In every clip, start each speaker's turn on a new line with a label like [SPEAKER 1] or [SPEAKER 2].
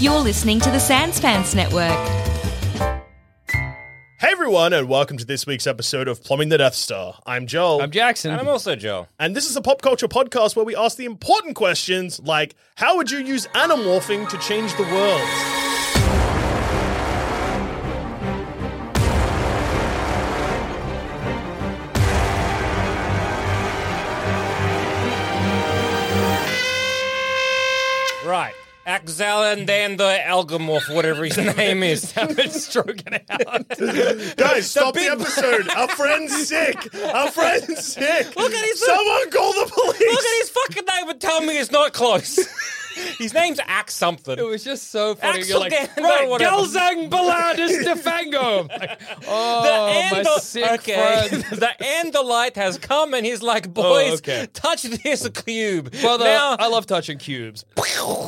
[SPEAKER 1] You're listening to the Sanspants Network.
[SPEAKER 2] Hey everyone, and welcome to this week's episode of Plumbing the Death Star. I'm Joel.
[SPEAKER 3] I'm Jackson.
[SPEAKER 4] And I'm also Joe.
[SPEAKER 2] and this is a pop culture podcast where we ask the important questions like how would you use animorphing to change the world?
[SPEAKER 4] Right. Axalan Dan the Algamorph, whatever his name is. How it's stroking out.
[SPEAKER 2] Guys, stop the, episode. Our friend's sick. Our friend's sick. Look
[SPEAKER 4] at his-
[SPEAKER 2] Someone call the police.
[SPEAKER 4] Look at his fucking name and tell me it's not close. his name's Ax something.
[SPEAKER 3] It was just so funny.
[SPEAKER 4] Axel
[SPEAKER 3] You're like,
[SPEAKER 4] Dan-
[SPEAKER 3] right,
[SPEAKER 4] no, whatever."
[SPEAKER 3] Gelzang Baladis Defango. Like, oh, my
[SPEAKER 4] Ando-
[SPEAKER 3] sick
[SPEAKER 4] okay.
[SPEAKER 3] friend. Oh,
[SPEAKER 4] the Andalite has come and he's like, boys,
[SPEAKER 3] okay.
[SPEAKER 4] touch this cube.
[SPEAKER 3] Well, the-
[SPEAKER 4] now,
[SPEAKER 3] I love touching cubes.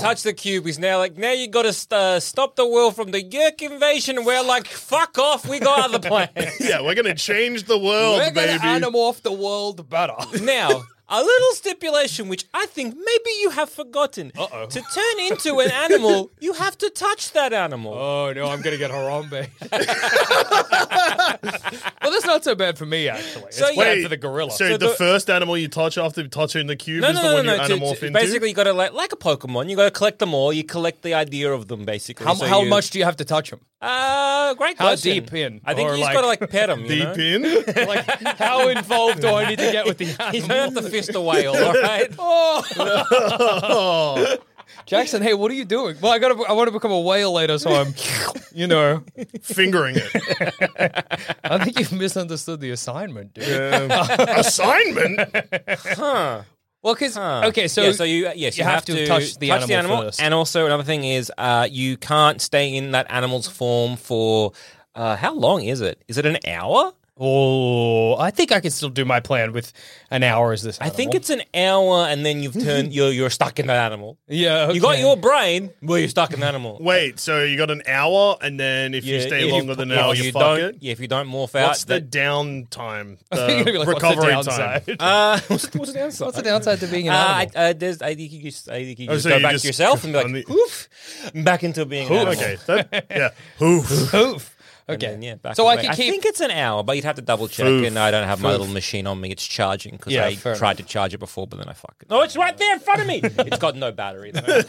[SPEAKER 4] touch the cube. He's now like, now you got to st- uh, stop the world from the Yerk invasion. And we're like, fuck off. We got other plans.
[SPEAKER 2] Yeah, we're gonna change the world,
[SPEAKER 3] We're
[SPEAKER 2] baby.
[SPEAKER 3] going to animorph the world better.
[SPEAKER 4] Now, a little stipulation which I think maybe you have forgotten. Uh-oh. To turn into an animal, you have to touch that animal.
[SPEAKER 3] oh, no, I'm going to get Harambe. well, that's not so bad for me, actually. It's
[SPEAKER 4] So, yeah.
[SPEAKER 3] bad
[SPEAKER 2] Wait,
[SPEAKER 3] for the gorilla.
[SPEAKER 2] So,
[SPEAKER 4] So
[SPEAKER 2] the,
[SPEAKER 4] the-
[SPEAKER 2] first animal you touch after touching the cube
[SPEAKER 4] no,
[SPEAKER 2] is
[SPEAKER 4] no,
[SPEAKER 2] the
[SPEAKER 4] no,
[SPEAKER 2] one
[SPEAKER 4] no,
[SPEAKER 2] you
[SPEAKER 4] no. To,
[SPEAKER 2] animorph
[SPEAKER 4] to-
[SPEAKER 2] into.
[SPEAKER 4] basically, you got to like like a Pokemon. You got to collect them all. You collect the idea of them, basically.
[SPEAKER 3] how
[SPEAKER 4] So
[SPEAKER 3] how
[SPEAKER 4] you-
[SPEAKER 3] much do you have to touch him?
[SPEAKER 4] Uh, great
[SPEAKER 3] How
[SPEAKER 4] question.
[SPEAKER 3] deep in?
[SPEAKER 4] I think
[SPEAKER 3] Or
[SPEAKER 4] you just
[SPEAKER 3] like-
[SPEAKER 4] got to like pet them. You
[SPEAKER 2] deep
[SPEAKER 4] know?
[SPEAKER 2] in.
[SPEAKER 3] Like, how involved do I need to get with the
[SPEAKER 4] You
[SPEAKER 3] animal?
[SPEAKER 4] don't have to fist a whale, all right?
[SPEAKER 2] Oh.
[SPEAKER 3] Jackson, hey, what are you doing? Well, I got to. I want to become a whale later, so I'm, you know,
[SPEAKER 2] Fingering it.
[SPEAKER 3] I think you've misunderstood the assignment, dude.
[SPEAKER 2] Assignment?
[SPEAKER 3] Well, because okay, so,
[SPEAKER 4] yeah, so you uh, yes, you, have, to,
[SPEAKER 3] touch the animal first.
[SPEAKER 4] and also another thing is uh, you can't stay in that animal's form for uh, how long is it? Is it an hour?
[SPEAKER 3] oh, I think I can still do my plan with an hour. Is this?
[SPEAKER 4] I think
[SPEAKER 3] animal.
[SPEAKER 4] it's an hour, and then you've turned you're you're stuck in that animal.
[SPEAKER 3] yeah.
[SPEAKER 4] You got
[SPEAKER 3] okay.
[SPEAKER 4] your brain, well, you're stuck in the animal.
[SPEAKER 2] Wait, so you got an hour, and then if you
[SPEAKER 4] Yeah,
[SPEAKER 2] stay
[SPEAKER 4] if
[SPEAKER 2] longer than an
[SPEAKER 4] well,
[SPEAKER 2] hour,
[SPEAKER 4] if
[SPEAKER 2] you, fuck
[SPEAKER 4] don't,
[SPEAKER 2] it.
[SPEAKER 4] Yeah, if you don't morph out,
[SPEAKER 2] What's the
[SPEAKER 4] that-
[SPEAKER 2] down time?
[SPEAKER 3] I think
[SPEAKER 2] The
[SPEAKER 3] it'd be like, what's the
[SPEAKER 2] recovery time.
[SPEAKER 3] downside?
[SPEAKER 4] uh, what's, the- what's the downside?
[SPEAKER 3] What's the downside Ah, to being
[SPEAKER 4] Uh,
[SPEAKER 3] an
[SPEAKER 4] I,
[SPEAKER 3] animal?
[SPEAKER 4] uh, there's, I think you just, I think you
[SPEAKER 2] Oh,
[SPEAKER 4] just
[SPEAKER 2] so
[SPEAKER 4] go
[SPEAKER 2] you
[SPEAKER 4] back
[SPEAKER 2] just-
[SPEAKER 4] to yourself and be
[SPEAKER 2] on
[SPEAKER 4] like,
[SPEAKER 2] the-
[SPEAKER 4] "Oof," back into being an
[SPEAKER 2] Oof.
[SPEAKER 4] animal.
[SPEAKER 2] Okay, that, yeah. Oof.
[SPEAKER 3] Oof.
[SPEAKER 4] And
[SPEAKER 3] Okay.
[SPEAKER 4] then, yeah, back
[SPEAKER 3] so
[SPEAKER 4] away.
[SPEAKER 3] I could keep.
[SPEAKER 4] think it's an hour, but you'd have to double check.
[SPEAKER 2] Foof.
[SPEAKER 4] And I don't have my little machine on me; it's charging because
[SPEAKER 3] Yeah,
[SPEAKER 4] I
[SPEAKER 3] fair
[SPEAKER 4] tried to charge it before, but then I fucking.
[SPEAKER 3] Oh,
[SPEAKER 4] No, it's right there in front of me. it's got no battery. Though.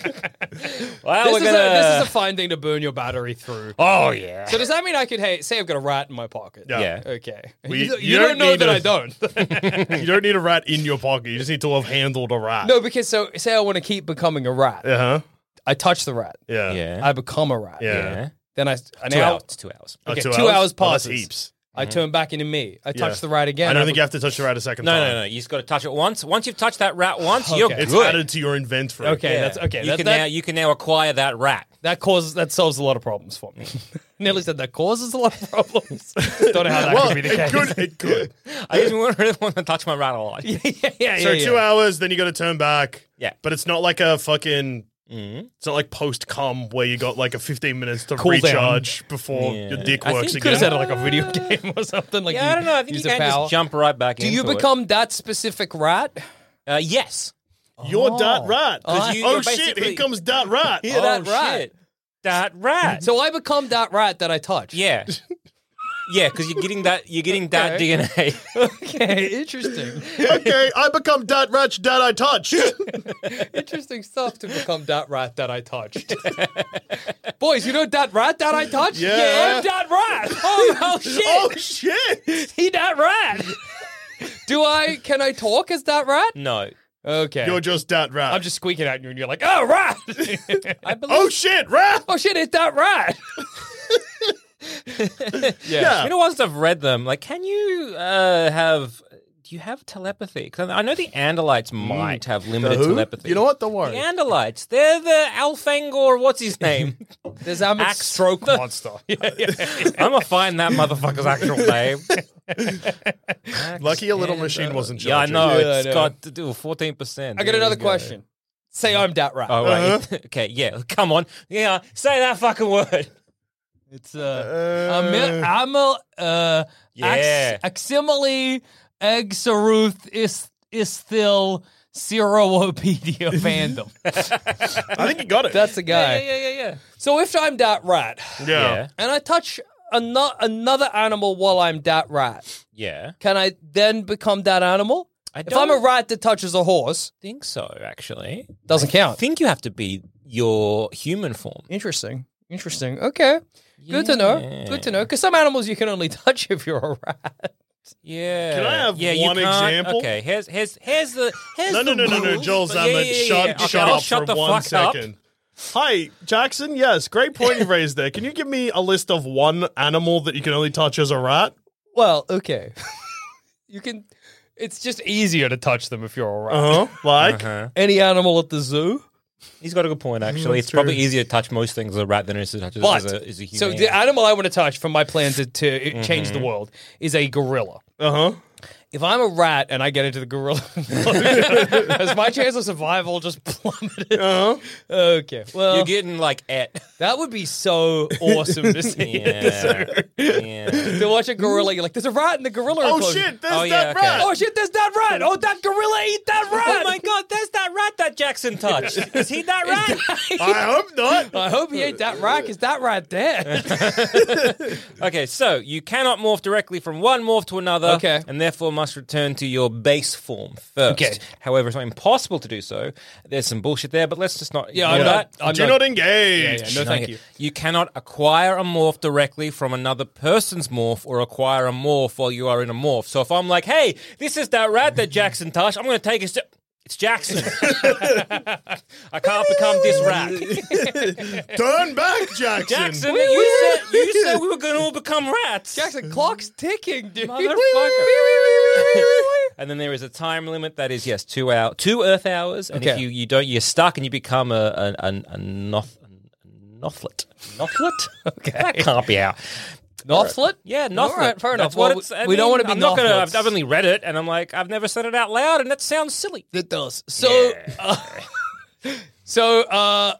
[SPEAKER 4] well,
[SPEAKER 3] this,
[SPEAKER 4] we're
[SPEAKER 3] is
[SPEAKER 4] gonna.
[SPEAKER 3] a, this is a fine thing to burn your battery through.
[SPEAKER 4] oh yeah.
[SPEAKER 3] So does that mean I could? Hey, say I've got a rat in my pocket.
[SPEAKER 2] Yeah.
[SPEAKER 4] Yeah.
[SPEAKER 3] Okay.
[SPEAKER 2] We-
[SPEAKER 3] you,
[SPEAKER 2] you
[SPEAKER 3] don't- you don't
[SPEAKER 2] don't
[SPEAKER 3] know
[SPEAKER 2] need
[SPEAKER 3] that
[SPEAKER 2] a-
[SPEAKER 3] I don't.
[SPEAKER 2] you don't need a rat in your pocket. You just need to have handled a rat.
[SPEAKER 3] no, because so say I want to keep becoming a rat.
[SPEAKER 2] Uh huh.
[SPEAKER 3] I touch the rat.
[SPEAKER 2] Yeah.
[SPEAKER 4] yeah.
[SPEAKER 3] I become a Uh, rat.
[SPEAKER 2] Yeah.
[SPEAKER 4] yeah.
[SPEAKER 3] Then I an
[SPEAKER 4] Two
[SPEAKER 3] hour.
[SPEAKER 4] hours. Two hours.
[SPEAKER 2] Oh,
[SPEAKER 3] Okay, two hours
[SPEAKER 2] Oh, that's
[SPEAKER 3] passes.
[SPEAKER 2] heaps.
[SPEAKER 3] I turn back into me. I touch
[SPEAKER 2] Yeah.
[SPEAKER 3] the rat again.
[SPEAKER 2] I don't
[SPEAKER 3] Mm-hmm. I
[SPEAKER 2] think you have to touch the rat a second
[SPEAKER 4] No,
[SPEAKER 2] time.
[SPEAKER 4] no, no. You just got to touch it once. Once you've touched that rat once, you're
[SPEAKER 3] Okay.
[SPEAKER 2] It's
[SPEAKER 4] good.
[SPEAKER 2] added to your inventory.
[SPEAKER 3] Okay,
[SPEAKER 4] Yeah.
[SPEAKER 3] that's okay.
[SPEAKER 4] You
[SPEAKER 3] that,
[SPEAKER 4] can
[SPEAKER 3] that,
[SPEAKER 4] now you can now acquire that rat.
[SPEAKER 3] that causes that solves a lot of problems for me. Nearly said that causes a lot of problems. don't know how that
[SPEAKER 2] Well,
[SPEAKER 3] could be the
[SPEAKER 2] it
[SPEAKER 3] case.
[SPEAKER 2] could. It could.
[SPEAKER 4] I just really want to touch my rat a lot.
[SPEAKER 3] yeah, yeah,
[SPEAKER 2] So
[SPEAKER 3] yeah,
[SPEAKER 2] two
[SPEAKER 3] yeah.
[SPEAKER 2] hours, then you got to uh, turn back.
[SPEAKER 4] Yeah. Mm-hmm.
[SPEAKER 2] but it's not like a fucking. It's not like post cum where you got like a fifteen minutes to
[SPEAKER 3] Cool down.
[SPEAKER 2] recharge before
[SPEAKER 4] Yeah.
[SPEAKER 2] your dick
[SPEAKER 4] I
[SPEAKER 2] works
[SPEAKER 4] think you
[SPEAKER 3] Could have
[SPEAKER 2] again.
[SPEAKER 3] said it like a video game or something. Like
[SPEAKER 4] Yeah, I don't know. I think you
[SPEAKER 3] use
[SPEAKER 4] can
[SPEAKER 3] a power.
[SPEAKER 4] just jump right back
[SPEAKER 3] Do
[SPEAKER 4] into
[SPEAKER 3] you
[SPEAKER 4] it.
[SPEAKER 3] become that specific rat?
[SPEAKER 4] Uh, yes.
[SPEAKER 2] You're dat rat.
[SPEAKER 4] Oh, you-
[SPEAKER 2] oh
[SPEAKER 4] you're
[SPEAKER 2] shit! Here
[SPEAKER 4] basically-
[SPEAKER 2] comes dat rat.
[SPEAKER 3] Yeah, that rat.
[SPEAKER 4] shit. That rat.
[SPEAKER 3] So I become that rat that I touch.
[SPEAKER 4] yeah. Yeah, because you're getting that you're getting that
[SPEAKER 3] Okay.
[SPEAKER 4] DNA.
[SPEAKER 3] Okay. Interesting.
[SPEAKER 2] Oh, okay, I become dat rat. Dat I touched.
[SPEAKER 3] Interesting stuff to become that rat that I touched. Boys, you know that rat that I touched?
[SPEAKER 2] Yeah.
[SPEAKER 3] I'm that rat. Oh, oh shit.
[SPEAKER 2] oh shit!
[SPEAKER 3] he that rat. Do I, can I talk as that rat?
[SPEAKER 4] no.
[SPEAKER 3] Okay.
[SPEAKER 2] You're just dat rat.
[SPEAKER 3] I'm just squeaking at you and you're like, oh, rat.
[SPEAKER 4] I believe
[SPEAKER 2] Oh shit! Rat.
[SPEAKER 3] oh shit, it's that rat. yeah.
[SPEAKER 2] Yeah.
[SPEAKER 4] you know once I've read them, like can you uh have do you have telepathy? 'Cause I know the Andalites
[SPEAKER 3] Mm.
[SPEAKER 4] might have limited
[SPEAKER 2] Who?
[SPEAKER 4] telepathy.
[SPEAKER 2] You know what? Don't worry.
[SPEAKER 4] The Andalites. They're the Alfangor, what's his name?
[SPEAKER 3] There's Amit
[SPEAKER 4] Axe.
[SPEAKER 3] Stroke
[SPEAKER 4] The-
[SPEAKER 3] Monster.
[SPEAKER 4] I'm going to find that motherfucker's actual name.
[SPEAKER 5] Lucky a little machine wasn't
[SPEAKER 4] yeah, I
[SPEAKER 5] charging.
[SPEAKER 4] know.
[SPEAKER 3] Yeah, I
[SPEAKER 4] it's
[SPEAKER 3] know.
[SPEAKER 4] got to do 14%.
[SPEAKER 3] I got
[SPEAKER 4] There
[SPEAKER 3] another Uh-huh.
[SPEAKER 4] you go.
[SPEAKER 3] question. Say I'm dat rat.
[SPEAKER 4] Oh, right. okay, yeah. Come on. Yeah, say that fucking word.
[SPEAKER 3] It's uh,
[SPEAKER 4] um,
[SPEAKER 3] Amil, Amil, uh,
[SPEAKER 4] Yeah.
[SPEAKER 3] Ax- Aximile Exaruth is is still Seropedia fandom.
[SPEAKER 5] I think you got it.
[SPEAKER 3] That's the guy.
[SPEAKER 4] yeah, yeah.
[SPEAKER 3] So if I'm dat rat,
[SPEAKER 4] Yeah.
[SPEAKER 3] and I touch ano- another animal while I'm dat rat,
[SPEAKER 4] Yeah.
[SPEAKER 3] can I then become that animal?
[SPEAKER 4] I
[SPEAKER 3] If I'm a
[SPEAKER 4] don't-
[SPEAKER 3] rat that touches a horse,
[SPEAKER 4] think so, actually.
[SPEAKER 3] doesn't
[SPEAKER 4] I
[SPEAKER 3] count.
[SPEAKER 4] think you have to be your human form.
[SPEAKER 3] Interesting. Interesting. Okay. Good to know. Good to know. Because some animals you can only touch if you're a rat.
[SPEAKER 4] Yeah.
[SPEAKER 5] Can I have
[SPEAKER 4] yeah, you
[SPEAKER 5] one
[SPEAKER 4] can't-
[SPEAKER 5] example?
[SPEAKER 4] Okay, here's here's here's the here's
[SPEAKER 5] No, no, no,
[SPEAKER 4] the
[SPEAKER 5] no, no,
[SPEAKER 4] rules,
[SPEAKER 5] Joel
[SPEAKER 4] but
[SPEAKER 5] Zammit, shut,
[SPEAKER 4] Okay,
[SPEAKER 5] shut
[SPEAKER 4] I'll
[SPEAKER 5] up for
[SPEAKER 4] the
[SPEAKER 5] one
[SPEAKER 4] fuck up.
[SPEAKER 5] second. Hi, Jackson. Yes, great point you raised there. Can you give me a list of one animal that you can only touch as a rat?
[SPEAKER 3] Well, okay. you can. It's just easier to touch them if you're a rat.
[SPEAKER 5] Uh-huh. Like,
[SPEAKER 3] Any animal at the zoo.
[SPEAKER 4] He's got a good point actually. It's probably easier to touch most things as a rat than it is to touch as,
[SPEAKER 3] But
[SPEAKER 4] a, Mm-hmm. as a human.
[SPEAKER 3] so the animal I want to touch for my plan to, to change the world is a gorilla.
[SPEAKER 5] uh-huh.
[SPEAKER 3] If I'm a rat and I get into the gorilla, has my chance of survival just plummeted?
[SPEAKER 5] Uh-huh.
[SPEAKER 3] Okay. Well,
[SPEAKER 4] you're getting like at
[SPEAKER 3] that would be so awesome to see.
[SPEAKER 4] yeah. yeah.
[SPEAKER 3] To watch a gorilla, you're like, "There's a rat in the gorilla."
[SPEAKER 5] Oh,
[SPEAKER 3] enclosure."
[SPEAKER 5] shit, there's
[SPEAKER 4] Oh, yeah,
[SPEAKER 5] that
[SPEAKER 4] okay.
[SPEAKER 5] rat.
[SPEAKER 3] Oh shit! There's that rat. Oh, that gorilla ate that rat.
[SPEAKER 4] Oh my god, there's that rat that Jackson touched. Is he that rat?
[SPEAKER 5] I hope not.
[SPEAKER 3] I hope he ate that rat. Is that rat dead?
[SPEAKER 4] Okay, so you cannot morph directly from one morph to another,
[SPEAKER 3] Okay.
[SPEAKER 4] and therefore must return to your base form first.
[SPEAKER 3] Okay.
[SPEAKER 4] However, it's not impossible to do so. There's some bullshit there, but let's just not. ignore
[SPEAKER 3] Yeah, I'm not-
[SPEAKER 4] that.
[SPEAKER 3] I'm
[SPEAKER 5] Do not engage.
[SPEAKER 3] Yeah, yeah, no thank you.
[SPEAKER 4] You cannot acquire a morph directly from another person's morph, or acquire a morph while you are in a morph. So if I'm like, "Hey, this is that rat that Jackson touched," I'm going to take a step. It's Jackson. I can't become this rat.
[SPEAKER 5] Turn back, Jackson.
[SPEAKER 4] Jackson, you said you said we were going to all become rats.
[SPEAKER 3] Jackson, clock's ticking, dude.
[SPEAKER 4] Motherfucker. and then there is a time limit that is yes, two hour, two Earth hours, and if
[SPEAKER 3] Okay.
[SPEAKER 4] you, you don't, you're stuck, and you become a a, a, a noth, a nothlet, nothlet. okay, that can't be out.
[SPEAKER 3] Nothlet?
[SPEAKER 4] Yeah, nothlet.
[SPEAKER 3] All right, fair enough.
[SPEAKER 4] That's what
[SPEAKER 3] Well,
[SPEAKER 4] it's, I
[SPEAKER 3] we don't
[SPEAKER 4] mean,
[SPEAKER 3] want to be
[SPEAKER 4] I'm not gonna. I've,
[SPEAKER 3] nothlets.
[SPEAKER 4] I've only read it, and I'm like, I've never said it out loud, and that sounds silly.
[SPEAKER 3] It does. So, uh, so uh,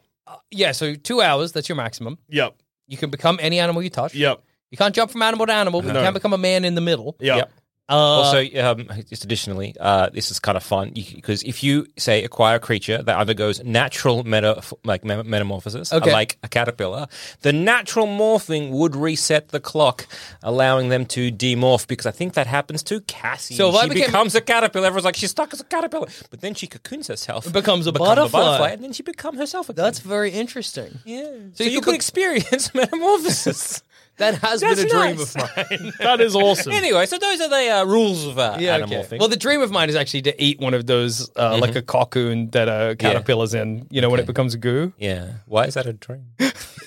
[SPEAKER 3] yeah. So two hours. That's your maximum.
[SPEAKER 5] Yep.
[SPEAKER 3] You can become any animal you touch.
[SPEAKER 5] Yep.
[SPEAKER 3] You can't jump from animal to animal, but you can become a man in the middle.
[SPEAKER 5] Yep.
[SPEAKER 3] Uh,
[SPEAKER 4] also, um, just additionally, uh, this is kind of fun because if you say acquire a creature that undergoes natural meta like me- metamorphosis, uh,
[SPEAKER 3] Okay.
[SPEAKER 4] like a caterpillar, the natural morphing would reset the clock, allowing them to demorph. Because I think that happens to Cassie.
[SPEAKER 3] So if
[SPEAKER 4] she
[SPEAKER 3] I became-
[SPEAKER 4] becomes a caterpillar. Everyone's like she's stuck as a caterpillar, but then she cocoons herself, and
[SPEAKER 3] becomes a
[SPEAKER 4] become
[SPEAKER 3] butterfly.
[SPEAKER 4] and then she becomes herself again.
[SPEAKER 3] that's very interesting.
[SPEAKER 4] yeah. So,
[SPEAKER 3] you
[SPEAKER 4] you,
[SPEAKER 3] could
[SPEAKER 4] could
[SPEAKER 3] bec-
[SPEAKER 4] experience metamorphosis.
[SPEAKER 3] That has
[SPEAKER 4] That's
[SPEAKER 3] been a dream
[SPEAKER 4] nice.
[SPEAKER 3] of mine.
[SPEAKER 5] That is awesome.
[SPEAKER 4] anyway, so those are the uh, rules of uh, animal
[SPEAKER 3] okay.
[SPEAKER 4] thing.
[SPEAKER 3] Well, the dream of mine is actually to eat one of those, uh, like a cocoon that a caterpillar's in. You know, when it becomes goo,
[SPEAKER 4] yeah. Why is that a dream?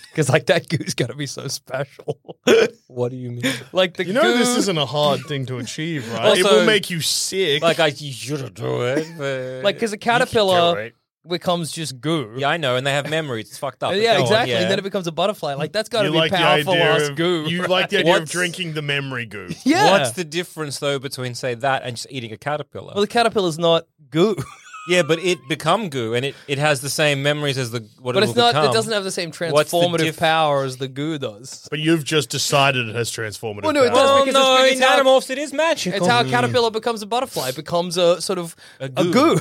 [SPEAKER 3] because like that goo's got to be so special.
[SPEAKER 4] What do you mean?
[SPEAKER 3] like the
[SPEAKER 5] You know
[SPEAKER 3] goo,
[SPEAKER 5] this isn't a hard thing to achieve, right? it
[SPEAKER 3] Also-
[SPEAKER 5] will make you sick.
[SPEAKER 4] like I you should do it. But...
[SPEAKER 3] like because a caterpillar becomes just goo.
[SPEAKER 4] yeah, I know, and they have memories. It's fucked up.
[SPEAKER 3] Uh,
[SPEAKER 4] but
[SPEAKER 3] yeah,
[SPEAKER 4] go on,
[SPEAKER 3] exactly.
[SPEAKER 4] yeah.
[SPEAKER 3] Then it becomes a butterfly. Like that's got to
[SPEAKER 5] you
[SPEAKER 3] be
[SPEAKER 5] like the
[SPEAKER 3] powerful ass
[SPEAKER 5] idea of,
[SPEAKER 3] goo.
[SPEAKER 5] You
[SPEAKER 3] right?
[SPEAKER 5] like the idea of
[SPEAKER 3] What's-
[SPEAKER 5] drinking the memory goo.
[SPEAKER 3] Yeah.
[SPEAKER 4] What's the difference though between say that and just eating a caterpillar?
[SPEAKER 3] well, the caterpillar's not goo,
[SPEAKER 4] yeah, but it become goo, and it, it has the same memories as the what
[SPEAKER 3] but
[SPEAKER 4] it
[SPEAKER 3] it's
[SPEAKER 4] will
[SPEAKER 3] not.
[SPEAKER 4] Become.
[SPEAKER 3] It doesn't have the same
[SPEAKER 4] What's the
[SPEAKER 3] transformative
[SPEAKER 4] diff-
[SPEAKER 3] power as the goo does.
[SPEAKER 5] But you've just decided it has transformative
[SPEAKER 3] Well, no, it
[SPEAKER 5] power.
[SPEAKER 3] does
[SPEAKER 4] Well,
[SPEAKER 3] because it's-
[SPEAKER 4] Oh, no,
[SPEAKER 3] it's
[SPEAKER 4] in
[SPEAKER 3] how-
[SPEAKER 4] animals it is magical.
[SPEAKER 3] It's how a caterpillar becomes a butterfly. It becomes a sort of a goo, a goo,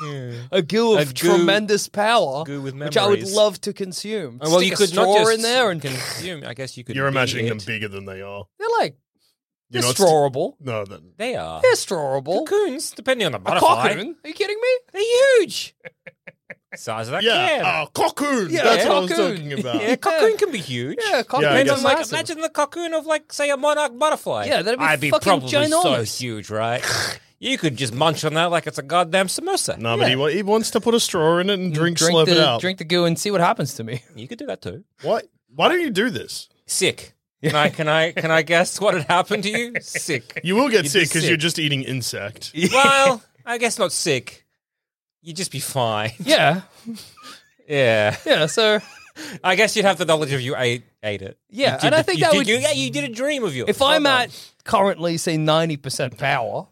[SPEAKER 4] Hmm. A
[SPEAKER 3] of
[SPEAKER 4] goo-
[SPEAKER 3] tremendous power,
[SPEAKER 4] goo with
[SPEAKER 3] which I would
[SPEAKER 4] memories.
[SPEAKER 3] love to consume.
[SPEAKER 4] well,
[SPEAKER 3] Stick
[SPEAKER 4] you
[SPEAKER 3] a
[SPEAKER 4] could
[SPEAKER 3] straw
[SPEAKER 4] not just
[SPEAKER 3] in there, and
[SPEAKER 4] consume. I guess you could.
[SPEAKER 5] You're
[SPEAKER 4] eat
[SPEAKER 5] imagining
[SPEAKER 4] it.
[SPEAKER 5] them bigger than they are.
[SPEAKER 3] they're like they're
[SPEAKER 5] You're not st-
[SPEAKER 3] strawable.
[SPEAKER 5] No, then.
[SPEAKER 4] They are
[SPEAKER 3] They're strawable.
[SPEAKER 4] cocoons, depending on the
[SPEAKER 3] A
[SPEAKER 4] butterfly.
[SPEAKER 3] cocoon? Are you kidding me?
[SPEAKER 4] They're huge. Size of that can.
[SPEAKER 2] uh,
[SPEAKER 5] Yeah, oh, cocoon.
[SPEAKER 3] Yeah,
[SPEAKER 5] That's what I
[SPEAKER 3] cocoon.
[SPEAKER 5] was talking about.
[SPEAKER 4] Yeah, cocoon can be huge.
[SPEAKER 3] Yeah, a cocoon
[SPEAKER 5] Yeah, I
[SPEAKER 4] Depends
[SPEAKER 5] guess
[SPEAKER 4] on, like,
[SPEAKER 3] massive.
[SPEAKER 4] imagine the cocoon of like say a monarch butterfly.
[SPEAKER 3] Yeah, that'd be
[SPEAKER 4] I'd be
[SPEAKER 3] fucking
[SPEAKER 4] probably
[SPEAKER 3] ginormous.
[SPEAKER 4] so huge, right? you could just munch on that like it's a goddamn samosa.
[SPEAKER 5] No, but he, wa- he wants to put a straw in it and drink,
[SPEAKER 3] drink
[SPEAKER 5] slurp
[SPEAKER 3] the
[SPEAKER 5] it out.
[SPEAKER 3] drink the goo and see what happens to me.
[SPEAKER 4] You could do that too.
[SPEAKER 5] What? Why don't you do this?
[SPEAKER 4] Sick. Can I can I can I guess what had happened to you? Sick.
[SPEAKER 2] You will get
[SPEAKER 4] You'd be
[SPEAKER 2] sick because you're
[SPEAKER 4] sick.
[SPEAKER 2] just eating insect.
[SPEAKER 4] Well, I guess not sick. You'd just be fine.
[SPEAKER 3] Yeah,
[SPEAKER 4] Yeah.
[SPEAKER 3] yeah. So
[SPEAKER 4] I guess you'd have the knowledge of you ate ate it.
[SPEAKER 3] Yeah,
[SPEAKER 4] You did
[SPEAKER 3] and I
[SPEAKER 4] the-
[SPEAKER 3] think
[SPEAKER 4] you
[SPEAKER 3] that
[SPEAKER 4] did-
[SPEAKER 3] would-
[SPEAKER 4] you, yeah, you did a dream of yours.
[SPEAKER 3] if I'm at currently say ninety percent power,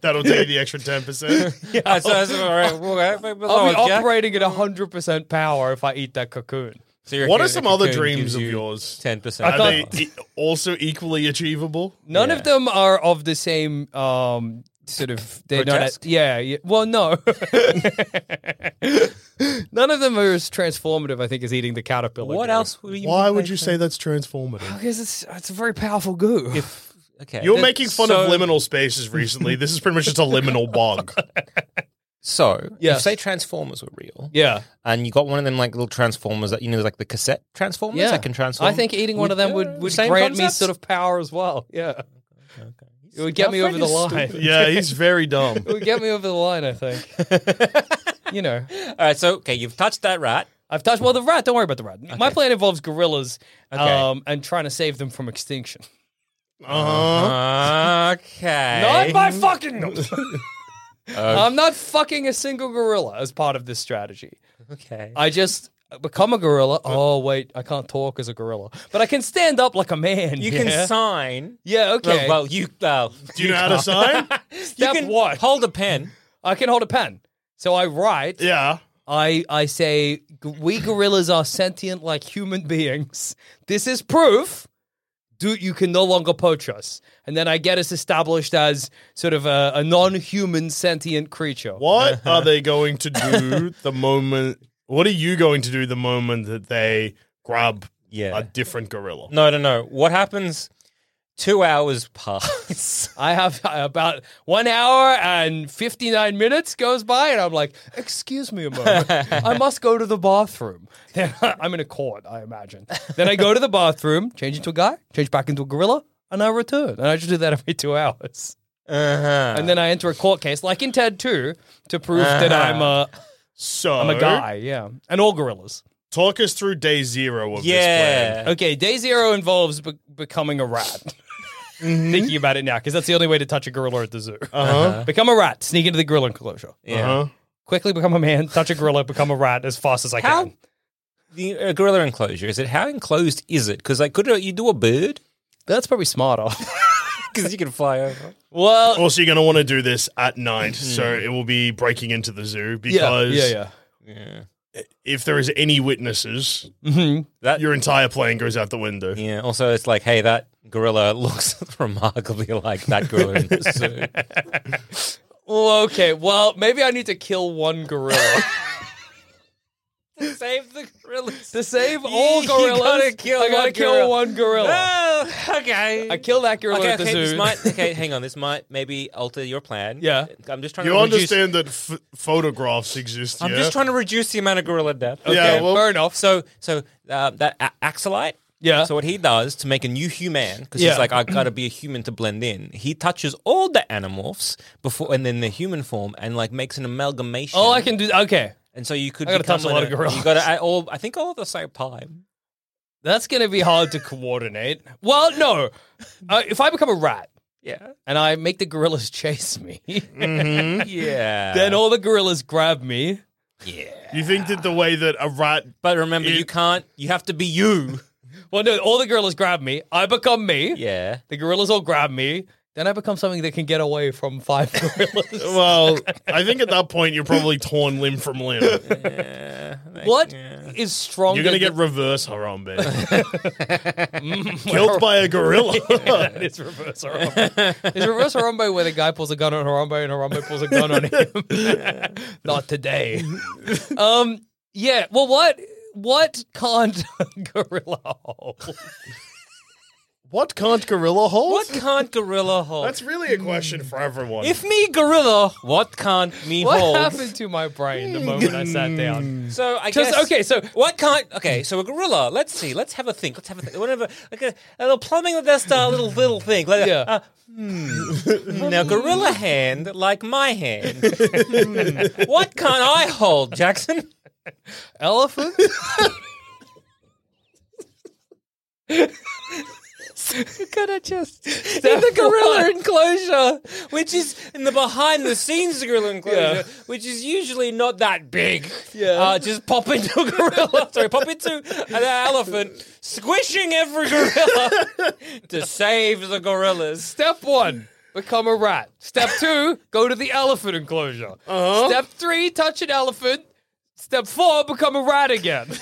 [SPEAKER 2] That'll take you the extra ten percent.
[SPEAKER 4] uh, so, so, all right, we'll go, but- but
[SPEAKER 3] I'll be
[SPEAKER 4] look, yeah.
[SPEAKER 3] operating at hundred percent power if I eat that cocoon.
[SPEAKER 4] So you're
[SPEAKER 2] What are
[SPEAKER 4] okay,
[SPEAKER 2] some
[SPEAKER 4] the
[SPEAKER 2] other
[SPEAKER 4] cocoon
[SPEAKER 2] dreams
[SPEAKER 4] gives
[SPEAKER 2] of
[SPEAKER 4] you
[SPEAKER 2] yours?
[SPEAKER 4] Ten
[SPEAKER 2] Are
[SPEAKER 4] percent.
[SPEAKER 2] they e- also equally achievable?
[SPEAKER 3] None
[SPEAKER 4] Yeah.
[SPEAKER 3] of them are of the same um, sort of. They're not.
[SPEAKER 4] Grotesque?
[SPEAKER 3] At, yeah, yeah. Well, no. None of them are as transformative. I think as eating the caterpillar.
[SPEAKER 4] What
[SPEAKER 3] goo.
[SPEAKER 4] else? Would you
[SPEAKER 2] Why would you say that's transformative?
[SPEAKER 3] Because it's it's a very powerful goo.
[SPEAKER 4] If okay,
[SPEAKER 2] You're
[SPEAKER 4] That-
[SPEAKER 2] making fun
[SPEAKER 4] so,
[SPEAKER 2] of liminal spaces recently. This is pretty much just a liminal bug.
[SPEAKER 4] So, yeah.
[SPEAKER 3] Yes.
[SPEAKER 4] say Transformers were real,
[SPEAKER 3] yeah,
[SPEAKER 4] and you got one of them like little Transformers that you know, like the cassette Transformers
[SPEAKER 3] yeah.
[SPEAKER 4] that can transform.
[SPEAKER 3] I think eating one of them would would
[SPEAKER 4] Same
[SPEAKER 3] grant me
[SPEAKER 4] concepts?
[SPEAKER 3] sort of power as well. Yeah, it would get me over
[SPEAKER 4] Alfred
[SPEAKER 3] the
[SPEAKER 4] is
[SPEAKER 3] line. Uh-huh.
[SPEAKER 2] Yeah, he's very dumb.
[SPEAKER 3] It would get me over the line. I think. you know,
[SPEAKER 4] All right, so okay, you've touched that rat.
[SPEAKER 3] I've touched. Well, the rat. Don't worry about the rat. My plan involves gorillas
[SPEAKER 4] Okay.
[SPEAKER 3] um, and trying to save them from extinction.
[SPEAKER 2] Uh-huh.
[SPEAKER 4] Okay,
[SPEAKER 3] Not by fucking. I'm not fucking a single gorilla as part of this strategy.
[SPEAKER 4] okay.
[SPEAKER 3] I just become a
[SPEAKER 4] Uh,
[SPEAKER 3] gorilla. Oh wait, I can't talk as a gorilla, but I can stand up like a man.
[SPEAKER 4] You
[SPEAKER 3] yeah?
[SPEAKER 4] can sign.
[SPEAKER 3] Yeah. Okay.
[SPEAKER 4] Well, well, you well,
[SPEAKER 2] Do you know how to sign?
[SPEAKER 4] you
[SPEAKER 3] Step
[SPEAKER 4] can
[SPEAKER 3] one.
[SPEAKER 4] hold a pen.
[SPEAKER 3] I can hold a pen. So I write.
[SPEAKER 2] Yeah.
[SPEAKER 3] I I say "G- we gorillas are sentient like human beings. This is proof. Dude, you can no longer poach us. And then I get us established as sort of a, a non-human sentient creature.
[SPEAKER 2] What are they going to do the moment? What are you going to do the moment that they grab
[SPEAKER 4] Yeah.
[SPEAKER 2] a different gorilla?
[SPEAKER 4] No, no, no. What happens? Two hours pass.
[SPEAKER 3] I have about one hour and 59 minutes goes by, and I'm like, Excuse me a moment. I must go to the bathroom. Then I'm in a court, I imagine. Then I go to the bathroom, change into a guy, change back into a gorilla, and I return. And I just do that every two hours.
[SPEAKER 4] Uh-huh.
[SPEAKER 3] And then I enter a court case, like in Ted 2, to prove that I'm a,
[SPEAKER 2] So
[SPEAKER 3] I'm a guy. Yeah. And all gorillas.
[SPEAKER 2] Talk us through day zero of this plan.
[SPEAKER 4] yeah.
[SPEAKER 3] Okay, day zero involves be- becoming a rat. Thinking about it now, because that's the only way to touch a gorilla at the zoo.
[SPEAKER 2] Uh-huh.
[SPEAKER 3] Become a rat, sneak into the gorilla enclosure.
[SPEAKER 4] Yeah.
[SPEAKER 2] Uh-huh.
[SPEAKER 3] quickly become a man, touch a gorilla, become a rat as fast as I
[SPEAKER 4] How
[SPEAKER 3] can.
[SPEAKER 4] the uh, gorilla enclosure is it? How enclosed is it? Because like, could uh, you do a bird?
[SPEAKER 3] That's probably smarter.
[SPEAKER 4] Because you can fly over.
[SPEAKER 3] well,
[SPEAKER 2] Also, you're going to want to do this at night, so it will be breaking into the zoo because
[SPEAKER 3] yeah, yeah,
[SPEAKER 4] Yeah.
[SPEAKER 2] if there is any witnesses,
[SPEAKER 3] yeah. hmm
[SPEAKER 4] That.
[SPEAKER 2] your entire plan goes out the window.
[SPEAKER 4] yeah. Also, it's like, hey, that gorilla looks remarkably like that gorilla in the zoo.
[SPEAKER 3] Well, okay. Well, maybe I need to kill one gorilla
[SPEAKER 4] Save the gorillas.
[SPEAKER 3] to save all
[SPEAKER 4] You
[SPEAKER 3] gorillas.
[SPEAKER 4] gotta kill
[SPEAKER 3] I gotta
[SPEAKER 4] one
[SPEAKER 3] kill
[SPEAKER 4] gorilla.
[SPEAKER 3] one gorilla.
[SPEAKER 4] Oh, okay.
[SPEAKER 3] I kill that gorilla
[SPEAKER 4] Okay,
[SPEAKER 3] at the
[SPEAKER 4] okay, this
[SPEAKER 3] zoo.
[SPEAKER 4] might. Okay, hang on. This might maybe alter your plan.
[SPEAKER 3] Yeah.
[SPEAKER 4] I'm just trying
[SPEAKER 2] You
[SPEAKER 4] to reduce.
[SPEAKER 2] understand that f- photographs exist.
[SPEAKER 4] I'm
[SPEAKER 2] yeah?
[SPEAKER 4] just trying to reduce the amount of gorilla death. Okay.
[SPEAKER 2] Yeah, well-
[SPEAKER 3] Fair enough.
[SPEAKER 4] So, so uh, that a- Axolite.
[SPEAKER 3] Yeah.
[SPEAKER 4] So what he does to make a new human, because
[SPEAKER 3] Yeah.
[SPEAKER 4] he's like, I gotta be a human to blend in. He touches all the animorphs before, and then the human form, and like makes an amalgamation.
[SPEAKER 3] Oh, I can do. Okay,
[SPEAKER 4] And so you could.
[SPEAKER 3] I gotta
[SPEAKER 4] become
[SPEAKER 3] touch a lot
[SPEAKER 4] an-
[SPEAKER 3] of gorillas.
[SPEAKER 4] You gotta at all. I think all at the same time.
[SPEAKER 3] that's gonna be hard to coordinate. Well, no. Uh, if I become a rat
[SPEAKER 4] Yeah. Mm.
[SPEAKER 3] and I make the gorillas chase me,
[SPEAKER 4] Yeah.
[SPEAKER 3] then all the gorillas grab me.
[SPEAKER 2] You think that the way that a rat.
[SPEAKER 4] but remember, you
[SPEAKER 2] It-
[SPEAKER 4] can't. You have to be you.
[SPEAKER 3] Well, no, all the gorillas grab me. I become me.
[SPEAKER 4] Yeah.
[SPEAKER 3] The gorillas all grab me. Then I become something that can get away from five gorillas.
[SPEAKER 2] Well, I think at that point you're probably torn limb from limb.
[SPEAKER 3] What is stronger?
[SPEAKER 2] You're going to get
[SPEAKER 3] than-
[SPEAKER 2] reverse Harambe. Mm, Killed by a gorilla.
[SPEAKER 3] it's reverse Harambe. Is reverse Harambe where the guy pulls a gun on Harambe and Harambe pulls a gun on him? Not today. um. Yeah. Well, what what can't a gorilla hold?
[SPEAKER 2] what can't gorilla hold?
[SPEAKER 4] What can't gorilla hold?
[SPEAKER 2] That's really a question for everyone.
[SPEAKER 4] if me gorilla, what can't me
[SPEAKER 3] What
[SPEAKER 4] hold?
[SPEAKER 3] happened to my brain the moment I sat down?
[SPEAKER 4] So I
[SPEAKER 3] Just-
[SPEAKER 4] guess
[SPEAKER 3] okay, so-
[SPEAKER 4] what can't okay? So a gorilla. Let's see. Let's have a think. Let's have a think. Whatever. Like a, a little plumbing with this uh, little little thing. Like,
[SPEAKER 3] Yeah.
[SPEAKER 4] uh, hmm. now gorilla hand like my hand. Hmm. What can't I hold, Jackson?
[SPEAKER 3] Elephant?
[SPEAKER 4] You could have just in the gorilla enclosure, which is in the behind the scenes gorilla enclosure,
[SPEAKER 3] Yeah.
[SPEAKER 4] which is usually not that big.
[SPEAKER 3] Yeah.
[SPEAKER 4] Uh, just pop into a gorilla. Sorry, pop into an elephant, squishing every gorilla to save the gorillas.
[SPEAKER 3] Step one, become a rat. Step two, go to the elephant enclosure.
[SPEAKER 4] Uh-huh.
[SPEAKER 3] Step three, touch an elephant. Step four, become a rat again.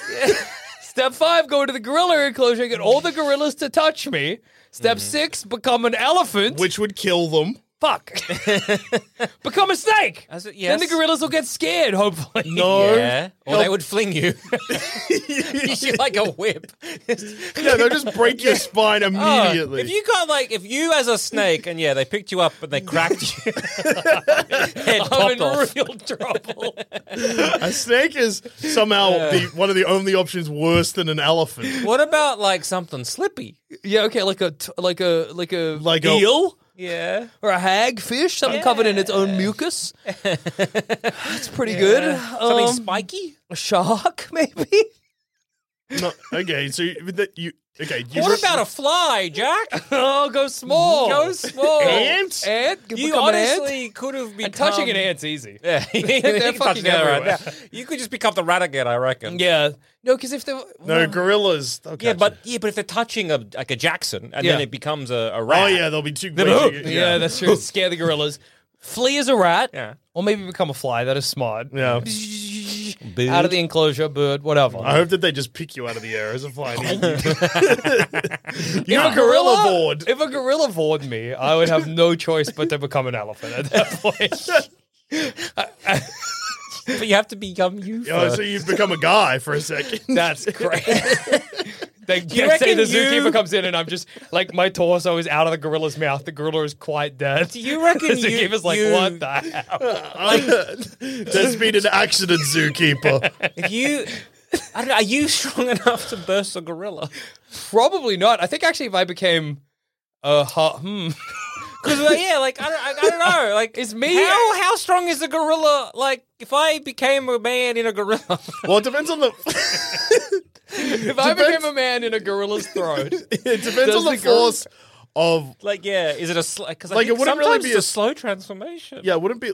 [SPEAKER 3] Step five, go to the gorilla enclosure and get all the gorillas to touch me.
[SPEAKER 4] Mm-hmm.
[SPEAKER 3] Step six, become an elephant.
[SPEAKER 5] which would kill them.
[SPEAKER 3] fuck. become a snake.
[SPEAKER 4] As it-
[SPEAKER 3] Then the
[SPEAKER 4] yes.
[SPEAKER 3] gorillas will get scared, hopefully.
[SPEAKER 5] No.
[SPEAKER 4] Yeah, or they would fling you. you like a whip.
[SPEAKER 5] Yeah, they'll just break your spine
[SPEAKER 4] Oh,
[SPEAKER 5] immediately.
[SPEAKER 4] if you got like, if you as a snake, and yeah, they picked you up and they cracked you, head
[SPEAKER 3] I'm
[SPEAKER 4] popped
[SPEAKER 3] in
[SPEAKER 4] off.
[SPEAKER 3] real trouble.
[SPEAKER 5] a snake is somehow the, one of the only options worse than an elephant.
[SPEAKER 4] What about like something slippy?
[SPEAKER 3] yeah, okay, like a t- like a like a
[SPEAKER 5] Like a-
[SPEAKER 3] eel
[SPEAKER 4] Yeah.
[SPEAKER 3] or a hag fish, something covered in its own mucus. That's pretty good.
[SPEAKER 4] Something
[SPEAKER 3] Um,
[SPEAKER 4] spiky?
[SPEAKER 3] a shark, maybe.
[SPEAKER 5] No, okay, so you, that you okay? You
[SPEAKER 4] What about a fly, Jack?
[SPEAKER 3] oh, go small.
[SPEAKER 4] Go small.
[SPEAKER 5] Ant?
[SPEAKER 3] Ant. You,
[SPEAKER 4] You
[SPEAKER 3] become an ant.
[SPEAKER 4] honestly could have become.
[SPEAKER 3] And touching an ant's easy.
[SPEAKER 4] Yeah, you can touch
[SPEAKER 3] fucking
[SPEAKER 4] an ant right
[SPEAKER 3] everywhere.
[SPEAKER 4] now. You could just pick up the rat again, I reckon.
[SPEAKER 3] Yeah. No, because if they no,
[SPEAKER 5] no gorillas? they'll
[SPEAKER 4] Yeah,
[SPEAKER 5] catch
[SPEAKER 4] but
[SPEAKER 5] you.
[SPEAKER 4] yeah, but if they're touching a like a Jackson, and
[SPEAKER 3] Yeah.
[SPEAKER 4] then it becomes a, a
[SPEAKER 5] oh
[SPEAKER 4] rat.
[SPEAKER 5] yeah, they'll be too.
[SPEAKER 4] Then-
[SPEAKER 5] way
[SPEAKER 4] oh,
[SPEAKER 5] too-
[SPEAKER 3] yeah. that's true. Scare the gorillas. Flee as a rat,
[SPEAKER 4] Yeah.
[SPEAKER 3] or maybe become a fly. That is smart.
[SPEAKER 5] yeah.
[SPEAKER 3] Out of the enclosure, bird, whatever.
[SPEAKER 2] Uh,
[SPEAKER 5] I hope that they just pick you out of the air as a flying. you
[SPEAKER 3] If
[SPEAKER 5] have a gorilla board.
[SPEAKER 3] If a gorilla bored me, I would have no choice but to become an elephant at that point.
[SPEAKER 4] but you have to become you.
[SPEAKER 5] Oh,
[SPEAKER 4] first.
[SPEAKER 5] so you become a guy for a second.
[SPEAKER 3] That's great. They,
[SPEAKER 4] you
[SPEAKER 3] they say
[SPEAKER 4] reckon
[SPEAKER 3] the
[SPEAKER 4] you-
[SPEAKER 3] zookeeper comes in and I'm just like my torso is out of the gorilla's mouth. The gorilla is quite dead.
[SPEAKER 4] Do you reckon
[SPEAKER 3] the
[SPEAKER 4] you-
[SPEAKER 3] zookeeper's like,
[SPEAKER 4] you-
[SPEAKER 3] what the hell?
[SPEAKER 5] There's been an accident, zookeeper.
[SPEAKER 4] if you, I don't know, are you strong enough to burst a gorilla?
[SPEAKER 3] Probably not. I think actually if I became a hot, hmm.
[SPEAKER 4] Because like, yeah, like I don't, I, I don't know, like
[SPEAKER 3] It's me.
[SPEAKER 4] How how strong is a gorilla? Like if I became a man in a gorilla,
[SPEAKER 5] Well, it depends on the
[SPEAKER 3] If I became a man in a gorilla's throat,
[SPEAKER 5] it depends on
[SPEAKER 3] Does
[SPEAKER 5] the,
[SPEAKER 3] the girl-
[SPEAKER 5] force of
[SPEAKER 4] like yeah, is it a sl- cause
[SPEAKER 5] Like,
[SPEAKER 4] like
[SPEAKER 5] it
[SPEAKER 4] it would
[SPEAKER 5] wouldn't really
[SPEAKER 4] sometimes
[SPEAKER 5] be
[SPEAKER 4] it's a,
[SPEAKER 5] a-
[SPEAKER 4] slow transformation.
[SPEAKER 5] yeah. It wouldn't be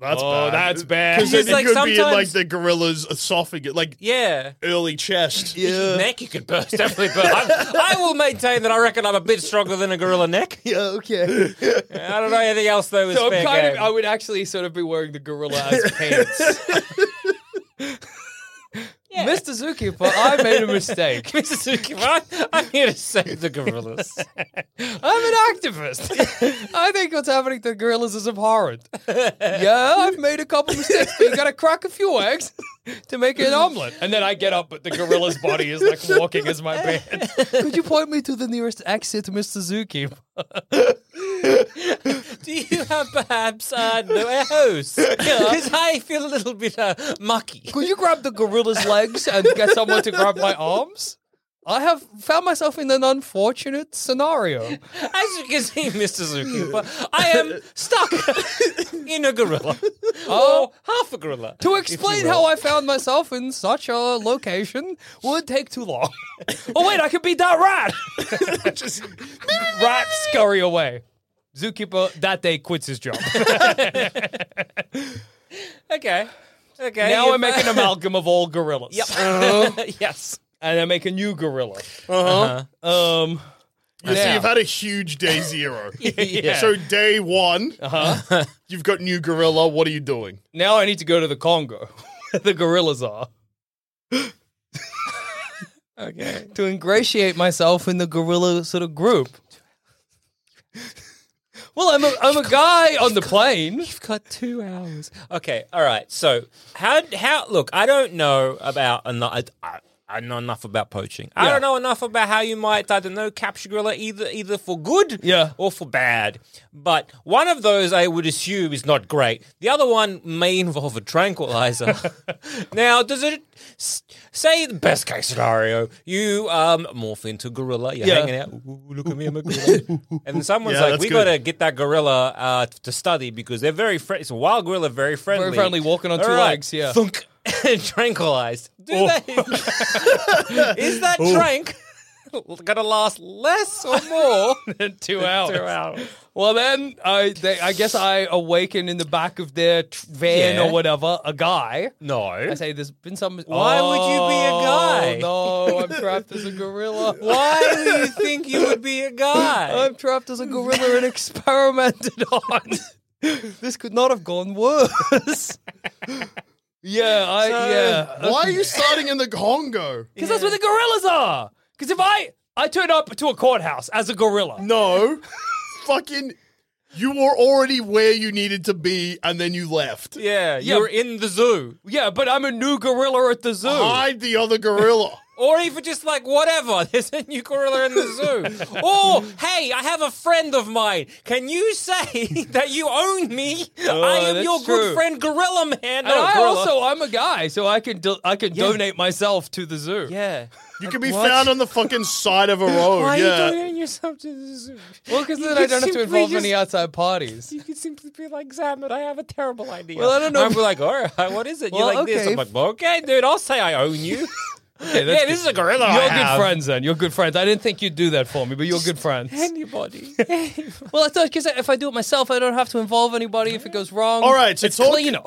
[SPEAKER 5] that's
[SPEAKER 3] Oh,
[SPEAKER 5] bad.
[SPEAKER 3] that's bad.
[SPEAKER 5] Because then
[SPEAKER 4] Because,
[SPEAKER 5] it
[SPEAKER 4] like,
[SPEAKER 5] could be in like
[SPEAKER 4] sometimes-
[SPEAKER 5] the gorilla's esophagus, like
[SPEAKER 4] yeah.
[SPEAKER 5] early chest.
[SPEAKER 4] Neck you could burst definitely, but I, I will maintain that I reckon I'm a bit stronger than a gorilla neck.
[SPEAKER 5] Yeah. Okay.
[SPEAKER 4] I don't know anything else though. Is
[SPEAKER 3] so
[SPEAKER 4] fair
[SPEAKER 3] I'm kind
[SPEAKER 4] game.
[SPEAKER 3] of, I would actually sort of be wearing the gorilla as pants. Mr. Zookeeper, I made a mistake.
[SPEAKER 4] Mr. Zukiman, I'm here to save the gorillas.
[SPEAKER 3] I'm an activist. I think what's happening to gorillas is abhorrent. Yeah, I've made a couple mistakes, but you gotta crack a few eggs to make an omelet. And then I get up, but the gorilla's body is like walking as my pants. Could you point me to the nearest exit, Mr. Zookeeper?
[SPEAKER 4] Do you have perhaps uh, no a hose? Because I feel a little bit uh, mucky.
[SPEAKER 3] Could you grab the gorilla's legs and get someone to grab my arms? I have found myself in an unfortunate scenario.
[SPEAKER 4] As you can see, Mr. Zookeeper, I am stuck in a gorilla. Or half a gorilla.
[SPEAKER 3] Oh, To explain how I found myself in such a location would take too long. oh wait, I could beat that rat.
[SPEAKER 5] Just
[SPEAKER 3] rat scurry away. Zookeeper that day quits his job.
[SPEAKER 4] Okay. Okay.
[SPEAKER 3] now I
[SPEAKER 4] if
[SPEAKER 3] make an amalgam of all gorillas. Yep. Uh-huh.
[SPEAKER 4] yes.
[SPEAKER 3] And I make a new gorilla.
[SPEAKER 5] uh-huh.
[SPEAKER 3] Um,
[SPEAKER 5] You see,
[SPEAKER 3] Yeah.
[SPEAKER 5] you've had a huge day zero.
[SPEAKER 4] Yeah.
[SPEAKER 5] So day one, you've got new gorilla. What are you doing?
[SPEAKER 3] now I need to go to the Congo, where the gorillas are,
[SPEAKER 4] Okay.
[SPEAKER 3] to ingratiate myself in the gorilla sort of group. Well, I'm a, I'm a guy on the plane.
[SPEAKER 4] You've got two hours. Okay. All right. So how how look? I don't know about enough. I, I, I know enough about poaching. I
[SPEAKER 3] Yeah.
[SPEAKER 4] don't know enough about how you might I don't know capture gorilla either either for good
[SPEAKER 3] Yeah.
[SPEAKER 4] or for bad. But one of those I would assume is not great. The other one may involve a tranquilizer. now, does it s- say the best case scenario? You um, morph into gorilla. You're
[SPEAKER 3] Yeah.
[SPEAKER 4] hanging out. Ooh, look at me, I'm a gorilla. and someone's
[SPEAKER 5] Yeah,
[SPEAKER 4] like,
[SPEAKER 5] that's
[SPEAKER 4] "We
[SPEAKER 5] good.
[SPEAKER 4] gotta get that gorilla uh, to study because they're very friendly. It's a wild gorilla, very friendly.
[SPEAKER 3] Very friendly, walking on two
[SPEAKER 4] All right.
[SPEAKER 3] legs, yeah.
[SPEAKER 4] Thunk. tranquilized. Do that. is that trank? going to last less or more
[SPEAKER 3] than two hours.
[SPEAKER 4] two hours.
[SPEAKER 3] Well, then I they, I guess I awaken in the back of their tr- van
[SPEAKER 4] Yeah.
[SPEAKER 3] or whatever, a guy.
[SPEAKER 4] No.
[SPEAKER 3] I say, there's been some.
[SPEAKER 4] Why would you be a guy?
[SPEAKER 3] Oh, No, I'm trapped as a gorilla.
[SPEAKER 4] Why do you think you would be a guy?
[SPEAKER 3] I'm trapped as a gorilla and experimented on. this could not have gone worse. yeah, I yeah.
[SPEAKER 2] Why are you starting in the Congo?
[SPEAKER 3] Because that's where the gorillas are. Because if I I turn up to a courthouse as a gorilla,
[SPEAKER 2] No. Fucking. You were already where you needed to be and then you left.
[SPEAKER 4] yeah,
[SPEAKER 3] Yeah.
[SPEAKER 4] you're in the zoo.
[SPEAKER 3] yeah, but I'm a new gorilla at the zoo.
[SPEAKER 2] Hide the other gorilla.
[SPEAKER 4] Or even just like whatever. There's a new gorilla in the zoo. or hey, I have a friend of mine. Can you say that you own me? I am
[SPEAKER 3] that's
[SPEAKER 4] your
[SPEAKER 3] true.
[SPEAKER 4] good friend, Gorilla Man.
[SPEAKER 3] and
[SPEAKER 4] No,
[SPEAKER 3] I
[SPEAKER 4] gorilla.
[SPEAKER 3] also I'm a guy, so I can do, I can
[SPEAKER 4] Yeah.
[SPEAKER 3] donate myself to the zoo.
[SPEAKER 4] yeah.
[SPEAKER 2] You could be found on the fucking side of a road.
[SPEAKER 4] Why
[SPEAKER 2] yeah.
[SPEAKER 4] are you doing yourself to the zoo?
[SPEAKER 3] Well, because
[SPEAKER 4] You
[SPEAKER 3] then I
[SPEAKER 4] could
[SPEAKER 3] don't have to
[SPEAKER 4] simply
[SPEAKER 3] involve
[SPEAKER 4] just-
[SPEAKER 3] any outside parties.
[SPEAKER 4] You could simply be like, Zamet, I have a terrible idea.
[SPEAKER 3] Well, I don't know
[SPEAKER 4] I'm
[SPEAKER 3] if-
[SPEAKER 4] like, all right, what is it?
[SPEAKER 3] Well,
[SPEAKER 4] You're like this.
[SPEAKER 3] okay.
[SPEAKER 4] I'm like, well, okay, dude, I'll say I own you.
[SPEAKER 3] Okay,
[SPEAKER 4] yeah,
[SPEAKER 3] that's
[SPEAKER 4] this is a gorilla. I
[SPEAKER 3] You're good
[SPEAKER 4] have.
[SPEAKER 3] friends then. You're good friends. I didn't think you'd do that for me, but you're good friends.
[SPEAKER 4] Anybody.
[SPEAKER 3] Well, I thought because if I do it myself, I don't have to involve anybody if it goes wrong.
[SPEAKER 5] All right, so
[SPEAKER 3] it's
[SPEAKER 5] talk-
[SPEAKER 3] cleaner.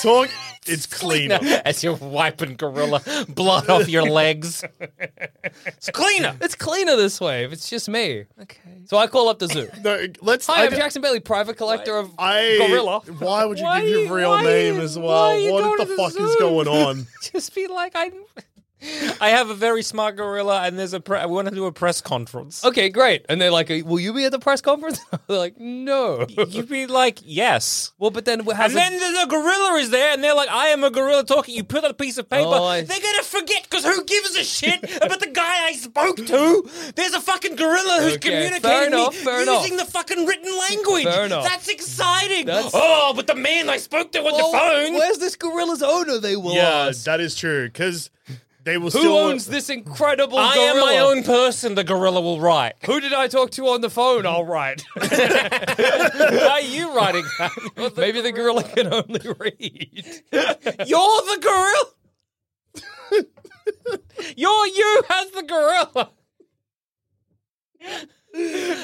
[SPEAKER 5] Talk. It's cleaner.
[SPEAKER 4] As you're wiping gorilla blood off your legs. It's cleaner.
[SPEAKER 3] It's cleaner this way. If it's just me. Okay. So I call up the zoo.
[SPEAKER 2] No, let's.
[SPEAKER 3] Hi, I,
[SPEAKER 2] I,
[SPEAKER 3] am Jackson Bailey, private collector of
[SPEAKER 2] I-
[SPEAKER 3] gorilla.
[SPEAKER 2] Why would you
[SPEAKER 4] Why
[SPEAKER 2] give
[SPEAKER 4] you-
[SPEAKER 2] your real
[SPEAKER 4] why
[SPEAKER 2] name
[SPEAKER 4] you-
[SPEAKER 2] as
[SPEAKER 4] why
[SPEAKER 2] well?
[SPEAKER 4] you
[SPEAKER 2] What
[SPEAKER 4] go
[SPEAKER 2] the,
[SPEAKER 4] to the
[SPEAKER 2] fuck is
[SPEAKER 4] zoo?
[SPEAKER 2] going on?
[SPEAKER 4] Just be like, I I have a very smart gorilla and there's a pre- I want to do a press conference.
[SPEAKER 3] Okay, great. And they're like, "Will you be at the press conference?" they're like, "No."
[SPEAKER 4] You'd be like, yes.
[SPEAKER 3] well, but then has
[SPEAKER 4] And then
[SPEAKER 3] it,
[SPEAKER 4] the gorilla is there, and they're like, "I am a gorilla talking." You put on a piece of paper.
[SPEAKER 3] Oh, I-
[SPEAKER 4] They're gonna forget because who gives a shit about the guy I spoke to? There's a fucking gorilla who's
[SPEAKER 3] Okay,
[SPEAKER 4] communicating
[SPEAKER 3] fair enough,
[SPEAKER 4] me
[SPEAKER 3] fair
[SPEAKER 4] using the fucking written language.
[SPEAKER 3] Fair enough.
[SPEAKER 4] That's exciting.
[SPEAKER 3] That's-
[SPEAKER 4] Oh, but the man I spoke to on
[SPEAKER 3] Well,
[SPEAKER 4] the phone.
[SPEAKER 3] Where's this gorilla's owner? They will
[SPEAKER 2] Yeah,
[SPEAKER 3] ask.
[SPEAKER 2] that is true. Because they will
[SPEAKER 3] Who
[SPEAKER 2] still.
[SPEAKER 3] owns this incredible
[SPEAKER 4] I
[SPEAKER 3] gorilla?
[SPEAKER 4] am my own person. The gorilla will write.
[SPEAKER 3] Who did I talk to on the phone? I'll write.
[SPEAKER 4] Are you writing? that?
[SPEAKER 3] Maybe the gorilla can only read.
[SPEAKER 4] You're the gorilla. You're you as the gorilla.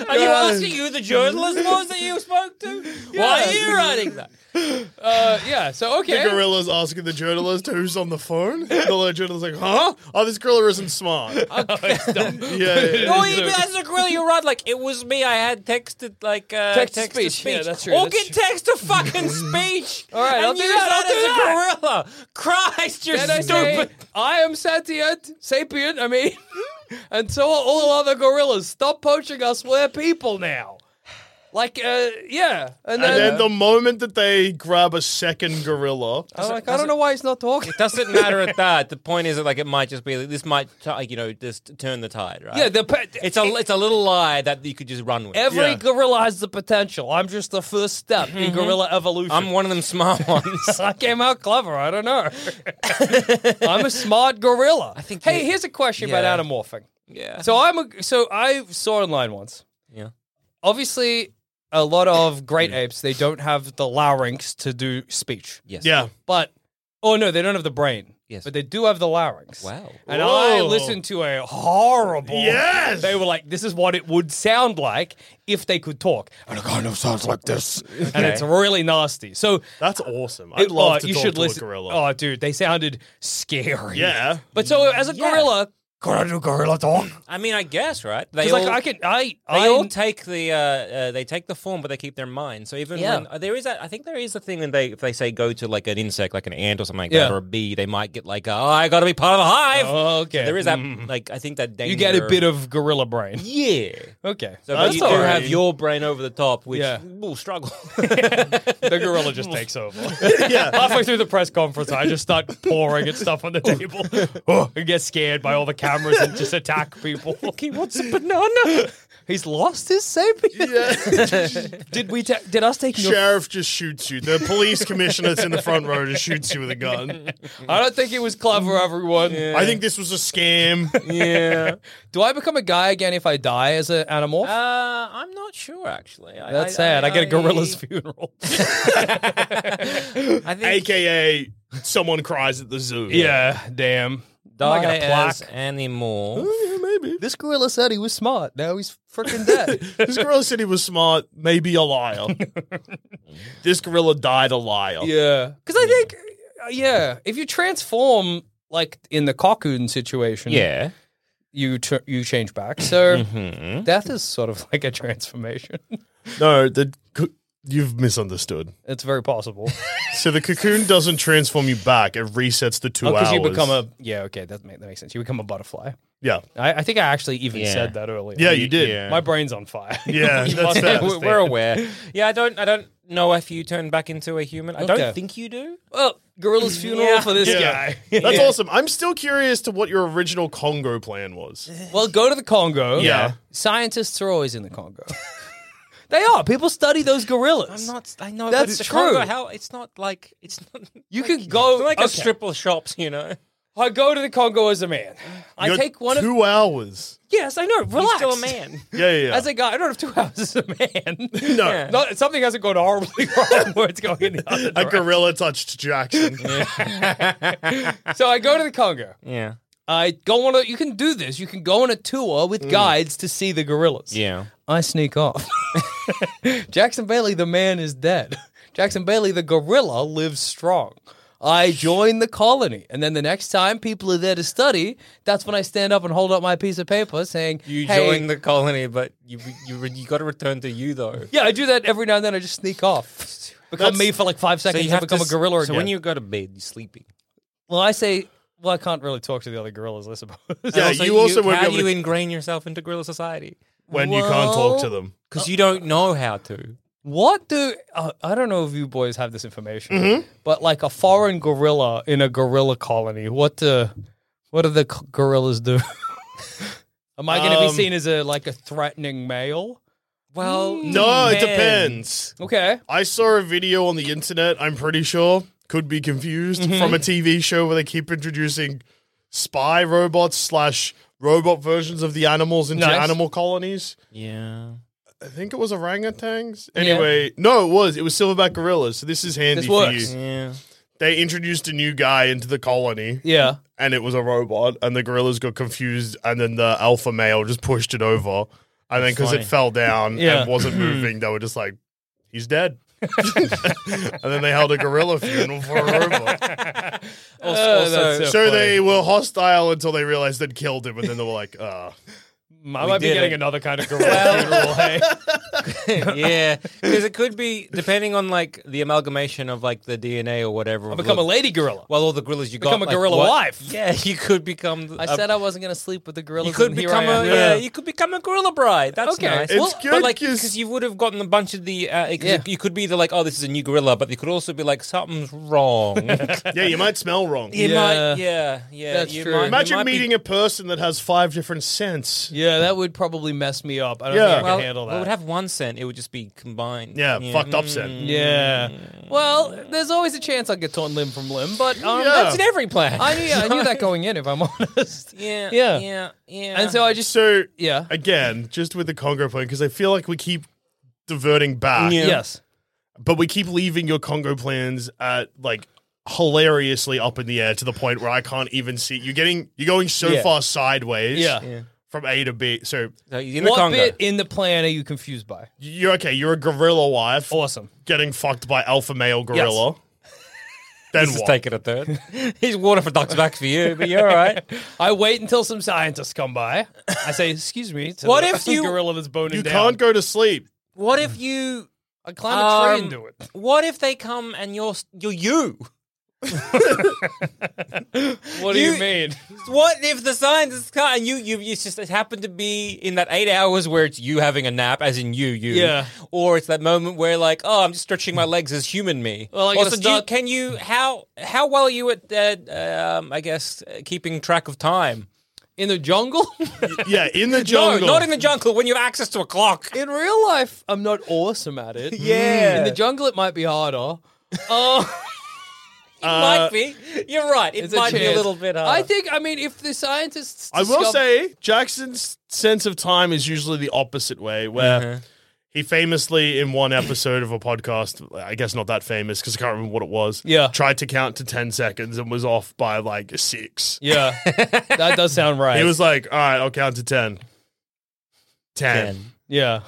[SPEAKER 4] Are you asking who the journalist was that you spoke to? Why are you writing that?
[SPEAKER 3] Uh, yeah. So
[SPEAKER 2] The
[SPEAKER 3] okay.
[SPEAKER 2] gorilla's asking the journalist who's on the phone. The journalist's like, huh? Oh, this gorilla isn't smart.
[SPEAKER 3] Oh,
[SPEAKER 2] yeah, yeah.
[SPEAKER 4] Or even as a gorilla, you're right. Like it was me. I had texted like uh,
[SPEAKER 3] Text to
[SPEAKER 4] text
[SPEAKER 3] speech.
[SPEAKER 4] To speech.
[SPEAKER 3] Yeah, that's true,
[SPEAKER 4] Or
[SPEAKER 3] that's
[SPEAKER 4] get text to fucking speech.
[SPEAKER 3] All right,
[SPEAKER 4] and
[SPEAKER 3] I'll do
[SPEAKER 4] use
[SPEAKER 3] that, I'll
[SPEAKER 4] as a gorilla. Christ, you're
[SPEAKER 3] Then I say,
[SPEAKER 4] stupid.
[SPEAKER 3] I am sentient, sapient. I mean, and so are all other gorillas. Stop poaching us. We're people now. Like, uh, yeah.
[SPEAKER 2] And
[SPEAKER 3] And then,
[SPEAKER 2] then the moment that they grab a second gorilla,
[SPEAKER 3] I'm like, I don't know why he's not talking.
[SPEAKER 4] Doesn't matter at that. The point is that like it might just be this might you know just turn the tide, right?
[SPEAKER 3] Yeah, the pe-
[SPEAKER 4] It's a it's a little lie that you could just run with.
[SPEAKER 3] every
[SPEAKER 2] Yeah.
[SPEAKER 3] gorilla has the potential. I'm just the first step in gorilla evolution.
[SPEAKER 4] Mm-hmm. I'm one of them smart ones.
[SPEAKER 3] I came out clever. I don't know. I'm a smart gorilla. I
[SPEAKER 4] think
[SPEAKER 3] Hey,
[SPEAKER 4] you-
[SPEAKER 3] here's a question
[SPEAKER 4] Yeah.
[SPEAKER 3] about anamorphing.
[SPEAKER 4] yeah.
[SPEAKER 3] So I'm a, so I saw online once.
[SPEAKER 4] Yeah.
[SPEAKER 3] Obviously, a lot of great apes they don't have the larynx to do speech,
[SPEAKER 4] yes.
[SPEAKER 2] yeah,
[SPEAKER 3] but oh no, they don't have the brain.
[SPEAKER 4] Yes.
[SPEAKER 3] but they do have the larynx.
[SPEAKER 4] Wow.
[SPEAKER 3] And I
[SPEAKER 2] Whoa.
[SPEAKER 3] listened to a horrible.
[SPEAKER 2] Yes!
[SPEAKER 3] They were like, "This is what it would sound like if they could talk," and it kind of sounds like this, and it's really nasty. So
[SPEAKER 2] that's awesome. I'd
[SPEAKER 3] it-
[SPEAKER 2] love
[SPEAKER 3] oh,
[SPEAKER 2] to
[SPEAKER 3] you
[SPEAKER 2] talk
[SPEAKER 3] should
[SPEAKER 2] to
[SPEAKER 3] listen.
[SPEAKER 2] a gorilla.
[SPEAKER 3] Oh, dude, they sounded scary.
[SPEAKER 2] Yeah.
[SPEAKER 3] But so as a gorilla, can I do gorilla talk?
[SPEAKER 4] I mean, I guess right. They
[SPEAKER 3] Because
[SPEAKER 4] all,
[SPEAKER 3] like I can, I,
[SPEAKER 4] they
[SPEAKER 3] I
[SPEAKER 4] all take the uh, uh, they take the form, but they keep their mind. So even
[SPEAKER 3] Yeah.
[SPEAKER 4] when uh, there is, a, I think there is a thing when they if they say go to like an insect, like an ant or something like
[SPEAKER 3] Yeah.
[SPEAKER 4] that, or a bee, they might get like, oh, I got to be part of the hive.
[SPEAKER 3] Oh, okay.
[SPEAKER 4] So there is that like I think that danger.
[SPEAKER 3] you get a bit of gorilla brain.
[SPEAKER 4] yeah.
[SPEAKER 3] Okay,
[SPEAKER 4] So, but
[SPEAKER 2] That's
[SPEAKER 4] you do
[SPEAKER 2] all right.
[SPEAKER 4] have your brain over the top, which
[SPEAKER 3] Yeah.
[SPEAKER 4] will struggle.
[SPEAKER 3] the gorilla just takes over.
[SPEAKER 2] yeah.
[SPEAKER 3] Halfway through the press conference, I just start pouring at stuff on the table. Oh, I get scared by all the cameras and just attack people. he wants a banana. He's lost his sapien. Did we? Ta- did us take? Your-
[SPEAKER 2] Sheriff just shoots you. The police commissioner that's in the front row just shoots you with a gun.
[SPEAKER 3] I don't think it was clever, everyone.
[SPEAKER 2] I think this was a scam.
[SPEAKER 4] yeah.
[SPEAKER 3] Do I become a guy again if I die as an animal?
[SPEAKER 4] Uh, I'm not sure actually. I-
[SPEAKER 3] That's sad. I, get a gorilla's
[SPEAKER 4] I-
[SPEAKER 3] funeral.
[SPEAKER 4] I think
[SPEAKER 2] AKA someone cries at the zoo.
[SPEAKER 3] yeah, damn. Am I
[SPEAKER 4] die
[SPEAKER 3] gonna
[SPEAKER 4] as
[SPEAKER 3] plaque?
[SPEAKER 4] animal.
[SPEAKER 2] Yeah, maybe. maybe.
[SPEAKER 3] This gorilla said he was smart. Now he's freaking dead.
[SPEAKER 2] This gorilla said he was smart, maybe a liar. this gorilla died a liar.
[SPEAKER 3] yeah. Because I think, uh, yeah, if you transform, like in the cocoon situation,
[SPEAKER 4] Yeah.
[SPEAKER 3] you tr- you change back. So death is sort of like a transformation.
[SPEAKER 2] No, the co- you've misunderstood.
[SPEAKER 3] it's very possible. Oh,
[SPEAKER 2] So the cocoon doesn't transform you back; it resets the two
[SPEAKER 3] Because
[SPEAKER 2] hours.
[SPEAKER 3] Oh, you become a, yeah, okay, that, make, that makes sense. You become a butterfly.
[SPEAKER 2] yeah,
[SPEAKER 3] I, I think I actually even
[SPEAKER 4] Yeah.
[SPEAKER 3] said that earlier.
[SPEAKER 2] yeah. You did.
[SPEAKER 4] Yeah.
[SPEAKER 3] My brain's on fire.
[SPEAKER 2] Yeah,
[SPEAKER 3] You
[SPEAKER 2] that's
[SPEAKER 3] must
[SPEAKER 2] fair.
[SPEAKER 3] understand.
[SPEAKER 4] We're- We're aware. Yeah, I don't. I don't know if you turn back into a human. I
[SPEAKER 3] Okay.
[SPEAKER 4] don't think you do.
[SPEAKER 3] Well, Oh, gorilla's funeral
[SPEAKER 4] Yeah.
[SPEAKER 3] for this
[SPEAKER 2] Yeah.
[SPEAKER 3] guy.
[SPEAKER 2] That's awesome. I'm still curious to what your original Congo plan was.
[SPEAKER 3] Well, go to the Congo.
[SPEAKER 2] Yeah.
[SPEAKER 3] Scientists are always in the Congo. they are. People study those gorillas.
[SPEAKER 4] I'm not. I know
[SPEAKER 3] That's
[SPEAKER 4] but the
[SPEAKER 3] true.
[SPEAKER 4] Congo, how it's not like it's not.
[SPEAKER 3] You
[SPEAKER 4] like,
[SPEAKER 3] could go-
[SPEAKER 4] it's like a
[SPEAKER 3] okay.
[SPEAKER 4] strip of shops, you know.
[SPEAKER 3] I go to the Congo as a man. I
[SPEAKER 2] You're
[SPEAKER 3] take one of.
[SPEAKER 2] two hours.
[SPEAKER 3] Yes, I know. Relax.
[SPEAKER 4] He's still a man.
[SPEAKER 2] Yeah, yeah. yeah.
[SPEAKER 3] As a guy, I don't have two houses as a man.
[SPEAKER 2] no,
[SPEAKER 4] Yeah.
[SPEAKER 3] Not, something hasn't gone horribly wrong where it's going in the other
[SPEAKER 2] a
[SPEAKER 3] direction.
[SPEAKER 2] gorilla touched Jackson.
[SPEAKER 3] So I go to the Congo.
[SPEAKER 4] Yeah.
[SPEAKER 3] I go on a. You can do this. You can go on a tour with
[SPEAKER 4] Mm.
[SPEAKER 3] guides to see the gorillas.
[SPEAKER 4] Yeah.
[SPEAKER 3] I sneak off. Jackson Bailey, the man, is dead. Jackson Bailey, the gorilla, lives strong. I join the colony, and then the next time people are there to study, that's when I stand up and hold up my piece of paper saying,
[SPEAKER 4] You
[SPEAKER 3] hey,
[SPEAKER 4] join the colony, but you you you got to return to you though.
[SPEAKER 3] Yeah, I do that every now and then. I just sneak off, become me for like five seconds, and become a
[SPEAKER 4] s-
[SPEAKER 3] gorilla
[SPEAKER 4] So
[SPEAKER 3] again.
[SPEAKER 4] when you go to bed, you're sleeping.
[SPEAKER 3] well, I say, well, I can't really talk to the other gorillas, I suppose.
[SPEAKER 2] Yeah, you also won't be
[SPEAKER 4] how
[SPEAKER 2] able
[SPEAKER 4] do you
[SPEAKER 2] to-
[SPEAKER 4] ingrain yourself into gorilla society
[SPEAKER 2] when you can't talk to
[SPEAKER 3] Well-
[SPEAKER 2] them.
[SPEAKER 4] because you don't know how to.
[SPEAKER 3] What do uh, I don't know if you boys have this information,
[SPEAKER 4] Mm-hmm.
[SPEAKER 3] but like a foreign gorilla in a gorilla colony, what do what do the c- gorillas do? Am I going to
[SPEAKER 2] Um,
[SPEAKER 3] be seen as a like a threatening male?
[SPEAKER 4] Well,
[SPEAKER 3] mm,
[SPEAKER 2] No, it depends.
[SPEAKER 3] Okay,
[SPEAKER 2] I saw a video on the internet, I'm pretty sure, could be confused,
[SPEAKER 3] Mm-hmm.
[SPEAKER 2] from a TV show where they keep introducing spy robots slash robot versions of the animals into
[SPEAKER 3] Nice.
[SPEAKER 2] animal colonies.
[SPEAKER 4] Yeah.
[SPEAKER 2] I think it was orangutans. Anyway, no, it was. It was silverback gorillas. So this is handy
[SPEAKER 3] This
[SPEAKER 2] for
[SPEAKER 3] works.
[SPEAKER 2] you.
[SPEAKER 4] Yeah.
[SPEAKER 2] They introduced a new guy into the colony
[SPEAKER 3] yeah,
[SPEAKER 2] and it was a robot and the gorillas got confused and then the alpha male just pushed it over. And then because
[SPEAKER 4] funny.
[SPEAKER 2] it fell down
[SPEAKER 3] Yeah.
[SPEAKER 2] and wasn't moving, they were just like, he's dead. and then they held a gorilla funeral for a robot.
[SPEAKER 4] Also,
[SPEAKER 3] Uh, that's
[SPEAKER 4] also
[SPEAKER 3] so-
[SPEAKER 2] So they were hostile until they realized they'd killed him, and then they were like, "Ah,
[SPEAKER 3] I might be
[SPEAKER 4] did
[SPEAKER 3] getting
[SPEAKER 4] it.
[SPEAKER 3] another kind of gorilla funeral. Hey,
[SPEAKER 4] yeah, because it could be depending on like the amalgamation of like the DNA or whatever.
[SPEAKER 3] I become a lady gorilla.
[SPEAKER 4] Well, all the gorillas you
[SPEAKER 3] Become
[SPEAKER 4] got.
[SPEAKER 3] a
[SPEAKER 4] like,
[SPEAKER 3] gorilla
[SPEAKER 4] what-
[SPEAKER 3] wife.
[SPEAKER 4] Yeah, you could become.
[SPEAKER 3] I
[SPEAKER 4] a-
[SPEAKER 3] said I wasn't going to sleep with the gorillas.
[SPEAKER 4] Uh, You could
[SPEAKER 3] and here
[SPEAKER 4] become
[SPEAKER 3] I am.
[SPEAKER 4] a yeah. You could become a gorilla bride. That's
[SPEAKER 3] Okay.
[SPEAKER 4] nice.
[SPEAKER 3] It's
[SPEAKER 4] but
[SPEAKER 2] good
[SPEAKER 4] like
[SPEAKER 2] 'cause-
[SPEAKER 4] because you would have gotten a bunch of the. Uh, it- 'cause
[SPEAKER 3] Yeah.
[SPEAKER 4] it- You could be the like, oh, this is a new gorilla, but you could also be like, something's wrong. you
[SPEAKER 2] yeah, you might smell wrong."
[SPEAKER 4] might,
[SPEAKER 3] Yeah.
[SPEAKER 4] yeah, yeah.
[SPEAKER 3] That's
[SPEAKER 4] you
[SPEAKER 3] true.
[SPEAKER 4] Might, you
[SPEAKER 2] Imagine
[SPEAKER 4] might be-
[SPEAKER 2] meeting a person that has five different scents.
[SPEAKER 3] yeah, that would probably mess me up. I don't
[SPEAKER 2] Yeah.
[SPEAKER 3] think I
[SPEAKER 4] well,
[SPEAKER 3] can handle that.
[SPEAKER 4] well, it would have one scent. It would just be combined.
[SPEAKER 2] Yeah, fucked up scent.
[SPEAKER 3] Mm. Yeah. Well, there's always a chance I'll get torn limb from limb, but um,
[SPEAKER 2] Yeah.
[SPEAKER 3] that's
[SPEAKER 4] It's in every plan.
[SPEAKER 3] I knew, I knew that going in, if I'm honest.
[SPEAKER 4] yeah,
[SPEAKER 3] Yeah.
[SPEAKER 4] yeah, yeah.
[SPEAKER 3] And so I just,
[SPEAKER 2] So
[SPEAKER 3] yeah,
[SPEAKER 2] again, just with the Congo plan, because I feel like we keep diverting back.
[SPEAKER 4] Yeah.
[SPEAKER 3] yes,
[SPEAKER 2] but we keep leaving your Congo plans at like hilariously up in the air to the point where I can't even see. You're getting you're going so
[SPEAKER 4] Yeah.
[SPEAKER 2] far sideways.
[SPEAKER 3] yeah.
[SPEAKER 2] From A to B. So
[SPEAKER 4] So you're in the
[SPEAKER 3] What
[SPEAKER 4] Congo.
[SPEAKER 3] bit in the plan are you confused by?
[SPEAKER 2] you're okay, you're a gorilla wife
[SPEAKER 3] Awesome.
[SPEAKER 2] getting fucked by alpha male gorilla. Then
[SPEAKER 4] Just
[SPEAKER 2] what?
[SPEAKER 4] take it a third. He's water for ducks back for you, but you're all right.
[SPEAKER 3] I wait until some scientists come by. I say, "Excuse me." To
[SPEAKER 4] What
[SPEAKER 3] the
[SPEAKER 4] if you-
[SPEAKER 3] gorilla that's boning
[SPEAKER 2] you
[SPEAKER 3] down?
[SPEAKER 2] can't go to sleep.
[SPEAKER 4] What if you?
[SPEAKER 3] I climb a tree
[SPEAKER 4] Um,
[SPEAKER 3] and do it.
[SPEAKER 4] What if they come and you're you're you?
[SPEAKER 3] What do
[SPEAKER 4] you-
[SPEAKER 3] you mean?
[SPEAKER 4] What if the scientists come and you you it's just it happened to be in that eight hours where it's you having a nap, as in you you,
[SPEAKER 3] Yeah.
[SPEAKER 4] or it's that moment where like oh I'm just stretching my legs as human me.
[SPEAKER 3] Well, I gotta
[SPEAKER 4] also, do you,
[SPEAKER 3] start-
[SPEAKER 4] can you how how well are you at uh, um, I guess uh, keeping track of time?
[SPEAKER 3] In the jungle?
[SPEAKER 2] Yeah, in the jungle.
[SPEAKER 4] No, not in the jungle when you have access to a clock.
[SPEAKER 3] in real life, I'm not awesome at it.
[SPEAKER 4] Yeah.
[SPEAKER 3] In the jungle, it might be harder. Uh,
[SPEAKER 4] It
[SPEAKER 2] uh,
[SPEAKER 4] might be. You're right. It
[SPEAKER 3] There's Uh, a
[SPEAKER 4] might be a
[SPEAKER 3] chance.
[SPEAKER 4] little bit. uh, Hard.
[SPEAKER 3] I think. I mean, if the scientists,
[SPEAKER 2] I will
[SPEAKER 3] discover- Uh-huh.
[SPEAKER 2] say Jackson's sense of time is usually the opposite way, where He famously, in one episode of a podcast, I guess not that famous because I can't remember what it was.
[SPEAKER 3] Yeah.
[SPEAKER 2] tried to count to ten seconds and was off by like six.
[SPEAKER 3] Yeah, that does sound right.
[SPEAKER 2] He was like, "All right, I'll count to 10. 10.
[SPEAKER 3] yeah.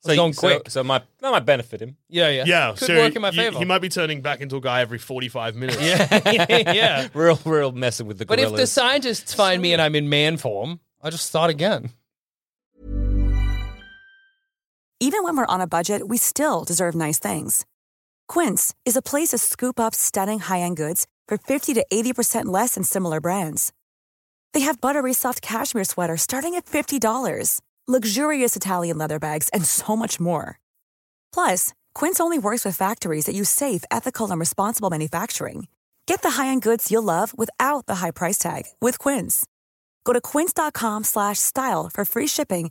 [SPEAKER 3] So
[SPEAKER 4] So,
[SPEAKER 3] going
[SPEAKER 4] so-
[SPEAKER 3] quick.
[SPEAKER 4] So, my that might benefit him.
[SPEAKER 3] yeah, yeah.
[SPEAKER 2] Yeah,
[SPEAKER 3] Could
[SPEAKER 2] so
[SPEAKER 3] work in my
[SPEAKER 2] you-
[SPEAKER 3] favor.
[SPEAKER 2] He might be turning back into a guy every forty-five minutes.
[SPEAKER 3] yeah.
[SPEAKER 4] Real, real messing with the
[SPEAKER 3] But if the
[SPEAKER 4] gorillas.
[SPEAKER 3] scientists find me and I'm in man form, I just start again.
[SPEAKER 6] Even when we're on a budget, we still deserve nice things. Quince is a place to scoop up stunning high-end goods for 50 to 80% less than similar brands. They have buttery soft cashmere sweaters starting at $50, luxurious Italian leather bags, and so much more. Plus, Quince only works with factories that use safe, ethical, and responsible manufacturing. Get the high-end goods you'll love without the high price tag with Quince. Go to quince.com/style slash style for free shipping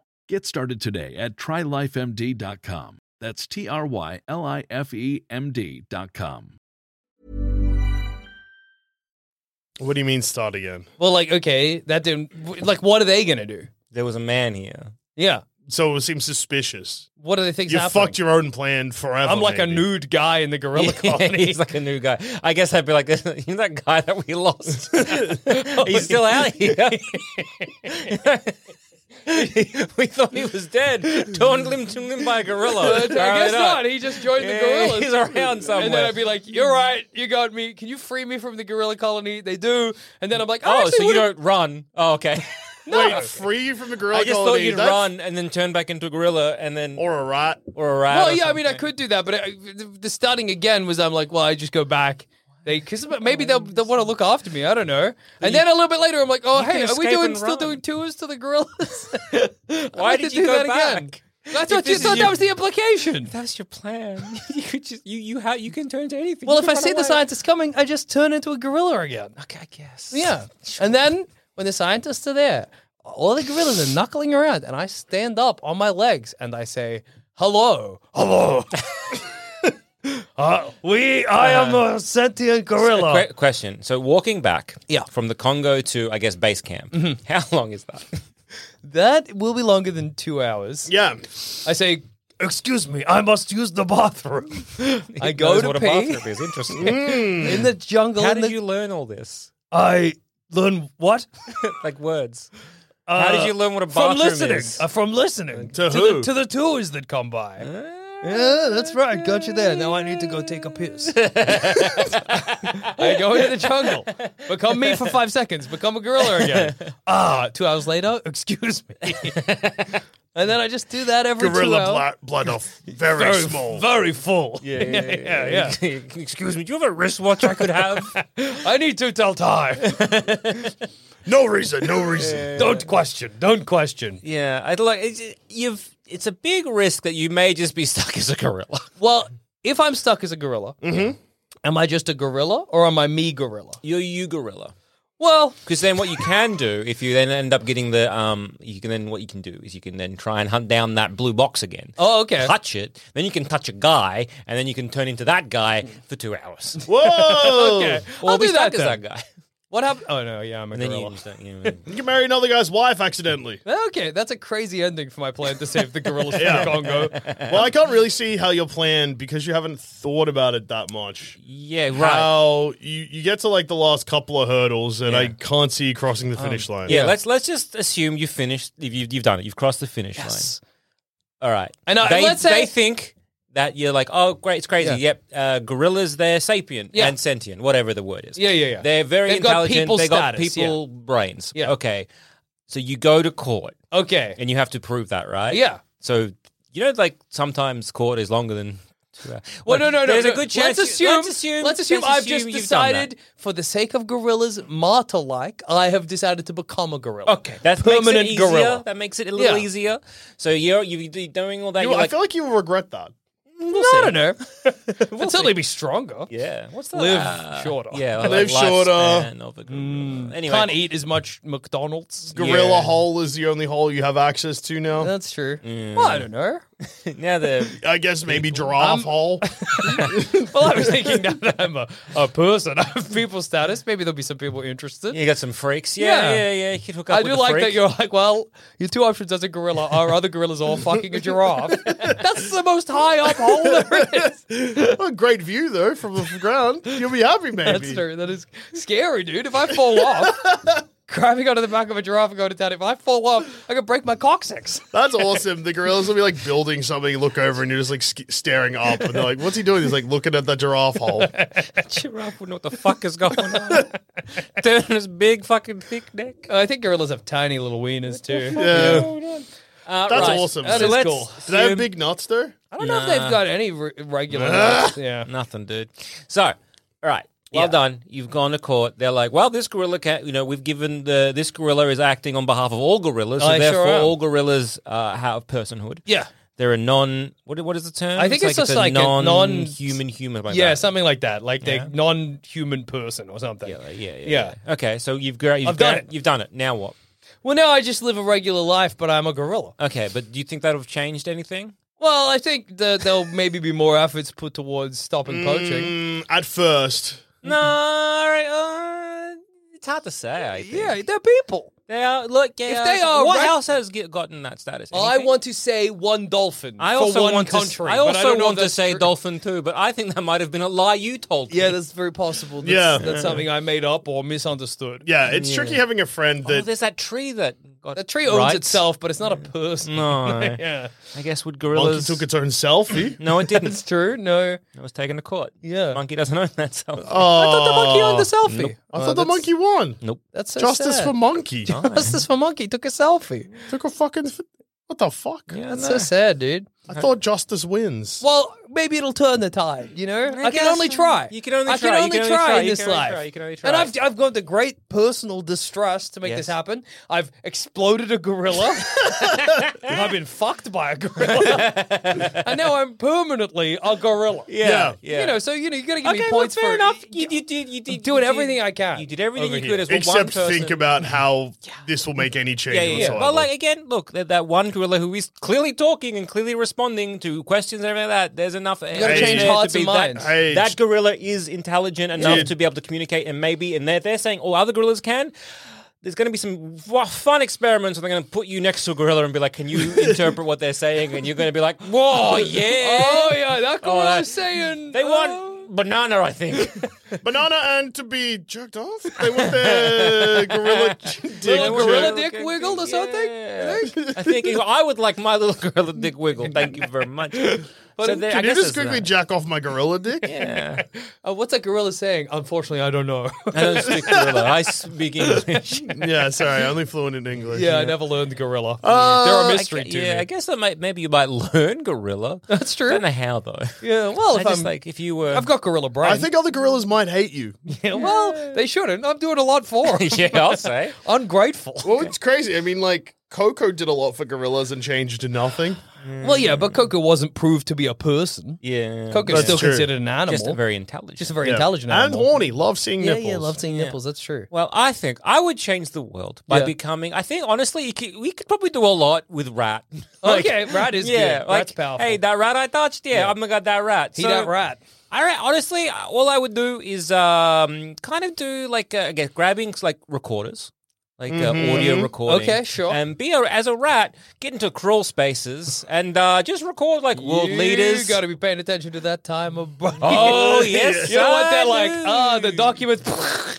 [SPEAKER 7] Get started today at trylifemd.com. That's T R Y L I F E M D.com.
[SPEAKER 2] What do you mean start again?
[SPEAKER 3] Well, like, okay, that didn't. Like, what are they going to do?
[SPEAKER 4] there was a man here.
[SPEAKER 3] Yeah.
[SPEAKER 2] So it seems suspicious.
[SPEAKER 3] What do they think?
[SPEAKER 2] You fucked your own plan forever.
[SPEAKER 3] I'm like a
[SPEAKER 2] maybe.
[SPEAKER 3] nude guy in the gorilla colony.
[SPEAKER 4] He's like a new guy. I guess I'd be like, "He's that guy that we lost. He's still out here. we thought he was dead. Torn limb to limb by a gorilla.
[SPEAKER 3] I guess not. He just joined
[SPEAKER 4] Yeah,
[SPEAKER 3] the gorillas.
[SPEAKER 4] he's around
[SPEAKER 3] And then
[SPEAKER 4] somewhere.
[SPEAKER 3] I'd be like, "You're right. You got me. Can you free me from the gorilla colony?" They do. And then I'm like, "I
[SPEAKER 4] Oh,
[SPEAKER 3] actually
[SPEAKER 4] so you
[SPEAKER 3] would've-
[SPEAKER 4] don't run? Oh, okay.
[SPEAKER 2] Wait, free you from the gorilla
[SPEAKER 4] I just thought
[SPEAKER 2] colony,
[SPEAKER 4] you'd
[SPEAKER 2] that's-
[SPEAKER 4] run and then turn back into a gorilla and then or,
[SPEAKER 2] or a rat.
[SPEAKER 4] a rat.
[SPEAKER 3] Well,
[SPEAKER 4] or
[SPEAKER 3] yeah, I mean, I
[SPEAKER 4] something.
[SPEAKER 3] could do that, but I, the- the starting again was I'm like, well, I just go back. They because maybe they'll they'll want to look after me. I don't know. And then a little bit later, I'm like, oh,
[SPEAKER 4] you can
[SPEAKER 3] hey, are we
[SPEAKER 4] escape
[SPEAKER 3] doing
[SPEAKER 4] and
[SPEAKER 3] still
[SPEAKER 4] run.
[SPEAKER 3] doing tours to the gorillas?
[SPEAKER 4] Why
[SPEAKER 3] I
[SPEAKER 4] did
[SPEAKER 3] to
[SPEAKER 4] you
[SPEAKER 3] do
[SPEAKER 4] go
[SPEAKER 3] that again?
[SPEAKER 4] back? If
[SPEAKER 3] That's what you
[SPEAKER 4] this is
[SPEAKER 3] thought.
[SPEAKER 4] your-
[SPEAKER 3] That was the implication.
[SPEAKER 4] That's your plan. you just you you how you can turn to anything.
[SPEAKER 3] Well,
[SPEAKER 4] You
[SPEAKER 3] if I
[SPEAKER 4] can
[SPEAKER 3] see
[SPEAKER 4] run
[SPEAKER 3] the
[SPEAKER 4] away.
[SPEAKER 3] scientists coming, I just turn into a gorilla again.
[SPEAKER 4] okay, I guess.
[SPEAKER 3] Yeah. And then when the scientists are there, all the gorillas are knuckling around, and I stand up on my legs and I say, "Hello, hello." Uh, we, I am a sentient gorilla.
[SPEAKER 4] Que- question. So walking back,
[SPEAKER 3] Yeah.
[SPEAKER 4] from the Congo to I guess base camp. How long is that?
[SPEAKER 3] That will be longer than two hours.
[SPEAKER 2] Yeah.
[SPEAKER 3] I say, excuse me, I must use the bathroom. I go
[SPEAKER 4] Knows
[SPEAKER 3] to
[SPEAKER 4] what a
[SPEAKER 3] pee
[SPEAKER 4] bathroom is interesting.
[SPEAKER 3] in the jungle.
[SPEAKER 4] How
[SPEAKER 3] in
[SPEAKER 4] did
[SPEAKER 3] the-
[SPEAKER 4] you learn all this?
[SPEAKER 3] I learn what?
[SPEAKER 4] like words. How did you learn what a
[SPEAKER 3] From
[SPEAKER 4] bathroom
[SPEAKER 3] listening.
[SPEAKER 4] is?
[SPEAKER 3] Uh, from listening.
[SPEAKER 2] To
[SPEAKER 3] the,
[SPEAKER 2] who?
[SPEAKER 3] to the tours that come by. yeah, that's right. Got you there. Now I need to go take a piss. I go into the jungle. Become me for five seconds. Become a gorilla again. Ah, two hours later, excuse me. and then I just do that every two
[SPEAKER 2] Gorilla
[SPEAKER 3] hours.
[SPEAKER 2] blood, blood off. Very, small.
[SPEAKER 3] very full.
[SPEAKER 4] Yeah, yeah, yeah.
[SPEAKER 3] yeah,
[SPEAKER 4] Excuse me. Do you have a wristwatch I could have?
[SPEAKER 3] I need to tell time.
[SPEAKER 2] no reason. No reason.
[SPEAKER 3] don't question. Don't question.
[SPEAKER 4] yeah, I'd like. It's, you've. It's a big risk that you may just be stuck as a gorilla.
[SPEAKER 3] Well, if I'm stuck as a gorilla,
[SPEAKER 4] Mm-hmm.
[SPEAKER 3] am I just a gorilla or am I me gorilla?
[SPEAKER 4] You're you gorilla.
[SPEAKER 3] Well,
[SPEAKER 4] Because then, what you can do if you then end up getting the um, you can then what you can do is you can then try and hunt down that blue box again.
[SPEAKER 3] Oh, okay.
[SPEAKER 4] Touch it, then you can touch a guy, and then you can turn into that guy for two hours.
[SPEAKER 2] Whoa.
[SPEAKER 3] okay.
[SPEAKER 4] Or
[SPEAKER 3] I'll
[SPEAKER 4] be
[SPEAKER 3] do
[SPEAKER 4] stuck
[SPEAKER 3] that,
[SPEAKER 4] as
[SPEAKER 3] then.
[SPEAKER 4] that guy.
[SPEAKER 3] What happened? Oh no, yeah, I'm a
[SPEAKER 4] And then
[SPEAKER 3] gorilla.
[SPEAKER 4] you just don't- you know,
[SPEAKER 2] You can marry another guy's wife accidentally.
[SPEAKER 3] Okay, that's a crazy ending for my plan to save the gorillas from
[SPEAKER 2] Yeah.
[SPEAKER 3] the Congo.
[SPEAKER 2] Well, I can't really see how your plan because you haven't thought about it that much.
[SPEAKER 4] yeah, right.
[SPEAKER 2] How you, you get to like the last couple of hurdles and I can't see you crossing
[SPEAKER 3] Um,
[SPEAKER 2] the finish line.
[SPEAKER 4] yeah, let's let's just assume you finished. If you, you've done it, you've crossed the finish
[SPEAKER 3] Yes.
[SPEAKER 4] line. All right.
[SPEAKER 3] And, uh,
[SPEAKER 4] they,
[SPEAKER 3] let's say-
[SPEAKER 4] they think that you're like, oh, great, it's crazy. Yep, uh, gorillas, they're sapient
[SPEAKER 3] Yeah.
[SPEAKER 4] and sentient, whatever the word is.
[SPEAKER 3] Yeah, yeah, yeah.
[SPEAKER 4] They're very
[SPEAKER 3] They've got
[SPEAKER 4] intelligent.
[SPEAKER 3] people
[SPEAKER 4] they got
[SPEAKER 3] status,
[SPEAKER 4] people brains.
[SPEAKER 3] Yeah.
[SPEAKER 4] Okay. So you go to court
[SPEAKER 3] Okay.
[SPEAKER 4] and you have to prove that, right?
[SPEAKER 3] Yeah.
[SPEAKER 4] So you know, like sometimes court is longer than. Two hours.
[SPEAKER 3] Well, no, no, no.
[SPEAKER 4] There's
[SPEAKER 3] no.
[SPEAKER 4] a good chance.
[SPEAKER 3] Let's assume.
[SPEAKER 4] Let's assume.
[SPEAKER 3] let's assume I've just
[SPEAKER 4] you've done that.
[SPEAKER 3] decided, for the sake of gorillas, martyr-like, I have decided to become a gorilla.
[SPEAKER 4] Okay, that
[SPEAKER 3] permanent
[SPEAKER 4] makes it easier.
[SPEAKER 3] gorilla.
[SPEAKER 4] That makes it a little
[SPEAKER 3] Yeah.
[SPEAKER 4] easier. So you're you you're doing all that.
[SPEAKER 2] You-
[SPEAKER 4] you're
[SPEAKER 2] I
[SPEAKER 4] like,
[SPEAKER 2] feel like you will regret that.
[SPEAKER 3] no, I don't know. It'll certainly be stronger.
[SPEAKER 4] yeah, what's that?
[SPEAKER 3] Live
[SPEAKER 4] Ah,
[SPEAKER 3] shorter. Mm.
[SPEAKER 4] Yeah, like
[SPEAKER 2] Live shorter.
[SPEAKER 4] lifespan Of a gorilla. Anyway,
[SPEAKER 3] Can't eat as much McDonald's.
[SPEAKER 2] Gorilla
[SPEAKER 4] Yeah.
[SPEAKER 2] hole is the only hole you have access to now.
[SPEAKER 3] That's true. Well, I don't know.
[SPEAKER 4] Now the
[SPEAKER 2] I guess maybe giraffe hole.
[SPEAKER 3] Well, I was thinking now that I'm a, a person of people status, maybe there'll be some people interested.
[SPEAKER 4] you got some freaks. Yeah,
[SPEAKER 3] Yeah.
[SPEAKER 4] yeah, yeah. You can hook up
[SPEAKER 3] I
[SPEAKER 4] with a
[SPEAKER 3] do like
[SPEAKER 4] freak.
[SPEAKER 3] that you're like, well, your two options as a gorilla are other gorillas or fucking a giraffe. That's the most high up hole there is.
[SPEAKER 2] a great view though from the ground. You'll be happy, maybe.
[SPEAKER 3] That's true. That is scary, dude. If I fall off, grabbing onto the back of a giraffe and going to town, if I fall off, I could break my coccyx.
[SPEAKER 2] That's awesome. The gorillas will be like building something, you look over, and you're just like sk- staring up, and they're like, "What's he doing?" He's like looking at the giraffe hole.
[SPEAKER 4] giraffe would know what the fuck is going on. Turning his big fucking thick neck.
[SPEAKER 3] I think gorillas have tiny little wieners too.
[SPEAKER 2] Yeah,
[SPEAKER 4] Uh,
[SPEAKER 2] that's
[SPEAKER 4] right.
[SPEAKER 2] awesome.
[SPEAKER 3] That
[SPEAKER 2] so
[SPEAKER 3] is
[SPEAKER 2] let's-
[SPEAKER 3] cool.
[SPEAKER 2] Do they have big nuts though?
[SPEAKER 3] I don't know if they've got any re- regular ones. Yeah.
[SPEAKER 4] Nothing, dude. So, all right. Well
[SPEAKER 3] Yeah.
[SPEAKER 4] done. You've gone to court. They're like, well, this gorilla can you know, we've given the, this gorilla is acting on behalf of all gorillas, so
[SPEAKER 3] I sure
[SPEAKER 4] therefore
[SPEAKER 3] am.
[SPEAKER 4] all gorillas uh, have personhood.
[SPEAKER 3] Yeah.
[SPEAKER 4] They're a non, what, what is the term?
[SPEAKER 3] I think it's just like a non-
[SPEAKER 4] non-human human. Like
[SPEAKER 3] yeah,
[SPEAKER 4] that.
[SPEAKER 3] something like that. Like
[SPEAKER 4] Yeah.
[SPEAKER 3] the non human person or something.
[SPEAKER 4] yeah, like- yeah, yeah,
[SPEAKER 3] Yeah.
[SPEAKER 4] yeah. Okay, so you've, gra- you've
[SPEAKER 3] I've done
[SPEAKER 4] gra-
[SPEAKER 3] it.
[SPEAKER 4] You've done it. Now what?
[SPEAKER 3] Well, now I just live a regular life, but I'm a gorilla.
[SPEAKER 4] Okay, but do you think that would have changed anything?
[SPEAKER 3] Well, I think that there'll maybe be more efforts put towards stopping poaching.
[SPEAKER 2] Mm, at first,
[SPEAKER 4] No, all right, uh, it's hard to say. I think.
[SPEAKER 3] Yeah, they're people.
[SPEAKER 4] they are. Look, yeah,
[SPEAKER 3] If they are
[SPEAKER 4] what
[SPEAKER 3] right-
[SPEAKER 4] else has get, gotten that status?
[SPEAKER 3] I
[SPEAKER 4] Anything?
[SPEAKER 3] want to say one dolphin
[SPEAKER 4] I
[SPEAKER 3] for
[SPEAKER 4] also
[SPEAKER 3] one
[SPEAKER 4] want
[SPEAKER 3] country.
[SPEAKER 4] To, I
[SPEAKER 3] but
[SPEAKER 4] also
[SPEAKER 3] don't know
[SPEAKER 4] want to
[SPEAKER 3] if that's
[SPEAKER 4] say
[SPEAKER 3] true.
[SPEAKER 4] dolphin too, but I think that might have been a lie you told.
[SPEAKER 3] Yeah,
[SPEAKER 4] me.
[SPEAKER 3] that's very possible. That's,
[SPEAKER 2] Yeah.
[SPEAKER 3] that's something I made up or misunderstood.
[SPEAKER 2] yeah, it's tricky having a friend
[SPEAKER 4] Oh,
[SPEAKER 2] that
[SPEAKER 4] there's that tree that got
[SPEAKER 3] The tree owns
[SPEAKER 4] rights.
[SPEAKER 3] itself, but it's not a person.
[SPEAKER 4] Mm. No,
[SPEAKER 3] yeah,
[SPEAKER 4] I guess would
[SPEAKER 2] monkey
[SPEAKER 4] gorillas?
[SPEAKER 2] took its own selfie.
[SPEAKER 4] No, it didn't.
[SPEAKER 3] it's true. No,
[SPEAKER 4] it was taken to court.
[SPEAKER 3] Yeah.
[SPEAKER 4] monkey doesn't own that self.
[SPEAKER 2] Oh,
[SPEAKER 3] I thought the monkey owned the selfie.
[SPEAKER 2] Uh, I thought the monkey won.
[SPEAKER 4] Nope.
[SPEAKER 3] That's so
[SPEAKER 2] Justice
[SPEAKER 3] sad.
[SPEAKER 2] for monkey.
[SPEAKER 3] Justice for monkey took a selfie.
[SPEAKER 2] Took a fucking. F- what the fuck?
[SPEAKER 3] That's so sad, dude.
[SPEAKER 2] I thought justice wins.
[SPEAKER 3] Well, maybe it'll turn the tide. You know, I, can
[SPEAKER 4] guess.
[SPEAKER 3] only try.
[SPEAKER 4] You can only try.
[SPEAKER 3] I can
[SPEAKER 4] You
[SPEAKER 3] only
[SPEAKER 4] can only
[SPEAKER 3] try
[SPEAKER 4] try.
[SPEAKER 3] in
[SPEAKER 4] You
[SPEAKER 3] this
[SPEAKER 4] can only
[SPEAKER 3] life.
[SPEAKER 4] try. You can only
[SPEAKER 3] And
[SPEAKER 4] try.
[SPEAKER 3] I've I've gone to great personal distress to make
[SPEAKER 4] Yes.
[SPEAKER 3] this happen. I've exploded a gorilla. I've been fucked by a gorilla, and now I'm permanently a gorilla.
[SPEAKER 4] Yeah, yeah.
[SPEAKER 3] You know, so you know you gotta give
[SPEAKER 4] okay,
[SPEAKER 3] me
[SPEAKER 4] well,
[SPEAKER 3] points
[SPEAKER 4] fair
[SPEAKER 3] for e-,
[SPEAKER 4] enough. You, you did. You did.
[SPEAKER 3] doing
[SPEAKER 4] you did-
[SPEAKER 3] everything I can
[SPEAKER 4] You did everything
[SPEAKER 3] over
[SPEAKER 4] you could
[SPEAKER 3] here.
[SPEAKER 4] as well. one
[SPEAKER 2] Except
[SPEAKER 4] person.
[SPEAKER 2] think about how this will make any change
[SPEAKER 4] Yeah, yeah, yeah.
[SPEAKER 2] whatsoever.
[SPEAKER 4] Well, like again, look, that, that one gorilla who is clearly talking and clearly responding to questions and everything like that. There's enough. You
[SPEAKER 3] gotta
[SPEAKER 2] change
[SPEAKER 3] hearts and
[SPEAKER 4] that,
[SPEAKER 3] minds.
[SPEAKER 2] Hey,
[SPEAKER 4] that
[SPEAKER 2] j-
[SPEAKER 4] gorilla is intelligent enough
[SPEAKER 2] Dude.
[SPEAKER 4] to be able to communicate, and maybe, and they're they're saying all other gorillas can. There's going to be some fu- fun experiments where they're going to put you next to a gorilla and be like, "Can you interpret what they're saying?" And you're going to be like, "Whoa, yeah!"
[SPEAKER 3] Oh yeah, that
[SPEAKER 4] Oh,
[SPEAKER 3] gorilla
[SPEAKER 4] that-
[SPEAKER 3] was saying
[SPEAKER 4] They
[SPEAKER 3] uh,
[SPEAKER 4] want banana, I think.
[SPEAKER 2] Banana and to be jerked off. They want their gorilla ch- dick.
[SPEAKER 3] little
[SPEAKER 2] jerked.
[SPEAKER 3] gorilla dick wiggled or something.
[SPEAKER 4] Yeah. I think I would like my little gorilla dick wiggle. Thank you very much. But so there- I
[SPEAKER 2] Can you
[SPEAKER 4] guess
[SPEAKER 2] just
[SPEAKER 4] there's
[SPEAKER 2] quickly
[SPEAKER 4] that.
[SPEAKER 2] jack off my gorilla dick?
[SPEAKER 4] Yeah.
[SPEAKER 3] Uh, what's that gorilla saying? Unfortunately, I don't know.
[SPEAKER 4] I don't speak gorilla. I speak English.
[SPEAKER 2] yeah, sorry, I only fluent in English.
[SPEAKER 3] yeah, I never learned gorilla. They're a
[SPEAKER 4] Oh,
[SPEAKER 3] mystery
[SPEAKER 4] I, gue-
[SPEAKER 3] to
[SPEAKER 4] yeah,
[SPEAKER 3] me.
[SPEAKER 4] I guess that might, maybe you might learn gorilla.
[SPEAKER 3] That's true.
[SPEAKER 4] don't know how though.
[SPEAKER 3] yeah, well,
[SPEAKER 4] I
[SPEAKER 3] if
[SPEAKER 4] just
[SPEAKER 3] I'm,
[SPEAKER 4] like if you were.
[SPEAKER 3] I've got gorilla brain.
[SPEAKER 2] I think other gorillas might hate you.
[SPEAKER 3] Yeah, well, they shouldn't. I'm doing a lot for them.
[SPEAKER 4] yeah, I'll say.
[SPEAKER 3] Ungrateful.
[SPEAKER 2] Well, it's crazy. I mean, like Coco did a lot for gorillas and changed to nothing.
[SPEAKER 3] Well, yeah, but Coco wasn't proved to be a person.
[SPEAKER 4] Mm. Yeah.
[SPEAKER 3] Coco's
[SPEAKER 2] That's
[SPEAKER 3] still
[SPEAKER 2] true.
[SPEAKER 3] considered an animal.
[SPEAKER 4] just a very intelligent.
[SPEAKER 3] Just a very
[SPEAKER 2] Yeah.
[SPEAKER 3] intelligent
[SPEAKER 2] and
[SPEAKER 3] animal.
[SPEAKER 2] horny. Love seeing
[SPEAKER 3] Yeah,
[SPEAKER 2] nipples.
[SPEAKER 3] yeah, love seeing nipples. That's true.
[SPEAKER 4] Well, I think I would change the world by
[SPEAKER 3] Yeah.
[SPEAKER 4] becoming. I think honestly, you could, we could probably do a lot with rat.
[SPEAKER 3] Okay, rat is
[SPEAKER 4] yeah,
[SPEAKER 3] good.
[SPEAKER 4] like,
[SPEAKER 3] Rat's powerful.
[SPEAKER 4] Hey, that rat I touched. Yeah, oh my god, that rat.
[SPEAKER 3] He
[SPEAKER 4] So,
[SPEAKER 3] that rat.
[SPEAKER 4] I re- honestly, all I would do is um, kind of do like uh, again grabbing like recorders. like uh, audio recording.
[SPEAKER 3] Mm-hmm. Okay, sure.
[SPEAKER 4] And be a, as a rat, get into crawl spaces and uh, just record like world leaders.
[SPEAKER 3] You got to be paying attention to that time of.
[SPEAKER 4] Oh, yes,
[SPEAKER 3] you know what? They're like,
[SPEAKER 4] sir.
[SPEAKER 3] ah, the document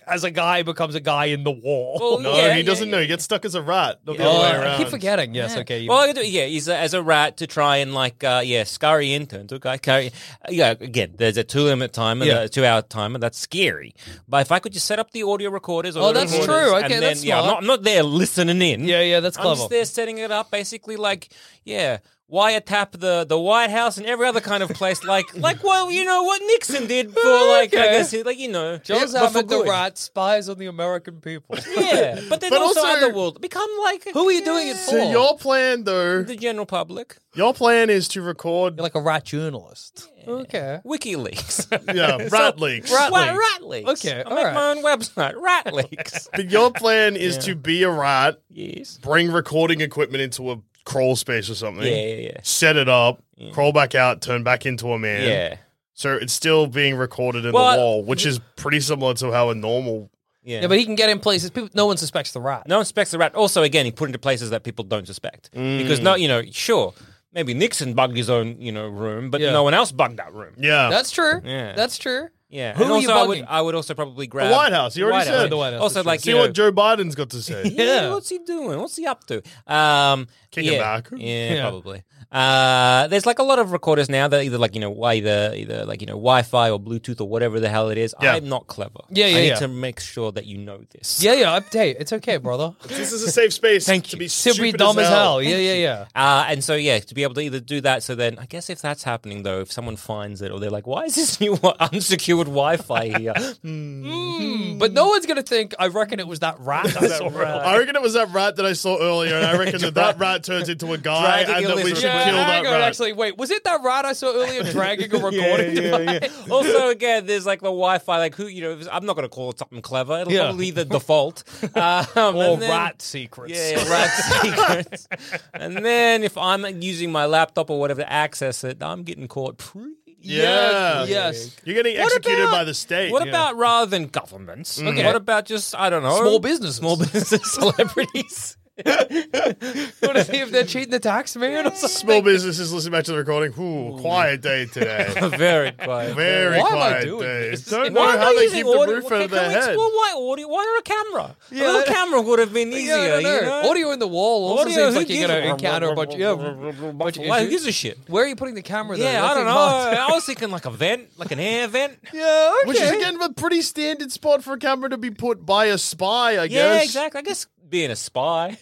[SPEAKER 3] as a guy becomes a guy in the wall.
[SPEAKER 4] Well,
[SPEAKER 2] No,
[SPEAKER 4] yeah,
[SPEAKER 2] Oh, he
[SPEAKER 4] yeah,
[SPEAKER 2] doesn't
[SPEAKER 4] yeah.
[SPEAKER 2] know. He gets stuck as a rat. Not the
[SPEAKER 3] Oh,
[SPEAKER 2] other way
[SPEAKER 3] I
[SPEAKER 2] around.
[SPEAKER 3] keep forgetting. Yes, okay. you-
[SPEAKER 4] Well, I could do, yeah, he's a, as a rat to try and like, uh, yeah, scurry interns. Okay, carry, yeah. Again, there's a two limit timer, a
[SPEAKER 3] Yeah.
[SPEAKER 4] two hour timer. That's scary. But if I could just set up the audio recorders, or
[SPEAKER 3] Oh,
[SPEAKER 4] the
[SPEAKER 3] that's
[SPEAKER 4] recorders,
[SPEAKER 3] true.
[SPEAKER 4] and
[SPEAKER 3] Okay,
[SPEAKER 4] then,
[SPEAKER 3] that's
[SPEAKER 4] yeah, I'm
[SPEAKER 3] smart.
[SPEAKER 4] not, I'm not there listening in.
[SPEAKER 3] yeah, yeah, that's
[SPEAKER 4] I'm
[SPEAKER 3] clever.
[SPEAKER 4] just there setting it up, basically like, yeah, wiretap the the White House and every other kind of place, like like well, you know what Nixon did for like, I
[SPEAKER 3] Okay.
[SPEAKER 4] guess, like you know,
[SPEAKER 3] Joel's
[SPEAKER 4] but for
[SPEAKER 3] Ahmed the
[SPEAKER 4] good.
[SPEAKER 3] rat spies on the American people.
[SPEAKER 4] Yeah, but then
[SPEAKER 2] But
[SPEAKER 4] also,
[SPEAKER 2] also-
[SPEAKER 4] underworld become like
[SPEAKER 3] Who are you doing it
[SPEAKER 2] So
[SPEAKER 3] for?
[SPEAKER 2] your plan, though,
[SPEAKER 4] The general public,
[SPEAKER 2] your plan is to record,
[SPEAKER 3] You're like a rat journalist. Okay.
[SPEAKER 4] WikiLeaks.
[SPEAKER 2] yeah, rat leaks.
[SPEAKER 3] Rat
[SPEAKER 4] Why,
[SPEAKER 3] leaks.
[SPEAKER 4] rat leaks.
[SPEAKER 3] Okay,
[SPEAKER 4] I
[SPEAKER 3] all
[SPEAKER 4] make
[SPEAKER 3] right.
[SPEAKER 4] my own website. Rat leaks.
[SPEAKER 2] But your plan is to be a rat,
[SPEAKER 4] yes.
[SPEAKER 2] bring recording equipment into a crawl space or something,
[SPEAKER 4] Yeah, yeah, yeah.
[SPEAKER 2] set it up, crawl back out, turn back into a man.
[SPEAKER 4] Yeah.
[SPEAKER 2] So it's still being recorded in
[SPEAKER 4] Well,
[SPEAKER 2] the wall, which is pretty similar to how a normal.
[SPEAKER 4] Yeah.
[SPEAKER 3] Yeah, but he can get in places. People, no one suspects the rat.
[SPEAKER 4] no one suspects the rat. Also, again, he put into places that people don't suspect because
[SPEAKER 2] Mm.
[SPEAKER 4] no, you know, sure, maybe Nixon bugged his own, you know, room, but
[SPEAKER 3] Yeah.
[SPEAKER 4] no one else bugged that room.
[SPEAKER 2] Yeah.
[SPEAKER 3] That's true.
[SPEAKER 4] Yeah.
[SPEAKER 3] That's true.
[SPEAKER 4] Yeah.
[SPEAKER 3] Who
[SPEAKER 4] and
[SPEAKER 3] are
[SPEAKER 4] also,
[SPEAKER 3] you
[SPEAKER 4] I would,
[SPEAKER 3] bugging?
[SPEAKER 4] I would also probably grab
[SPEAKER 2] White House, you already
[SPEAKER 4] White House.
[SPEAKER 2] said. The White
[SPEAKER 3] House,
[SPEAKER 4] Also,
[SPEAKER 3] that's
[SPEAKER 4] like
[SPEAKER 2] See
[SPEAKER 4] you know,
[SPEAKER 2] what Joe Biden's got to say.
[SPEAKER 4] yeah.
[SPEAKER 3] Yeah.
[SPEAKER 4] what's he doing? What's he up to? Um,
[SPEAKER 2] Kick
[SPEAKER 4] yeah,
[SPEAKER 2] him back.
[SPEAKER 4] Yeah,
[SPEAKER 3] Yeah.
[SPEAKER 4] probably. Uh, there's like a lot of recorders now that either like you know why either either like you know Wi-Fi or Bluetooth or whatever the hell it is.
[SPEAKER 2] Yeah.
[SPEAKER 4] I'm not clever.
[SPEAKER 3] Yeah, yeah,
[SPEAKER 4] I need
[SPEAKER 3] yeah.
[SPEAKER 4] to make sure that you know this.
[SPEAKER 3] Yeah, yeah. Update. It's okay, brother.
[SPEAKER 2] this is a safe space
[SPEAKER 4] Thank
[SPEAKER 2] to
[SPEAKER 4] you.
[SPEAKER 2] be
[SPEAKER 3] To be
[SPEAKER 2] stupid
[SPEAKER 3] dumb as hell. Yeah, yeah, yeah.
[SPEAKER 4] Uh, and so yeah, to be able to either do that. So then, I guess if that's happening though, if someone finds it or they're like, "Why is this new wi- unsecured Wi-Fi here?"
[SPEAKER 3] But no one's gonna think. I reckon it was that rat. I saw.
[SPEAKER 2] I reckon it was that rat that I saw earlier, and I reckon that that rat turns into a guy,
[SPEAKER 4] Dragging
[SPEAKER 2] and
[SPEAKER 4] all
[SPEAKER 2] that we
[SPEAKER 4] his
[SPEAKER 2] should
[SPEAKER 4] Yeah,
[SPEAKER 2] kill that
[SPEAKER 3] hang on,
[SPEAKER 2] rat.
[SPEAKER 3] Actually, wait. Was it that rat I saw earlier dragging a recording? device?
[SPEAKER 4] also, again, there's like the Wi-Fi. Like who you know, if- I'm not going to call it something clever. It'll
[SPEAKER 3] Yeah.
[SPEAKER 4] probably be the default. Um,
[SPEAKER 3] Or
[SPEAKER 4] and then-
[SPEAKER 3] rat secrets.
[SPEAKER 4] Yeah, yeah, rat secrets. And then if I'm using my laptop or whatever to access it, I'm getting caught. Pretty
[SPEAKER 2] Yeah.
[SPEAKER 3] Yes.
[SPEAKER 2] You're getting
[SPEAKER 4] What
[SPEAKER 2] executed
[SPEAKER 4] about-
[SPEAKER 2] by the state.
[SPEAKER 4] What
[SPEAKER 2] Yeah.
[SPEAKER 4] about rather than governments?
[SPEAKER 3] Okay.
[SPEAKER 4] Mm. What about just I don't know
[SPEAKER 3] Small business.
[SPEAKER 4] small business celebrities?
[SPEAKER 3] Want to see if they're cheating the tax man or something?
[SPEAKER 2] small businesses listening back to the recording? Ooh, quiet day today.
[SPEAKER 4] Very quiet.
[SPEAKER 2] Very
[SPEAKER 3] Why am I
[SPEAKER 2] quiet
[SPEAKER 3] doing
[SPEAKER 2] day.
[SPEAKER 3] this?
[SPEAKER 2] Don't
[SPEAKER 4] Why
[SPEAKER 2] know
[SPEAKER 4] am
[SPEAKER 2] how
[SPEAKER 4] I
[SPEAKER 2] they
[SPEAKER 4] using
[SPEAKER 2] keep the
[SPEAKER 4] audio?
[SPEAKER 2] roof
[SPEAKER 4] Can-
[SPEAKER 2] over
[SPEAKER 4] can
[SPEAKER 2] their
[SPEAKER 4] we
[SPEAKER 2] head.
[SPEAKER 4] explore why audio? Why not a camera? A
[SPEAKER 3] Yeah.
[SPEAKER 4] little camera would have been easier.
[SPEAKER 3] Yeah, I don't
[SPEAKER 4] you
[SPEAKER 3] know.
[SPEAKER 4] know?
[SPEAKER 3] Audio in the wall also
[SPEAKER 4] Audio, who
[SPEAKER 3] seems like you're
[SPEAKER 4] gives
[SPEAKER 3] going
[SPEAKER 4] a-
[SPEAKER 3] to encounter a bunch, yeah, a bunch of
[SPEAKER 4] Why, who
[SPEAKER 3] issues.
[SPEAKER 4] gives a shit?
[SPEAKER 3] Where are you putting the camera? though?
[SPEAKER 4] Yeah, I
[SPEAKER 3] That
[SPEAKER 4] don't
[SPEAKER 3] thing
[SPEAKER 4] know.
[SPEAKER 3] matters.
[SPEAKER 4] I was thinking like a vent, like an air vent.
[SPEAKER 3] Yeah, okay.
[SPEAKER 2] Which is again a pretty standard spot for a camera to be put by a spy, I
[SPEAKER 4] Yeah,
[SPEAKER 2] guess.
[SPEAKER 4] exactly. I guess being a spy.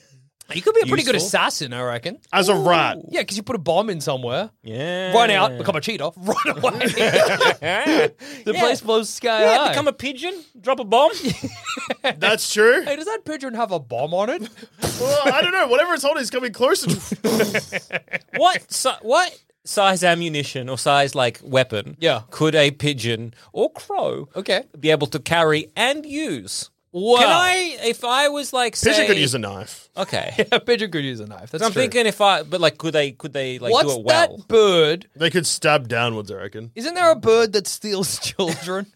[SPEAKER 3] you could be a pretty good
[SPEAKER 4] Useful.
[SPEAKER 3] assassin, I reckon.
[SPEAKER 2] As a rat.
[SPEAKER 3] Yeah, because you put a bomb in somewhere,
[SPEAKER 4] Yeah.
[SPEAKER 3] run out, become a cheater, run away. the
[SPEAKER 4] Yeah.
[SPEAKER 3] place blows sky
[SPEAKER 4] Yeah,
[SPEAKER 3] high.
[SPEAKER 4] become a pigeon, drop a bomb.
[SPEAKER 2] That's true.
[SPEAKER 3] hey, does that pigeon have a bomb on it?
[SPEAKER 2] well, I don't know. Whatever it's holding is coming closer. To-
[SPEAKER 4] what si- what size ammunition or size like weapon
[SPEAKER 3] Yeah.
[SPEAKER 4] could a pigeon or crow
[SPEAKER 3] Okay.
[SPEAKER 4] be able to carry and use?
[SPEAKER 3] Wow.
[SPEAKER 4] Can I if I was like say,
[SPEAKER 2] Pigeon could use a knife.
[SPEAKER 4] Okay.
[SPEAKER 3] a pigeon could use a knife. That's
[SPEAKER 4] I'm
[SPEAKER 3] true.
[SPEAKER 4] thinking if I but like could they could they like
[SPEAKER 3] What's
[SPEAKER 4] do it well?
[SPEAKER 3] that bird?
[SPEAKER 2] They could stab downwards, I reckon.
[SPEAKER 3] Isn't there a bird that steals children?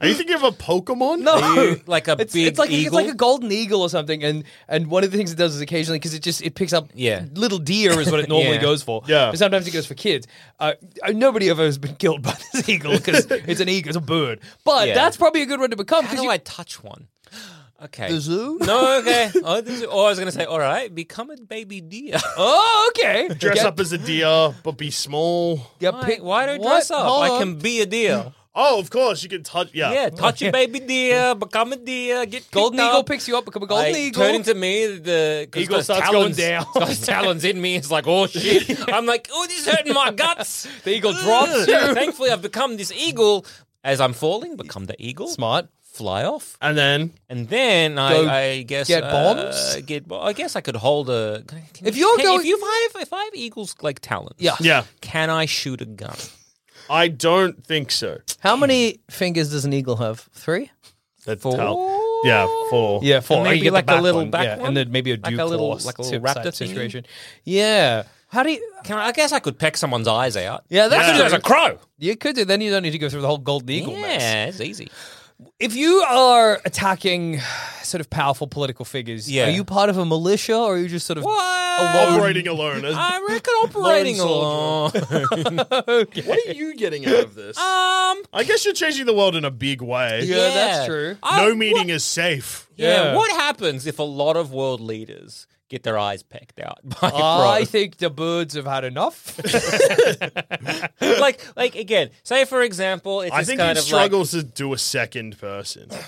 [SPEAKER 2] Are you thinking of a Pokemon?
[SPEAKER 3] no.
[SPEAKER 4] You- like a
[SPEAKER 3] It's,
[SPEAKER 4] big
[SPEAKER 3] it's like
[SPEAKER 4] eagle.
[SPEAKER 3] it's like a golden eagle or something, and and one of the things it does is occasionally because it just it picks up
[SPEAKER 4] Yeah.
[SPEAKER 3] little deer is what it normally
[SPEAKER 4] Yeah.
[SPEAKER 3] goes for.
[SPEAKER 2] Yeah.
[SPEAKER 3] but sometimes it goes for kids. Uh, uh, nobody ever has been killed by this eagle because it's an eagle, it's a bird. But
[SPEAKER 4] Yeah.
[SPEAKER 3] that's probably a good one to become
[SPEAKER 4] How
[SPEAKER 3] because
[SPEAKER 4] do
[SPEAKER 3] you
[SPEAKER 4] I touch one? Okay.
[SPEAKER 3] The zoo?
[SPEAKER 4] No, okay. Oh, the zoo. Or I was gonna say, all right, become a baby deer.
[SPEAKER 3] oh okay
[SPEAKER 2] Dress
[SPEAKER 3] Get-
[SPEAKER 2] up as a deer, but be small.
[SPEAKER 3] get
[SPEAKER 4] Why,
[SPEAKER 3] pick-
[SPEAKER 4] why don't
[SPEAKER 3] what?
[SPEAKER 4] dress up?
[SPEAKER 3] Hold
[SPEAKER 4] I
[SPEAKER 3] on.
[SPEAKER 4] can be a deer.
[SPEAKER 2] Oh, of course you can touch. Yeah.
[SPEAKER 4] Yeah, touch a baby deer, become a deer, get
[SPEAKER 3] golden
[SPEAKER 4] picked
[SPEAKER 3] eagle
[SPEAKER 4] up.
[SPEAKER 3] picks you up, become a golden
[SPEAKER 4] I
[SPEAKER 3] eagle.
[SPEAKER 4] Turn into me, the 'cause
[SPEAKER 3] Eagle
[SPEAKER 4] those
[SPEAKER 3] starts going
[SPEAKER 4] talons,
[SPEAKER 3] down.
[SPEAKER 4] those talons in me. It's like, oh shit! I'm like, oh, this is hurting my guts.
[SPEAKER 3] The eagle drops you.
[SPEAKER 4] Thankfully, I've become this eagle. As I'm falling, become the eagle.
[SPEAKER 3] Smart.
[SPEAKER 4] Fly off,
[SPEAKER 2] And then
[SPEAKER 4] and then
[SPEAKER 3] Go
[SPEAKER 4] I, I guess
[SPEAKER 3] get
[SPEAKER 4] uh,
[SPEAKER 3] bombs?
[SPEAKER 4] Get. bo- I guess I could hold a. can- can-
[SPEAKER 3] If you're
[SPEAKER 4] can-
[SPEAKER 3] going-
[SPEAKER 4] if you if I have, if I have eagles like talons,
[SPEAKER 3] Yeah.
[SPEAKER 2] yeah,
[SPEAKER 4] Can I shoot a gun?
[SPEAKER 2] I don't think so.
[SPEAKER 3] How many fingers does an eagle have? Three.
[SPEAKER 2] That's
[SPEAKER 4] Four?
[SPEAKER 2] tell- Yeah, four.
[SPEAKER 3] Yeah, four.
[SPEAKER 4] And
[SPEAKER 3] Oh, you
[SPEAKER 4] maybe
[SPEAKER 3] get the
[SPEAKER 4] like a
[SPEAKER 3] back
[SPEAKER 4] little
[SPEAKER 3] one.
[SPEAKER 4] back
[SPEAKER 3] yeah,
[SPEAKER 4] one?
[SPEAKER 3] and then maybe a
[SPEAKER 4] Like
[SPEAKER 3] dew
[SPEAKER 4] a little-
[SPEAKER 3] claw
[SPEAKER 4] like a little
[SPEAKER 3] tip
[SPEAKER 4] raptor
[SPEAKER 3] type
[SPEAKER 4] thingy?
[SPEAKER 3] situation. Yeah. How do you?
[SPEAKER 4] Can I, I guess I could peck someone's eyes out.
[SPEAKER 3] Yeah, that's
[SPEAKER 4] I could do it as a crow.
[SPEAKER 3] You could do. Then you don't need to go through the whole golden eagle mess.
[SPEAKER 4] Yeah, it's easy.
[SPEAKER 3] If you are attacking sort of powerful political figures,
[SPEAKER 4] Yeah.
[SPEAKER 3] are you part of a militia or are you just sort of
[SPEAKER 2] Operating
[SPEAKER 4] Um,
[SPEAKER 2] alone. as-
[SPEAKER 4] I reckon operating alone.
[SPEAKER 2] What are you getting out of this?
[SPEAKER 4] um,
[SPEAKER 2] I guess you're changing the world in a big way.
[SPEAKER 3] Yeah, that's true.
[SPEAKER 4] I-
[SPEAKER 2] no meeting is safe.
[SPEAKER 4] Uh, Yeah.
[SPEAKER 3] Yeah.
[SPEAKER 4] What happens if a lot of world leaders get their eyes pecked out by
[SPEAKER 3] I
[SPEAKER 4] frogs?
[SPEAKER 3] think the birds have had enough.
[SPEAKER 4] like, like again, say for example, it's
[SPEAKER 2] I
[SPEAKER 4] this
[SPEAKER 2] think
[SPEAKER 4] kind
[SPEAKER 2] he
[SPEAKER 4] of
[SPEAKER 2] struggles to do a second person.
[SPEAKER 4] Like,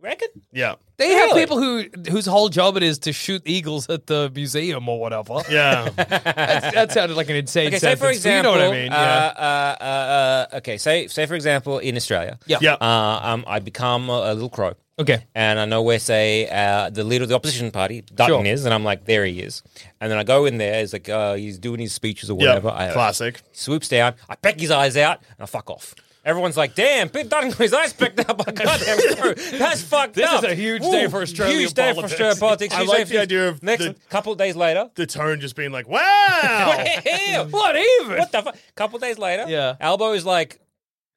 [SPEAKER 4] reckon?
[SPEAKER 2] Yeah.
[SPEAKER 3] They have
[SPEAKER 4] Really?
[SPEAKER 3] people who whose whole job it is to shoot eagles at the museum or whatever.
[SPEAKER 2] Yeah.
[SPEAKER 3] That's, that sounded like an insane
[SPEAKER 4] Okay, say
[SPEAKER 3] sentence.
[SPEAKER 4] for
[SPEAKER 3] but
[SPEAKER 4] example,
[SPEAKER 3] you know what I mean? yeah.
[SPEAKER 4] uh, uh, uh, uh, okay, say say for example, in Australia,
[SPEAKER 3] Yeah.
[SPEAKER 2] yeah.
[SPEAKER 4] uh, um, I become a, a little crow.
[SPEAKER 3] Okay.
[SPEAKER 4] and I know where, say, uh, the leader of the opposition party, Dutton,
[SPEAKER 3] Sure.
[SPEAKER 4] is, and I'm like, there he is. And then I go in there, he's like, uh, he's doing his speeches or
[SPEAKER 2] yeah.
[SPEAKER 4] whatever. I,
[SPEAKER 2] Classic.
[SPEAKER 4] swoops down, I peck his eyes out, and I fuck off. Everyone's like, damn, Pete Dutton got his eyes pecked out by goddamn crow. That's fucked
[SPEAKER 3] This
[SPEAKER 4] up.
[SPEAKER 3] is a huge day for Australian
[SPEAKER 4] Huge day
[SPEAKER 3] politics.
[SPEAKER 4] for Australian politics.
[SPEAKER 2] I
[SPEAKER 4] Huge
[SPEAKER 2] like
[SPEAKER 4] day for-
[SPEAKER 2] the idea of
[SPEAKER 4] Next,
[SPEAKER 2] the-
[SPEAKER 4] couple of days later.
[SPEAKER 2] The tone just being like, wow.
[SPEAKER 4] Damn,
[SPEAKER 3] What even?
[SPEAKER 4] what the fuck? Couple days later,
[SPEAKER 3] Yeah.
[SPEAKER 4] Albo is like,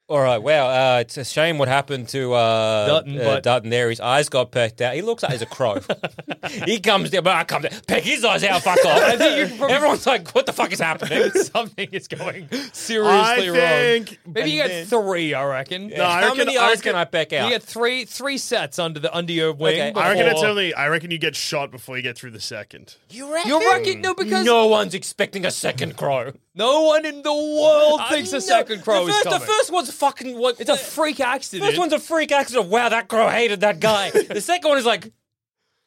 [SPEAKER 4] all right, wow, uh, it's a shame what happened to uh,
[SPEAKER 3] Dutton,
[SPEAKER 4] uh,
[SPEAKER 3] but-
[SPEAKER 4] Dutton there. His eyes got pecked out. He looks like he's a crow. he comes down, but I come down, peck his eyes out, fuck off. Everyone's like, what the fuck is happening?
[SPEAKER 3] Something is going
[SPEAKER 2] I
[SPEAKER 3] seriously wrong.
[SPEAKER 2] think.
[SPEAKER 3] Maybe you get three, I reckon.
[SPEAKER 2] No, I
[SPEAKER 4] How
[SPEAKER 2] reckon-
[SPEAKER 4] many
[SPEAKER 2] I
[SPEAKER 4] eyes
[SPEAKER 2] reckon-
[SPEAKER 4] can I peck
[SPEAKER 3] You
[SPEAKER 4] out?
[SPEAKER 3] get three three sets under the under your wing.
[SPEAKER 4] Okay.
[SPEAKER 3] Before...
[SPEAKER 2] I reckon it's only. I reckon you get shot before you get through the second.
[SPEAKER 4] You reckon?
[SPEAKER 3] You're reckon no because
[SPEAKER 4] No one's expecting a second crow.
[SPEAKER 3] no one in the world
[SPEAKER 4] I
[SPEAKER 3] thinks
[SPEAKER 4] know-
[SPEAKER 3] a second crow
[SPEAKER 4] the
[SPEAKER 3] is
[SPEAKER 4] first,
[SPEAKER 3] coming.
[SPEAKER 4] The first one's fucking. What,
[SPEAKER 3] it's a freak accident.
[SPEAKER 4] First one's a freak accident. Wow, that crow hated that guy. the second one is like,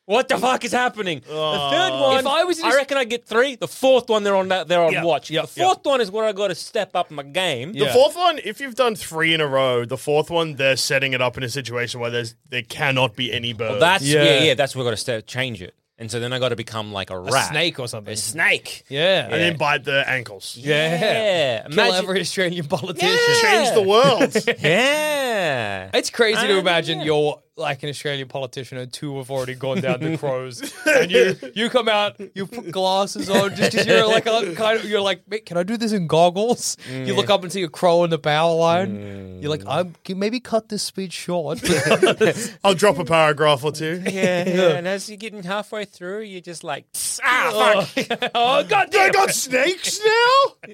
[SPEAKER 4] what the fuck is happening? the third
[SPEAKER 2] Uh,
[SPEAKER 4] one,
[SPEAKER 3] Oh. If I was in a-
[SPEAKER 4] reckon I get three. The fourth one, they're on that, they're on
[SPEAKER 2] Yeah,
[SPEAKER 4] watch.
[SPEAKER 3] yeah,
[SPEAKER 4] the fourth one is where I got to step up my game.
[SPEAKER 2] The fourth one, if you've done three in a row, the fourth one they're setting it up in a situation where there's there cannot be any birds.
[SPEAKER 4] That's yeah,
[SPEAKER 3] Yeah.
[SPEAKER 4] yeah. that's where I got to step, change it. And so then I got to become like a
[SPEAKER 3] a
[SPEAKER 4] rat,
[SPEAKER 3] snake or something.
[SPEAKER 4] a snake.
[SPEAKER 3] Yeah.
[SPEAKER 2] and then bite the ankles.
[SPEAKER 3] yeah.
[SPEAKER 4] Yeah.
[SPEAKER 3] Kill
[SPEAKER 4] Imagine-
[SPEAKER 3] every Australian politician.
[SPEAKER 2] Change the world.
[SPEAKER 4] Yeah.
[SPEAKER 3] It's crazy to
[SPEAKER 4] Uh,
[SPEAKER 3] imagine
[SPEAKER 4] yeah.
[SPEAKER 3] you're like an Australian politician and two have already gone down the crows, and you you come out, you put glasses on just because you're like a, kind of you're like, "Mate, can I do this in goggles? You look up and see a crow in the power line. You're like, I'm can maybe cut this speech short.
[SPEAKER 2] I'll drop a paragraph or two.
[SPEAKER 4] yeah, yeah, and as you're getting halfway through, you're just like, ah, fuck.
[SPEAKER 3] oh god,
[SPEAKER 2] They got snakes now.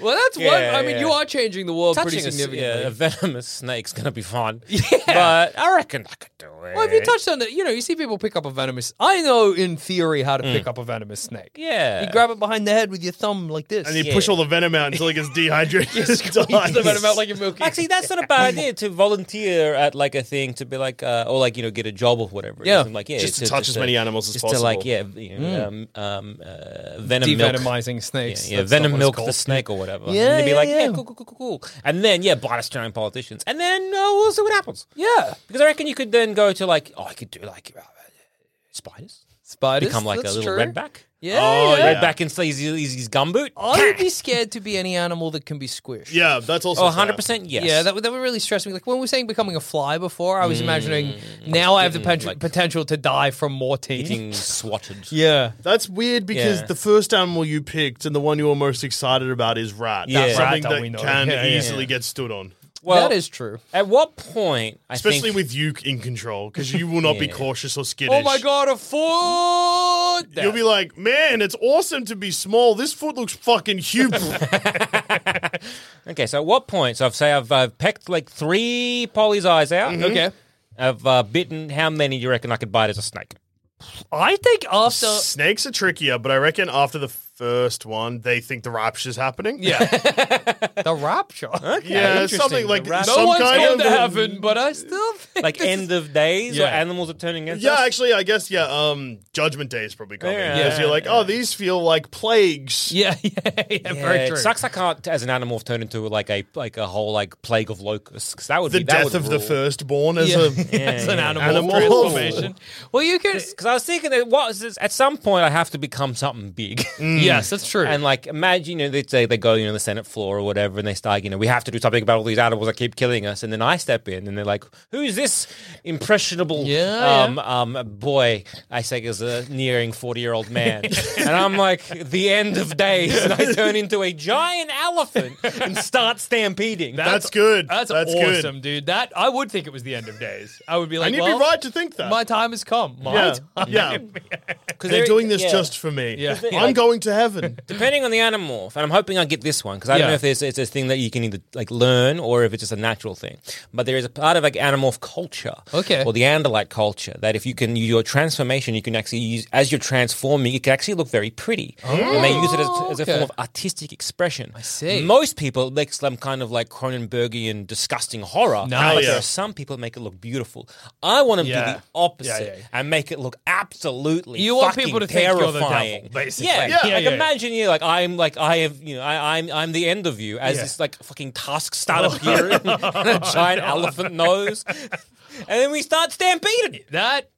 [SPEAKER 3] well that's
[SPEAKER 4] Yeah,
[SPEAKER 3] one. I mean,
[SPEAKER 4] yeah.
[SPEAKER 3] you are changing the world pretty
[SPEAKER 4] Touching a s-
[SPEAKER 3] significantly.
[SPEAKER 4] yeah, a venomous snake's gonna be fun.
[SPEAKER 3] Yeah.
[SPEAKER 4] but I reckon I could do it.
[SPEAKER 3] Well, if you touched on that, you know, you see people pick up a venomous. I know in theory how to pick up a venomous snake.
[SPEAKER 4] Yeah.
[SPEAKER 3] you grab it behind the head with your thumb like this,
[SPEAKER 2] And you
[SPEAKER 4] Yeah.
[SPEAKER 2] push all the venom out until it gets dehydrated.
[SPEAKER 3] Squeeze the
[SPEAKER 2] Dies.
[SPEAKER 3] venom out like a milky.
[SPEAKER 4] Actually, that's not a bad idea to volunteer at like a thing to be like, uh, or like you know, get a job or whatever. it
[SPEAKER 3] Yeah.
[SPEAKER 4] is. And, like yeah,
[SPEAKER 2] Just to touch as many animals as
[SPEAKER 4] just To like yeah,
[SPEAKER 2] possible.
[SPEAKER 4] you know, um, um, uh, venom milk.
[SPEAKER 3] devenomizing
[SPEAKER 4] Yeah,
[SPEAKER 3] snakes.
[SPEAKER 4] yeah,
[SPEAKER 3] that's not
[SPEAKER 4] venom
[SPEAKER 3] what it's
[SPEAKER 4] milk
[SPEAKER 3] called.
[SPEAKER 4] the snake or whatever.
[SPEAKER 3] Yeah,
[SPEAKER 4] and they'd be
[SPEAKER 3] yeah,
[SPEAKER 4] like, yeah,
[SPEAKER 3] yeah.
[SPEAKER 4] cool, cool, cool, cool, cool. And then yeah, buy Australian politicians, and then uh, we'll see what happens.
[SPEAKER 3] Yeah,
[SPEAKER 4] Because I reckon you could then go to like, oh, I could do like uh, spiders,
[SPEAKER 3] spiders
[SPEAKER 4] become like a
[SPEAKER 3] that's
[SPEAKER 4] little
[SPEAKER 3] true.
[SPEAKER 4] redback.
[SPEAKER 3] Yeah,
[SPEAKER 2] Oh,
[SPEAKER 3] yeah.
[SPEAKER 2] yeah.
[SPEAKER 4] Redback and sleazy Easy's gumboot.
[SPEAKER 3] I would be scared to be any animal that can be squished.
[SPEAKER 2] Yeah, that's also
[SPEAKER 4] Oh,
[SPEAKER 2] fair.
[SPEAKER 4] 100% yes.
[SPEAKER 3] Yeah, that would, that would really stress me. Like when we were saying becoming a fly before, I was imagining now I have the pen-
[SPEAKER 4] Mm, like-
[SPEAKER 3] potential to die from mortine.
[SPEAKER 4] getting swatted.
[SPEAKER 3] Yeah,
[SPEAKER 2] That's weird because
[SPEAKER 4] Yeah.
[SPEAKER 2] the first animal you picked and the one you were most excited about is rat.
[SPEAKER 4] Yeah.
[SPEAKER 2] That's something
[SPEAKER 3] Rat,
[SPEAKER 2] that
[SPEAKER 3] we know.
[SPEAKER 2] can
[SPEAKER 3] Yeah, yeah,
[SPEAKER 2] easily get stood on.
[SPEAKER 4] Well,
[SPEAKER 3] that is true.
[SPEAKER 4] At what point, I
[SPEAKER 2] Especially
[SPEAKER 4] think,
[SPEAKER 2] with you in control, because you will not be
[SPEAKER 4] Yeah.
[SPEAKER 2] cautious or skittish.
[SPEAKER 3] Oh my god, a foot!
[SPEAKER 2] You'll be like, man, it's awesome to be small. This foot looks fucking huge.
[SPEAKER 4] okay, so at what point? So I've say I've uh, pecked like three Polly's eyes out.
[SPEAKER 3] okay.
[SPEAKER 4] I've uh, bitten. How many do you reckon I could bite as a snake?
[SPEAKER 3] I think after
[SPEAKER 2] Snakes are trickier, but I reckon after the first one, they think the rapture's happening.
[SPEAKER 3] yeah, the rapture.
[SPEAKER 2] yeah,
[SPEAKER 4] interesting.
[SPEAKER 2] something like
[SPEAKER 4] The rap-
[SPEAKER 3] No
[SPEAKER 2] some
[SPEAKER 3] one's
[SPEAKER 2] kind of
[SPEAKER 3] going to heaven, but I still think
[SPEAKER 4] Like
[SPEAKER 3] this is-
[SPEAKER 4] end of days, or
[SPEAKER 3] Yeah.
[SPEAKER 4] animals are turning against
[SPEAKER 2] Yeah,
[SPEAKER 4] us?
[SPEAKER 2] actually, I guess yeah. Um, Judgment Day is probably coming
[SPEAKER 4] Yeah.
[SPEAKER 2] because you're like, oh, these feel like plagues.
[SPEAKER 3] Yeah, yeah, yeah,
[SPEAKER 4] Yeah,
[SPEAKER 3] very true.
[SPEAKER 4] It sucks. I can't, as an animal, turn into like a like a whole like plague of locusts. 'cause that would
[SPEAKER 2] The
[SPEAKER 4] be that
[SPEAKER 2] death of the firstborn as
[SPEAKER 3] Yeah.
[SPEAKER 2] a
[SPEAKER 3] It's an animal,
[SPEAKER 2] Animal.
[SPEAKER 3] transformation. Well, you can.
[SPEAKER 4] Because I was thinking that what is this- at some point I have to become something big.
[SPEAKER 3] Yes, that's Mm, true.
[SPEAKER 4] And like, imagine you know, they say they go you know the Senate floor or whatever, and they start you know we have to do something about all these animals that keep killing us. And then I step in, and they're like, "Who's this impressionable
[SPEAKER 3] Yeah,
[SPEAKER 4] um, um boy?" I say is a nearing forty year old man, and I'm like the end of days, and I turn into a giant elephant and start stampeding.
[SPEAKER 2] That's good.
[SPEAKER 3] That's,
[SPEAKER 2] That's good.
[SPEAKER 3] awesome, dude. That I would think it was the end of days. I would be like,
[SPEAKER 2] And you'd
[SPEAKER 3] well,
[SPEAKER 2] be right to think that.
[SPEAKER 3] My time has come. My
[SPEAKER 2] yeah,
[SPEAKER 3] time.
[SPEAKER 2] yeah.
[SPEAKER 4] because
[SPEAKER 2] They're doing this just for me.
[SPEAKER 3] Yeah.
[SPEAKER 2] I'm going to heaven.
[SPEAKER 4] Depending on the animorph, and I'm hoping I get this one because I don't
[SPEAKER 3] Yeah.
[SPEAKER 4] know if there's, it's a thing that you can either like learn or if it's just a natural thing. But there is a part of like animorph culture,
[SPEAKER 3] Okay.
[SPEAKER 4] or the Andalite culture, that if you can use your transformation, you can actually use as you're transforming, it can actually look very pretty, and they use it as, as a
[SPEAKER 3] Oh, okay.
[SPEAKER 4] form of artistic expression. I
[SPEAKER 3] see.
[SPEAKER 4] Most people make some kind of like Cronenbergian disgusting horror,
[SPEAKER 3] Nice.
[SPEAKER 4] but there
[SPEAKER 2] Yeah.
[SPEAKER 4] are some people that make it look beautiful. I want to do
[SPEAKER 3] Yeah.
[SPEAKER 4] the opposite
[SPEAKER 3] Yeah, yeah.
[SPEAKER 4] and make it look absolutely
[SPEAKER 3] You want
[SPEAKER 4] fucking
[SPEAKER 3] people to think you're the
[SPEAKER 4] terrifying.
[SPEAKER 3] devil, basically.
[SPEAKER 4] Yeah,
[SPEAKER 3] Yeah,
[SPEAKER 4] like
[SPEAKER 3] yeah, yeah.
[SPEAKER 4] imagine you like I'm like I have you know I, I'm I'm the end of you as
[SPEAKER 3] Yeah. Oh.
[SPEAKER 4] this like fucking tusk start appearing and a giant elephant nose, and then we start stampeding.
[SPEAKER 3] That,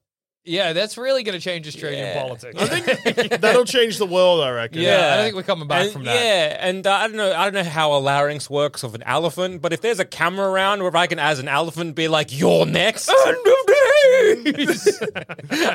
[SPEAKER 3] yeah, that's really going to change Australian
[SPEAKER 4] Yeah.
[SPEAKER 3] politics.
[SPEAKER 2] That'll change the world, I reckon.
[SPEAKER 3] Yeah. I don't think we're coming back
[SPEAKER 4] And-
[SPEAKER 3] from that.
[SPEAKER 4] Yeah, and uh, I don't know, I don't know how a larynx works of an elephant, but if there's a camera around where I can, as an elephant, be like, "You're next," end of days,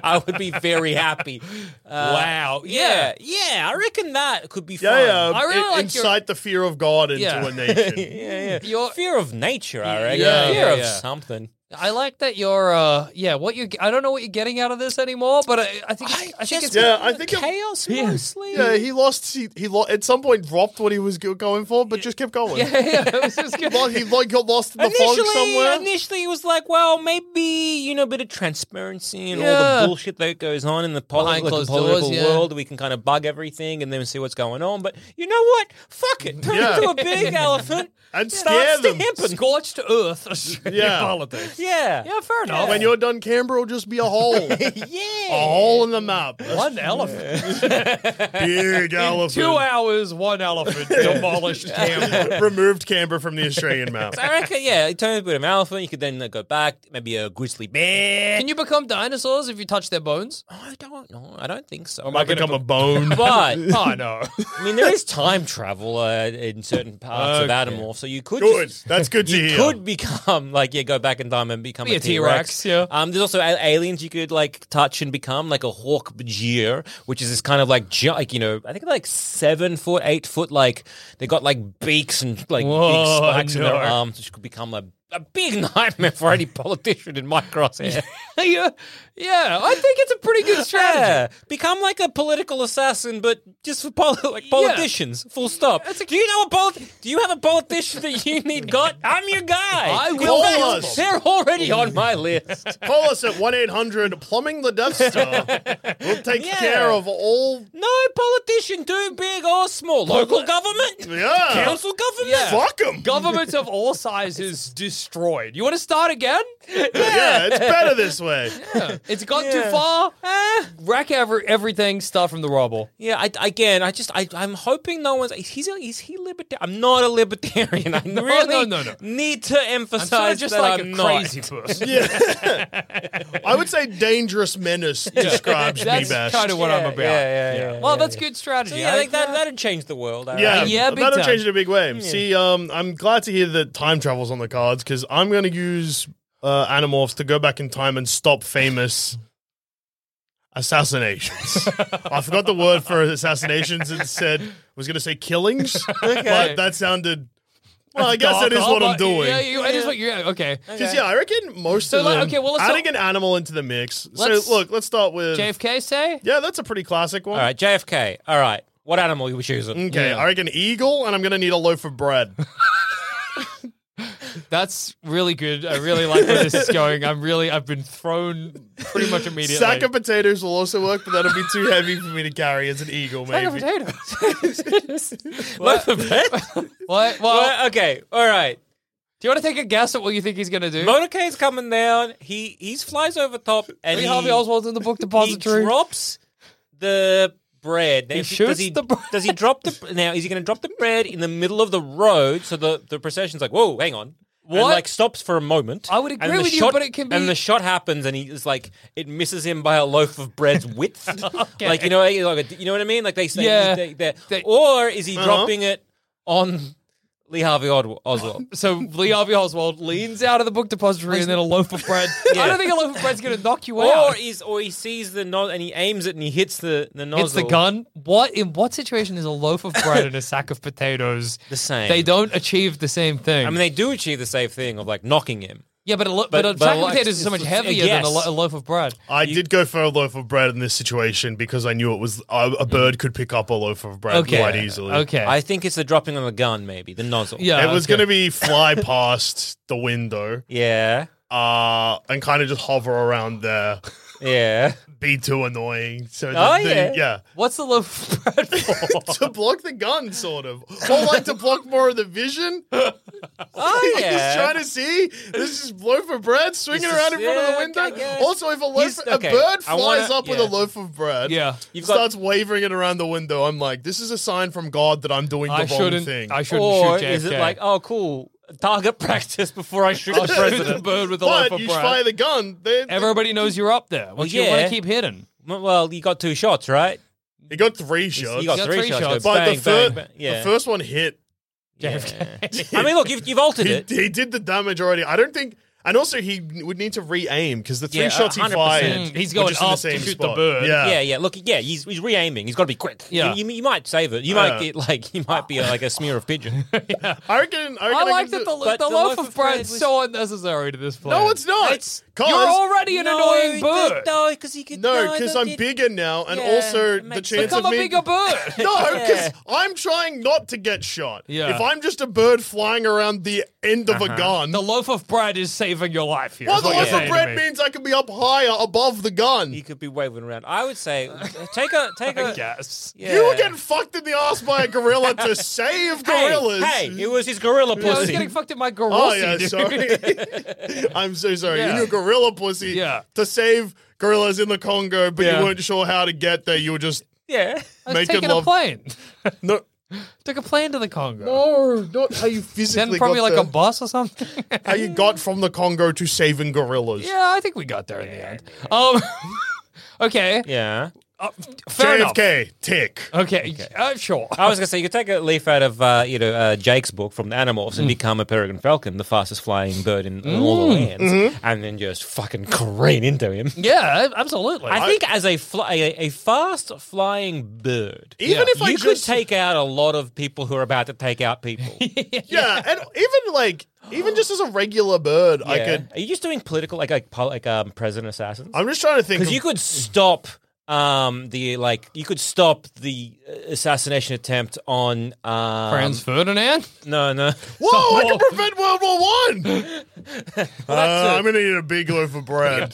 [SPEAKER 4] I would be very happy. Uh,
[SPEAKER 3] Wow.
[SPEAKER 4] Yeah, yeah, I reckon that could be
[SPEAKER 2] Yeah,
[SPEAKER 4] fun.
[SPEAKER 2] yeah.
[SPEAKER 3] I really
[SPEAKER 2] in-
[SPEAKER 3] like your-
[SPEAKER 2] incite the fear of God into
[SPEAKER 3] Yeah.
[SPEAKER 2] a nation.
[SPEAKER 4] yeah, yeah.
[SPEAKER 3] You're-
[SPEAKER 4] fear of nature, I reckon.
[SPEAKER 3] yeah,
[SPEAKER 4] fear
[SPEAKER 3] yeah,
[SPEAKER 4] of
[SPEAKER 3] yeah.
[SPEAKER 4] something.
[SPEAKER 3] I like that you're. Uh, yeah, what you? I don't know what you're getting out of this anymore, but I, I think. I, think it's.
[SPEAKER 2] yeah, I think it-
[SPEAKER 4] chaos mostly.
[SPEAKER 2] Yeah, he lost. He, he lo- at some point dropped what he was go- going for, but just kept going.
[SPEAKER 3] Yeah, yeah, it was just good.
[SPEAKER 2] Like, he like got lost in the fog somewhere.
[SPEAKER 4] Initially, initially, it was like, well, maybe you know, a bit of transparency and all
[SPEAKER 3] Yeah.
[SPEAKER 4] the bullshit that goes on in the, poli-
[SPEAKER 3] Behind
[SPEAKER 4] like, the
[SPEAKER 3] closed
[SPEAKER 4] political
[SPEAKER 3] doors, yeah.
[SPEAKER 4] world. We can kind of bug everything and then see what's going on. But you know what? Fuck it. Turn
[SPEAKER 2] Yeah.
[SPEAKER 4] into a big elephant
[SPEAKER 2] And
[SPEAKER 4] start
[SPEAKER 2] scare them.
[SPEAKER 4] stamping.
[SPEAKER 3] Scorched earth Australian
[SPEAKER 2] Yeah.
[SPEAKER 3] politics.
[SPEAKER 4] Yeah,
[SPEAKER 3] Yeah, fair enough.
[SPEAKER 2] When you're done, Canberra will just be a hole. a hole in the map.
[SPEAKER 3] one elephant.
[SPEAKER 2] Big elephant.
[SPEAKER 3] Two hours, one elephant demolished Canberra.
[SPEAKER 2] Removed Canberra from the Australian map.
[SPEAKER 4] So I reckon, yeah, it turns into an elephant. You could then uh, go back, maybe a grizzly bear.
[SPEAKER 3] Can you become dinosaurs if you touch their bones?
[SPEAKER 4] I don't know. I don't think so.
[SPEAKER 2] Might become a bone.
[SPEAKER 4] but
[SPEAKER 3] Oh no.
[SPEAKER 4] I mean, there is time travel uh, in certain parts of Animorph, so you could
[SPEAKER 2] Good.
[SPEAKER 4] just-
[SPEAKER 2] That's good to
[SPEAKER 4] you
[SPEAKER 2] hear.
[SPEAKER 4] could become like yeah, go back in time and become
[SPEAKER 3] Be
[SPEAKER 4] a
[SPEAKER 3] a
[SPEAKER 4] T Rex.
[SPEAKER 3] T-Rex, yeah.
[SPEAKER 4] Um, there's also a- aliens you could like touch and become like a hawk bajir, which is this kind of like gi- like you know I think like seven foot, eight foot. Like they got like beaks and like big
[SPEAKER 3] Whoa,
[SPEAKER 4] spikes in
[SPEAKER 3] no.
[SPEAKER 4] their arms, which could become a, a big nightmare for any politician in my crosshair.
[SPEAKER 3] yeah, yeah, I think it's a pretty good strategy.
[SPEAKER 4] Yeah, become like a political assassin, but just for poli- like politicians. Full stop. do you know a polit- Do you have a politician that you need? God, I'm your guy.
[SPEAKER 3] I
[SPEAKER 4] In
[SPEAKER 3] will
[SPEAKER 4] fact,
[SPEAKER 2] call us.
[SPEAKER 4] They're already on my list.
[SPEAKER 2] Call us at 1 800 Plumbing the Death Star. We'll take
[SPEAKER 4] Yeah.
[SPEAKER 2] care of all.
[SPEAKER 4] No politician, too big or small. Local government,
[SPEAKER 2] Yeah.
[SPEAKER 4] council government.
[SPEAKER 3] Yeah.
[SPEAKER 2] Fuck 'em.
[SPEAKER 3] Governments of all sizes destroyed. You want to start again?
[SPEAKER 2] Yeah, it's better this way.
[SPEAKER 3] It's gone
[SPEAKER 4] Yeah.
[SPEAKER 3] too far. Eh, wreck every, everything. Start from the rubble.
[SPEAKER 4] Yeah, I, again, I just I, I'm hoping no one's. He's a, is he libertarian? I'm not a libertarian. I
[SPEAKER 3] No,
[SPEAKER 4] really
[SPEAKER 3] no, no, no.
[SPEAKER 4] need to emphasize
[SPEAKER 3] I'm sort of just
[SPEAKER 4] that
[SPEAKER 3] like
[SPEAKER 4] I'm
[SPEAKER 3] a
[SPEAKER 4] not.
[SPEAKER 3] crazy person.
[SPEAKER 2] I would say dangerous menace describes me
[SPEAKER 3] That's
[SPEAKER 2] best.
[SPEAKER 3] kind of what I'm
[SPEAKER 4] Yeah,
[SPEAKER 3] about.
[SPEAKER 4] yeah, yeah, yeah,
[SPEAKER 3] well, that's good strategy.
[SPEAKER 4] So yeah,
[SPEAKER 3] I-
[SPEAKER 4] like that that'd change the world. I
[SPEAKER 2] Yeah,
[SPEAKER 4] reckon.
[SPEAKER 3] yeah, big
[SPEAKER 2] that'll
[SPEAKER 3] time.
[SPEAKER 2] change it a big way. See, um, I'm glad to hear that time travel's on the cards because I'm going to use uh, Animorphs to go back in time and stop famous assassinations. I forgot the word for assassinations and said I was going to say killings, but that sounded. Well, I guess that is
[SPEAKER 3] Oh,
[SPEAKER 2] what I'm
[SPEAKER 3] but-
[SPEAKER 2] doing.
[SPEAKER 3] Yeah, you, it is what you're. Okay.
[SPEAKER 2] 'Cause, yeah, I reckon most
[SPEAKER 3] So,
[SPEAKER 2] of
[SPEAKER 3] like,
[SPEAKER 2] them.
[SPEAKER 3] okay, well, let's
[SPEAKER 2] adding
[SPEAKER 3] start-
[SPEAKER 2] an animal into the mix.
[SPEAKER 3] Let's-
[SPEAKER 2] so look, let's start with.
[SPEAKER 3] JFK say.
[SPEAKER 2] yeah, that's a pretty classic one.
[SPEAKER 4] All right, JFK. All right. What animal you choosing?
[SPEAKER 2] Okay, I reckon eagle, and I'm going to need a loaf of bread.
[SPEAKER 3] That's really good. I really like where this is going. I'm really. I've been thrown pretty much immediately.
[SPEAKER 2] Sack of potatoes will also work, but that'll be too heavy for me to carry as an eagle, maybe.
[SPEAKER 3] potatoes.
[SPEAKER 4] Loaf of bread?
[SPEAKER 3] what? Well,
[SPEAKER 4] Well, okay. All right.
[SPEAKER 3] do you want to take a guess at what you think he's going to do?
[SPEAKER 4] Motorcade's coming down. He he flies over top and
[SPEAKER 3] Lee
[SPEAKER 4] he,
[SPEAKER 3] Harvey Oswald's in the book
[SPEAKER 4] he
[SPEAKER 3] depository.
[SPEAKER 4] drops the bread. Now,
[SPEAKER 3] He
[SPEAKER 4] if- does
[SPEAKER 3] shoots
[SPEAKER 4] he,
[SPEAKER 3] the bread.
[SPEAKER 4] Does he drop the now? Is he going to drop the bread in the middle of the road so the the procession's like, whoa, hang on, and
[SPEAKER 3] What?
[SPEAKER 4] like stops for a moment.
[SPEAKER 3] I would
[SPEAKER 4] and
[SPEAKER 3] agree
[SPEAKER 4] the
[SPEAKER 3] with you,
[SPEAKER 4] shot-
[SPEAKER 3] but it can be-
[SPEAKER 4] And the shot happens, and he is like, it misses him by a loaf of bread's width. Like you know, like, you know what I mean? Like they say,
[SPEAKER 3] Yeah.
[SPEAKER 4] they, they,
[SPEAKER 3] They-
[SPEAKER 4] or is he dropping it on Lee Harvey Oswald? Oswald?
[SPEAKER 3] So Lee Harvey Oswald leans out of the book depository and then a loaf of bread. I don't think a loaf of bread's going to knock you
[SPEAKER 4] or
[SPEAKER 3] out.
[SPEAKER 4] is or he sees the no- and he aims it and he hits the the nozzle.
[SPEAKER 3] It's the gun. What in what situation is a loaf of bread and a sack of potatoes
[SPEAKER 4] The same.
[SPEAKER 3] They don't achieve the same thing.
[SPEAKER 4] I mean, they do achieve the same thing of like knocking him.
[SPEAKER 3] yeah, but a, lo-
[SPEAKER 4] but-
[SPEAKER 3] but, a
[SPEAKER 4] but
[SPEAKER 3] sack
[SPEAKER 4] a
[SPEAKER 3] of
[SPEAKER 4] lo-
[SPEAKER 3] potatoes is so much
[SPEAKER 4] it's- it's-
[SPEAKER 3] heavier than a, lo-
[SPEAKER 4] yes.
[SPEAKER 3] a loaf of bread.
[SPEAKER 2] I did go for a loaf of bread in this situation because I knew it was a, a bird could pick up a loaf of bread
[SPEAKER 3] Okay.
[SPEAKER 2] quite easily.
[SPEAKER 3] Okay.
[SPEAKER 4] I think it's the dropping on the gun, maybe the nozzle.
[SPEAKER 3] yeah,
[SPEAKER 2] It was
[SPEAKER 3] okay.
[SPEAKER 2] going to be fly past the window
[SPEAKER 4] yeah,
[SPEAKER 2] uh, and kind of just hover around there,
[SPEAKER 4] yeah.
[SPEAKER 2] be too annoying. So
[SPEAKER 4] Oh,
[SPEAKER 2] that they-
[SPEAKER 4] yeah.
[SPEAKER 3] What's the loaf of bread for?
[SPEAKER 2] yeah. to block the gun, sort of. Or like to block more of the vision.
[SPEAKER 4] Oh
[SPEAKER 2] Like he's trying to see. This is loaf of bread swinging
[SPEAKER 4] This is-
[SPEAKER 2] around in front of
[SPEAKER 4] yeah,
[SPEAKER 2] the window.
[SPEAKER 4] I guess.
[SPEAKER 2] also, if a loaf,
[SPEAKER 4] He's-
[SPEAKER 2] a
[SPEAKER 4] okay,
[SPEAKER 2] bird
[SPEAKER 4] I
[SPEAKER 2] flies
[SPEAKER 4] wanna-
[SPEAKER 2] up with
[SPEAKER 4] yeah.
[SPEAKER 2] a loaf of bread,
[SPEAKER 3] Yeah.
[SPEAKER 4] You've got-
[SPEAKER 2] starts wavering it around the window. I'm like, this is a sign from God that I'm doing the
[SPEAKER 3] I
[SPEAKER 2] wrong
[SPEAKER 3] shouldn't.
[SPEAKER 2] thing.
[SPEAKER 3] I shouldn't
[SPEAKER 4] or
[SPEAKER 3] shoot JFK.
[SPEAKER 4] is it like, oh, cool, target practice before I shoot the
[SPEAKER 3] shoot the
[SPEAKER 4] president?
[SPEAKER 3] bird with a loaf
[SPEAKER 2] but
[SPEAKER 3] of
[SPEAKER 2] you
[SPEAKER 3] bread?
[SPEAKER 2] fire the gun. They, they-
[SPEAKER 3] Everybody knows you're up there. What you want
[SPEAKER 4] yeah.
[SPEAKER 3] to keep hidden?
[SPEAKER 4] M- well, you got two shots, right?
[SPEAKER 2] he got three shots.
[SPEAKER 4] You got,
[SPEAKER 3] got
[SPEAKER 4] three,
[SPEAKER 3] three
[SPEAKER 4] shots.
[SPEAKER 3] shots.
[SPEAKER 4] Go
[SPEAKER 2] but
[SPEAKER 4] bang,
[SPEAKER 2] the, fir-
[SPEAKER 4] bang, bang. Yeah.
[SPEAKER 2] the first one hit.
[SPEAKER 4] I mean, look, you've, you've altered
[SPEAKER 2] He,
[SPEAKER 4] it.
[SPEAKER 2] he did the damage already. I don't think. And also, he would need to re-aim because the three
[SPEAKER 4] Yeah,
[SPEAKER 2] shots he
[SPEAKER 4] 100%.
[SPEAKER 2] fired,
[SPEAKER 3] Mm, he's
[SPEAKER 2] were
[SPEAKER 3] going
[SPEAKER 2] just in the
[SPEAKER 3] up to
[SPEAKER 2] same
[SPEAKER 3] shoot the
[SPEAKER 2] spot.
[SPEAKER 3] bird.
[SPEAKER 2] Yeah,
[SPEAKER 4] Yeah, yeah. Look, yeah, he's, he's re-aiming. He's got to be quick.
[SPEAKER 3] Yeah.
[SPEAKER 4] You, you, you might save it. You might
[SPEAKER 2] Yeah.
[SPEAKER 4] get like you might be uh, like a smear of pigeon.
[SPEAKER 2] I reckon. I, reckon
[SPEAKER 3] I
[SPEAKER 2] can
[SPEAKER 3] like
[SPEAKER 2] do-
[SPEAKER 3] that the,
[SPEAKER 4] but
[SPEAKER 3] the,
[SPEAKER 4] the
[SPEAKER 3] loaf,
[SPEAKER 4] loaf
[SPEAKER 3] of
[SPEAKER 4] of bread
[SPEAKER 3] bread's
[SPEAKER 4] was-
[SPEAKER 3] so unnecessary to this point.
[SPEAKER 2] No, it's not.
[SPEAKER 4] It's-
[SPEAKER 2] Cause-
[SPEAKER 3] You're already an annoying bird.
[SPEAKER 4] No, because he could.
[SPEAKER 2] No,
[SPEAKER 4] I
[SPEAKER 2] because
[SPEAKER 4] don't
[SPEAKER 2] I'm
[SPEAKER 4] get-
[SPEAKER 2] bigger now, and
[SPEAKER 4] Yeah,
[SPEAKER 2] also
[SPEAKER 4] it
[SPEAKER 2] the
[SPEAKER 4] makes
[SPEAKER 2] chance
[SPEAKER 4] sense.
[SPEAKER 3] Become
[SPEAKER 2] of
[SPEAKER 3] a
[SPEAKER 2] me.
[SPEAKER 3] bigger bird.
[SPEAKER 2] No, because
[SPEAKER 4] Yeah.
[SPEAKER 2] I'm trying not to get shot.
[SPEAKER 3] Yeah.
[SPEAKER 2] If I'm just a bird flying around the end of a gun,
[SPEAKER 3] The loaf of bread is saving your life here.
[SPEAKER 2] well,
[SPEAKER 3] is
[SPEAKER 2] the
[SPEAKER 3] what you're
[SPEAKER 2] loaf of
[SPEAKER 3] saying to
[SPEAKER 2] bread
[SPEAKER 3] me.
[SPEAKER 2] means I can be up higher above the gun.
[SPEAKER 4] He could be waving around. I would say uh, take a take a.
[SPEAKER 3] Yes.
[SPEAKER 4] yeah.
[SPEAKER 2] You were getting fucked in the ass by a gorilla to save gorillas.
[SPEAKER 4] Hey, hey, it was his gorilla
[SPEAKER 3] Yeah, I was
[SPEAKER 4] pussy.
[SPEAKER 3] getting fucked at my garage.
[SPEAKER 2] Oh yeah, sorry. I'm so sorry.
[SPEAKER 3] Yeah.
[SPEAKER 2] You knew gorilla pussy
[SPEAKER 3] Yeah.
[SPEAKER 2] to save gorillas in the Congo, but
[SPEAKER 3] Yeah.
[SPEAKER 2] you weren't sure how to get there. You were just
[SPEAKER 4] yeah.
[SPEAKER 3] I was
[SPEAKER 2] making
[SPEAKER 3] taking a
[SPEAKER 2] love.
[SPEAKER 3] plane.
[SPEAKER 2] no,
[SPEAKER 3] Took a plane to the Congo.
[SPEAKER 2] no, not how you
[SPEAKER 3] then
[SPEAKER 2] physically.
[SPEAKER 3] probably
[SPEAKER 2] got
[SPEAKER 3] like
[SPEAKER 2] there.
[SPEAKER 3] a bus or something.
[SPEAKER 2] how you got from the Congo to saving gorillas.
[SPEAKER 3] yeah, I think we got there in the end. Um, okay,
[SPEAKER 4] Yeah.
[SPEAKER 3] fair enough.
[SPEAKER 2] JFK, tick.
[SPEAKER 3] Okay, uh, sure.
[SPEAKER 4] I was gonna say you could take a leaf out of uh, you know uh, Jake's book from the Animorphs and become a peregrine falcon, the fastest flying bird in, in all the lands,
[SPEAKER 2] Mm-hmm.
[SPEAKER 4] and then just fucking careen into him.
[SPEAKER 3] Yeah, absolutely.
[SPEAKER 4] I think as a, fly, a a fast flying bird,
[SPEAKER 2] Even if I
[SPEAKER 4] you
[SPEAKER 2] just-
[SPEAKER 4] could take out a lot of people who are about to take out people.
[SPEAKER 2] Yeah, and even like even just as a regular bird, I
[SPEAKER 4] Yeah.
[SPEAKER 2] could.
[SPEAKER 4] Are you just doing political like like, pol- like um, president assassins?
[SPEAKER 2] I'm just trying to think.
[SPEAKER 4] Because
[SPEAKER 2] of-
[SPEAKER 4] you could stop um the like you could stop the uh, assassination attempt on um,
[SPEAKER 3] Franz Ferdinand.
[SPEAKER 4] No, no.
[SPEAKER 2] Whoa! I can prevent World War One.
[SPEAKER 4] that's
[SPEAKER 2] uh,
[SPEAKER 4] it.
[SPEAKER 2] I'm gonna eat a big loaf of bread.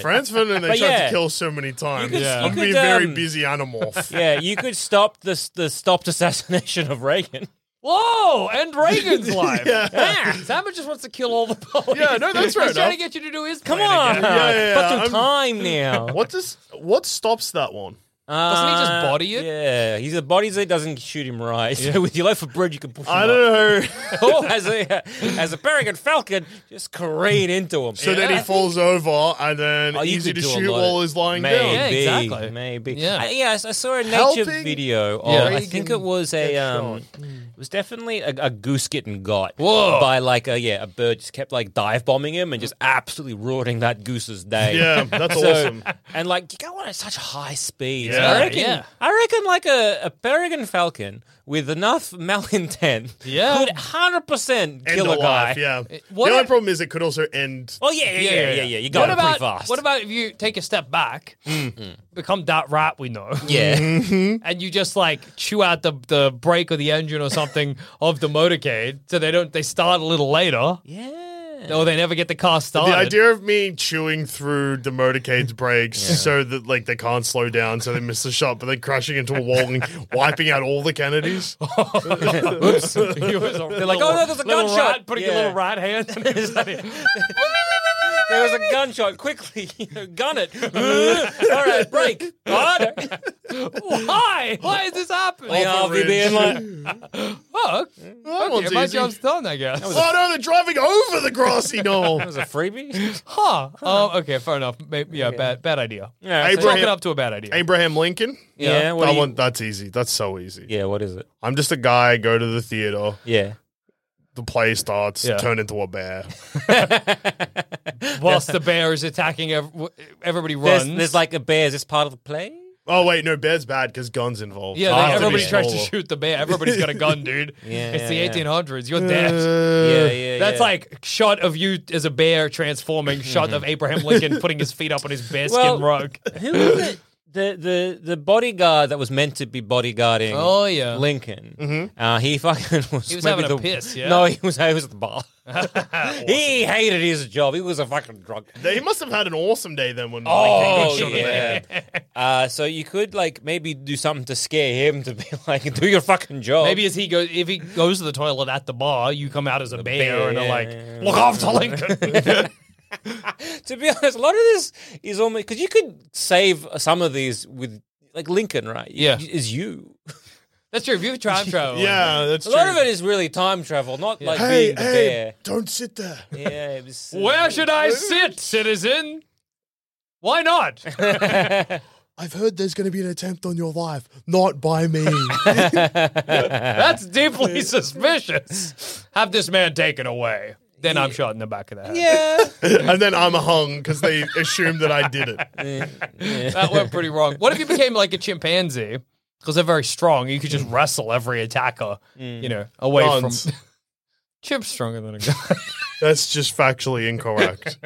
[SPEAKER 2] France Ferdinand, they
[SPEAKER 4] But
[SPEAKER 2] tried
[SPEAKER 4] yeah.
[SPEAKER 2] to kill so many times.
[SPEAKER 4] could- Yeah. you
[SPEAKER 2] I'm
[SPEAKER 4] could,
[SPEAKER 2] being a very
[SPEAKER 4] um,
[SPEAKER 2] busy animorph.
[SPEAKER 4] yeah, you could stop the the stopped assassination of Reagan.
[SPEAKER 3] Whoa, and Reagan's life.
[SPEAKER 2] Yeah.
[SPEAKER 3] Salmon just wants to kill all the police.
[SPEAKER 2] Yeah, no, that's
[SPEAKER 3] He's
[SPEAKER 2] fair
[SPEAKER 3] trying to
[SPEAKER 2] enough.
[SPEAKER 3] get you to do his
[SPEAKER 4] Come
[SPEAKER 3] plan
[SPEAKER 4] on,
[SPEAKER 3] again.
[SPEAKER 2] Yeah, yeah,
[SPEAKER 4] put some
[SPEAKER 2] yeah, I'm-
[SPEAKER 4] time now.
[SPEAKER 2] What does what stops that one?
[SPEAKER 3] Doesn't he just body it?
[SPEAKER 4] Yeah, he's the bodies it doesn't shoot him right. So with your loaf of bread, you can push him.
[SPEAKER 2] I don't know.
[SPEAKER 4] know. as a as a peregrine falcon, just careen into him.
[SPEAKER 2] So then he falls over, and then
[SPEAKER 4] Oh, you
[SPEAKER 2] easy to
[SPEAKER 4] could do a
[SPEAKER 2] shoot
[SPEAKER 4] lot
[SPEAKER 2] while
[SPEAKER 4] of-
[SPEAKER 2] he's lying
[SPEAKER 4] maybe,
[SPEAKER 2] down.
[SPEAKER 3] Yeah, exactly.
[SPEAKER 4] Maybe.
[SPEAKER 3] Yeah.
[SPEAKER 4] I, yeah, I s- I saw a nature
[SPEAKER 2] Helping
[SPEAKER 4] video. Of,
[SPEAKER 3] Yeah.
[SPEAKER 4] I think it was a.
[SPEAKER 2] get
[SPEAKER 4] Um, it was definitely a, a goose getting got
[SPEAKER 3] Whoa.
[SPEAKER 4] by like a yeah a bird just kept like dive bombing him and just absolutely ruining that goose's day.
[SPEAKER 2] Yeah, that's
[SPEAKER 4] So-
[SPEAKER 2] awesome.
[SPEAKER 4] And like you go on at such high speeds.
[SPEAKER 2] Yeah.
[SPEAKER 4] I reckon
[SPEAKER 3] Yeah.
[SPEAKER 4] I reckon like a, a peregrine falcon with enough malintent
[SPEAKER 3] Yeah.
[SPEAKER 4] could hundred percent
[SPEAKER 2] End
[SPEAKER 4] kill
[SPEAKER 2] of
[SPEAKER 4] a guy. Eh,
[SPEAKER 2] life. Yeah.
[SPEAKER 3] what
[SPEAKER 2] the
[SPEAKER 3] if-
[SPEAKER 2] only problem is it could also end.
[SPEAKER 4] Oh yeah, yeah, yeah, yeah, yeah. You got
[SPEAKER 3] What
[SPEAKER 4] it
[SPEAKER 3] about
[SPEAKER 4] pretty fast. Mm.
[SPEAKER 3] what about if you take a step back, become that rat we know,
[SPEAKER 2] Mm-hmm.
[SPEAKER 4] yeah?
[SPEAKER 3] and you just like chew out the the brake or the engine or something of the motorcade, so they don't they start a little later,
[SPEAKER 4] yeah.
[SPEAKER 3] or they never get the car
[SPEAKER 4] Oh,
[SPEAKER 3] started.
[SPEAKER 2] The idea of me chewing through the motorcade's brakes so that like they can't slow down, so they miss the shot, but then crashing into a wall and wiping out all the Kennedys.
[SPEAKER 3] Oops. They're like,
[SPEAKER 4] "Oh, no, there's a gunshot."
[SPEAKER 3] putting a
[SPEAKER 4] Yeah.
[SPEAKER 3] little rat hand. in his name.
[SPEAKER 4] There was a gunshot. Quickly, gun it. All right, break. God.
[SPEAKER 3] Why? Why is this happening?
[SPEAKER 4] Like, I'll be being like,
[SPEAKER 3] oh, okay,
[SPEAKER 2] That one's
[SPEAKER 3] my
[SPEAKER 2] easy.
[SPEAKER 3] job's done, I guess.
[SPEAKER 2] Oh no, they're driving over the grassy knoll.
[SPEAKER 4] that was a freebie.
[SPEAKER 3] Huh. Oh, okay, fair enough. Maybe, yeah, bad, bad idea.
[SPEAKER 4] Yeah,
[SPEAKER 3] It's
[SPEAKER 4] Abraham-
[SPEAKER 3] Chalk it up to a bad idea.
[SPEAKER 2] Abraham Lincoln.
[SPEAKER 4] Yeah, what
[SPEAKER 2] that
[SPEAKER 4] do you-
[SPEAKER 2] one. That's easy. That's so easy.
[SPEAKER 4] yeah, what is it?
[SPEAKER 2] I'm just a guy. Go to the theater.
[SPEAKER 4] Yeah.
[SPEAKER 2] The play starts.
[SPEAKER 3] Yeah.
[SPEAKER 2] Turn into a bear.
[SPEAKER 3] Whilst the bear is attacking, ev- w- everybody
[SPEAKER 4] There's,
[SPEAKER 3] runs.
[SPEAKER 4] there's like a bear. Is this part of the play?
[SPEAKER 2] Oh wait, no, bear's bad because guns involved.
[SPEAKER 3] yeah,
[SPEAKER 2] It
[SPEAKER 3] like,
[SPEAKER 2] has to be
[SPEAKER 3] everybody tries to
[SPEAKER 2] smaller.
[SPEAKER 3] shoot the bear. Everybody's got a gun, dude.
[SPEAKER 4] Yeah,
[SPEAKER 3] it's
[SPEAKER 4] yeah, yeah.
[SPEAKER 3] the 1800s. You're dead.
[SPEAKER 4] Uh, yeah, yeah.
[SPEAKER 3] That's
[SPEAKER 4] yeah.
[SPEAKER 3] like shot of you as a bear transforming, shot of Abraham Lincoln putting his feet up on his bearskin
[SPEAKER 4] Well-
[SPEAKER 3] rug.
[SPEAKER 4] Who was it? The, the the bodyguard that was meant to be bodyguarding
[SPEAKER 3] Oh, yeah.
[SPEAKER 4] Lincoln. Uh, he fucking was.
[SPEAKER 3] He was
[SPEAKER 4] maybe
[SPEAKER 3] having a
[SPEAKER 4] the-
[SPEAKER 3] piss, yeah?
[SPEAKER 4] No, he was. He was at the bar. He hated his job. He was a fucking drug.
[SPEAKER 2] He must have had an awesome day then when
[SPEAKER 4] Oh,
[SPEAKER 2] Lincoln got shot in the head.
[SPEAKER 4] yeah. Uh, so you could like maybe do something to scare him to be like, do your fucking job.
[SPEAKER 3] Maybe as he goes, if he goes to the toilet at the bar, you come out as a bear,
[SPEAKER 4] bear,
[SPEAKER 3] and are
[SPEAKER 4] yeah,
[SPEAKER 3] like,
[SPEAKER 4] yeah,
[SPEAKER 3] "Look after Lincoln."
[SPEAKER 4] to be honest, a lot of this is almost because you could save some of these with like Lincoln, right? You-
[SPEAKER 3] Yeah.
[SPEAKER 4] is you.
[SPEAKER 3] That's true. If you time travel,
[SPEAKER 2] Yeah, that's
[SPEAKER 4] Oh, A
[SPEAKER 2] true.
[SPEAKER 4] lot of it is really time travel, not like
[SPEAKER 2] Hey,
[SPEAKER 4] being the
[SPEAKER 2] hey, don't sit there.
[SPEAKER 4] bear. Yeah, it was, uh,
[SPEAKER 3] Where should I sit, citizen? Why not?
[SPEAKER 2] I've heard there's going to be an attempt on your life, not by me.
[SPEAKER 3] That's deeply suspicious. Have this man taken away. Then I'm shot in the back of the head.
[SPEAKER 4] yeah.
[SPEAKER 2] and then I'm hung because they assume that I did it.
[SPEAKER 3] That went pretty wrong. What if you became like a chimpanzee? Because they're very strong. You could
[SPEAKER 4] Mm.
[SPEAKER 3] just wrestle every attacker, you know, away
[SPEAKER 2] Guns.
[SPEAKER 3] from. Chimp's stronger than a guy.
[SPEAKER 2] That's just factually incorrect.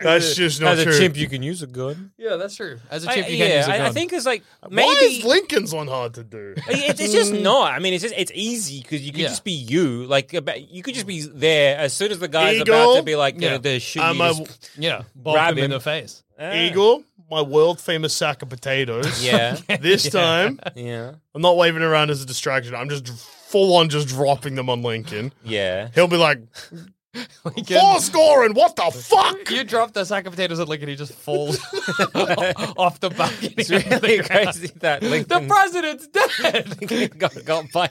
[SPEAKER 2] That's just not
[SPEAKER 4] As
[SPEAKER 2] true.
[SPEAKER 4] a chimp, you can use a gun.
[SPEAKER 3] yeah, that's true. As a
[SPEAKER 4] I,
[SPEAKER 3] chimp, you can
[SPEAKER 4] yeah,
[SPEAKER 3] use a
[SPEAKER 4] I-
[SPEAKER 3] gun.
[SPEAKER 4] I, think it's like maybe.
[SPEAKER 2] Why is Lincoln's one hard to do?
[SPEAKER 4] It- it's just
[SPEAKER 2] Mm.
[SPEAKER 4] not. I mean, it's just it's easy because you could
[SPEAKER 3] Yeah.
[SPEAKER 4] just be you. Like about, you could just be there as soon as the guy's
[SPEAKER 2] Eagle?
[SPEAKER 4] about to be like, you
[SPEAKER 3] Yeah.
[SPEAKER 4] know, the shoot.
[SPEAKER 2] I'm
[SPEAKER 4] you
[SPEAKER 2] a
[SPEAKER 4] just-
[SPEAKER 3] yeah, bump
[SPEAKER 4] Grab
[SPEAKER 3] him, in
[SPEAKER 4] him.
[SPEAKER 3] the face.
[SPEAKER 4] Ah.
[SPEAKER 2] Uh, eagle, my world famous sack of potatoes.
[SPEAKER 4] Yeah,
[SPEAKER 2] This time,
[SPEAKER 4] yeah,
[SPEAKER 2] I'm not waving around as a distraction. I'm just full on just dropping them on Lincoln.
[SPEAKER 4] yeah.
[SPEAKER 2] He'll be like,
[SPEAKER 3] Lincoln,
[SPEAKER 4] um,
[SPEAKER 2] four scoring, what the fuck?
[SPEAKER 3] you drop the sack of potatoes at Lincoln, he just falls off the balcony.
[SPEAKER 4] It's really crazy that
[SPEAKER 3] The
[SPEAKER 4] Lincoln
[SPEAKER 3] president's dead.
[SPEAKER 4] got got by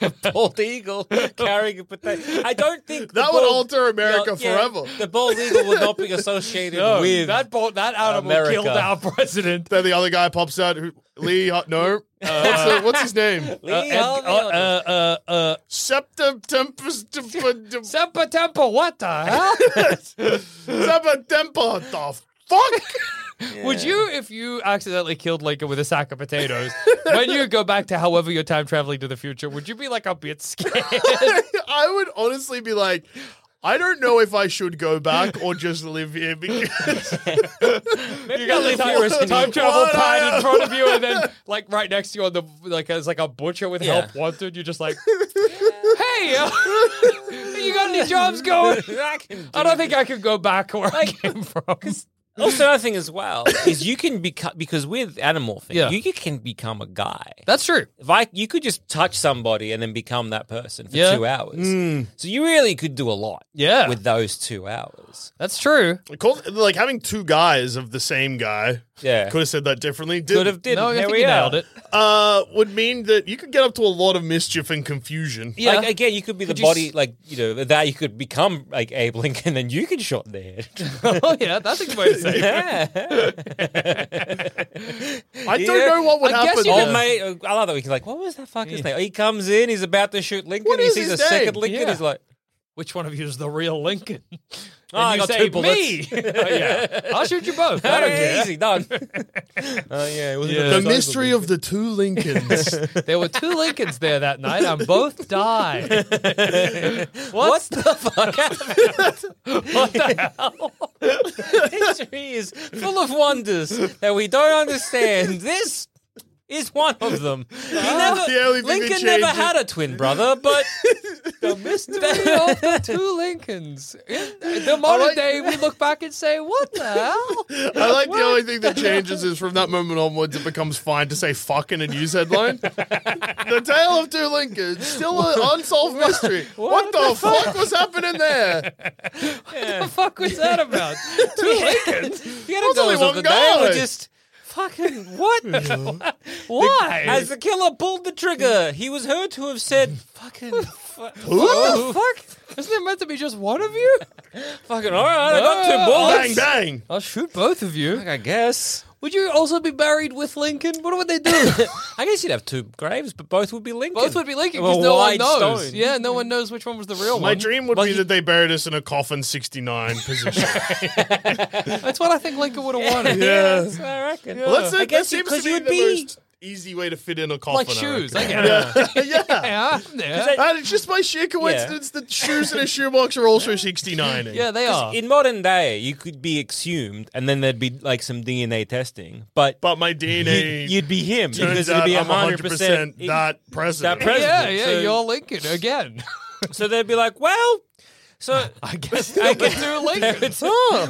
[SPEAKER 4] a bald eagle carrying a potato. I don't think the
[SPEAKER 2] That would
[SPEAKER 4] bald-
[SPEAKER 2] alter America
[SPEAKER 4] yeah,
[SPEAKER 2] forever. uh,
[SPEAKER 4] The bald eagle would not be associated
[SPEAKER 3] No,
[SPEAKER 4] with
[SPEAKER 3] that bo- that animal
[SPEAKER 4] America.
[SPEAKER 3] killed our president.
[SPEAKER 2] Then the other guy pops out. Who, Lee, Ho- no. Uh, what's, the- what's his name?
[SPEAKER 4] Lee
[SPEAKER 3] Uh,
[SPEAKER 4] Harvey Oswald.
[SPEAKER 3] uh, uh, uh,
[SPEAKER 2] Septa tempus tempa
[SPEAKER 3] Semper Temper, what the hell?
[SPEAKER 2] tempa. The fuck?
[SPEAKER 3] Would you, if you accidentally killed Lincoln with a sack of potatoes, when you go back to however you're time traveling to the future, would you be like a bit scared?
[SPEAKER 2] I would honestly be like, I don't know if I should go back or just live here because
[SPEAKER 3] you got the time, time travel
[SPEAKER 2] What
[SPEAKER 3] pad
[SPEAKER 2] I-
[SPEAKER 3] in front of you, and then like right next to you on the like as like a butcher with
[SPEAKER 4] Yeah.
[SPEAKER 3] help wanted. You're just like, hey, uh, you got any jobs going?
[SPEAKER 4] I can
[SPEAKER 3] I don't think I could go back where I came from.
[SPEAKER 4] Also, another thing as well is you can become because with animorphing,
[SPEAKER 3] Yeah.
[SPEAKER 4] you can become a guy.
[SPEAKER 3] That's true.
[SPEAKER 4] If I, you could just touch somebody and then become that person for
[SPEAKER 3] Yeah.
[SPEAKER 4] two hours.
[SPEAKER 2] Hmm.
[SPEAKER 4] So you really could do a lot.
[SPEAKER 3] Yeah.
[SPEAKER 4] with those two hours.
[SPEAKER 3] That's true.
[SPEAKER 2] Call- like having two guys of the same guy.
[SPEAKER 4] Yeah.
[SPEAKER 2] could have said that differently. Did,
[SPEAKER 4] Could have did.
[SPEAKER 3] No, I
[SPEAKER 4] Here
[SPEAKER 3] think
[SPEAKER 4] we
[SPEAKER 3] you
[SPEAKER 4] are.
[SPEAKER 3] nailed it.
[SPEAKER 2] uh, would mean that you could get up to a lot of mischief and confusion.
[SPEAKER 3] Yeah.
[SPEAKER 4] Like again, you could be
[SPEAKER 3] Could
[SPEAKER 4] the
[SPEAKER 3] you
[SPEAKER 4] body,
[SPEAKER 3] s-
[SPEAKER 4] like you know, that you could become like Abe Lincoln, and you could shot the head.
[SPEAKER 3] oh yeah, that's a good way to say it.
[SPEAKER 2] I don't
[SPEAKER 4] Yeah.
[SPEAKER 2] know what would
[SPEAKER 3] I guess
[SPEAKER 2] happen.
[SPEAKER 3] you
[SPEAKER 4] Oh
[SPEAKER 3] Yeah.
[SPEAKER 4] mate, uh, I love that. He's like, what was that fucker's name? He comes in, he's about to shoot Lincoln.
[SPEAKER 2] What
[SPEAKER 4] he
[SPEAKER 2] is
[SPEAKER 4] sees a
[SPEAKER 2] his
[SPEAKER 4] second
[SPEAKER 2] name?
[SPEAKER 4] Lincoln.
[SPEAKER 3] Yeah.
[SPEAKER 4] He's like, "Ah,
[SPEAKER 3] Which one of you is the real Lincoln? And
[SPEAKER 4] I
[SPEAKER 3] you
[SPEAKER 4] got
[SPEAKER 3] say,
[SPEAKER 4] two bullets.
[SPEAKER 3] Me. Oh, yeah. I'll shoot you both. I don't
[SPEAKER 4] hey,
[SPEAKER 3] care.
[SPEAKER 4] easy done. Oh yeah, it wasn't
[SPEAKER 3] Yeah.
[SPEAKER 2] the
[SPEAKER 4] design
[SPEAKER 2] mystery of the two Lincolns.
[SPEAKER 3] There were two Lincolns there that night, and both died. What's the fuck? what the hell?
[SPEAKER 4] history is full of wonders that we don't understand. This is one of them. He never,
[SPEAKER 2] the only thing they
[SPEAKER 4] Lincoln never
[SPEAKER 2] changed
[SPEAKER 4] had a twin brother, but
[SPEAKER 3] The mystery of the two Lincolns. In the modern
[SPEAKER 2] like-
[SPEAKER 3] day, we look back and say, "What the hell?"
[SPEAKER 2] I like the only thing that changes is from that moment onwards, it becomes fine to say fuck in a news headline. the Tale of Two Lincolns, still an unsolved mystery. What, the fuck? was happening there?
[SPEAKER 3] What the fuck was that about?
[SPEAKER 4] two Lincolns. The other
[SPEAKER 2] That's only
[SPEAKER 4] goals of
[SPEAKER 2] one
[SPEAKER 4] the day were
[SPEAKER 2] guy.
[SPEAKER 4] just fucking what?
[SPEAKER 3] Why?
[SPEAKER 4] As the killer pulled the trigger, he was heard to have said, "Fucking, fu-
[SPEAKER 3] what the fuck? Isn't it meant to be just one of you?
[SPEAKER 4] fucking, all right, I got
[SPEAKER 3] Ah.
[SPEAKER 4] two
[SPEAKER 2] Bang,
[SPEAKER 4] bullets."
[SPEAKER 2] bang.
[SPEAKER 3] I'll shoot both of you.
[SPEAKER 4] I guess.
[SPEAKER 3] Would you also be buried with Lincoln? What would they do?
[SPEAKER 4] I guess you'd have two graves, but both would be Lincoln.
[SPEAKER 3] Both would be Lincoln
[SPEAKER 4] Well,
[SPEAKER 3] because no one
[SPEAKER 4] wide
[SPEAKER 3] knows.
[SPEAKER 4] stone.
[SPEAKER 3] Yeah, no one knows which one was the real
[SPEAKER 2] My
[SPEAKER 3] one.
[SPEAKER 2] dream would
[SPEAKER 4] Well,
[SPEAKER 2] be
[SPEAKER 4] he-
[SPEAKER 2] that they buried us in a coffin 69 position.
[SPEAKER 3] That's what I think Lincoln would have wanted.
[SPEAKER 4] Yeah, that's what I reckon.
[SPEAKER 2] Well, that's it.
[SPEAKER 4] I
[SPEAKER 2] that
[SPEAKER 4] guess
[SPEAKER 2] seems
[SPEAKER 4] because
[SPEAKER 2] to
[SPEAKER 4] you
[SPEAKER 2] be
[SPEAKER 4] would
[SPEAKER 2] the
[SPEAKER 4] be
[SPEAKER 2] most easy way to fit in a coffin.
[SPEAKER 3] Like shoes. I
[SPEAKER 2] reckon.
[SPEAKER 3] get it.
[SPEAKER 2] yeah.
[SPEAKER 3] Yeah, I'm there.
[SPEAKER 4] they-
[SPEAKER 2] And it's just by sheer coincidence that shoes in a shoebox are also 69.
[SPEAKER 3] yeah, they are.
[SPEAKER 4] in modern day. You could be exhumed, and then there'd be like some DNA testing, but
[SPEAKER 2] But my DNA
[SPEAKER 4] you'd, you'd be him
[SPEAKER 2] turns
[SPEAKER 4] because it'd
[SPEAKER 2] out
[SPEAKER 4] be
[SPEAKER 2] I'm
[SPEAKER 4] 100
[SPEAKER 2] 100% that president.
[SPEAKER 4] that president.
[SPEAKER 3] yeah, yeah,
[SPEAKER 4] so-
[SPEAKER 3] you're Lincoln again.
[SPEAKER 4] So they'd be like, well, so
[SPEAKER 3] I guess
[SPEAKER 4] I
[SPEAKER 3] I
[SPEAKER 4] guess
[SPEAKER 3] guess they're Lincoln.
[SPEAKER 4] it's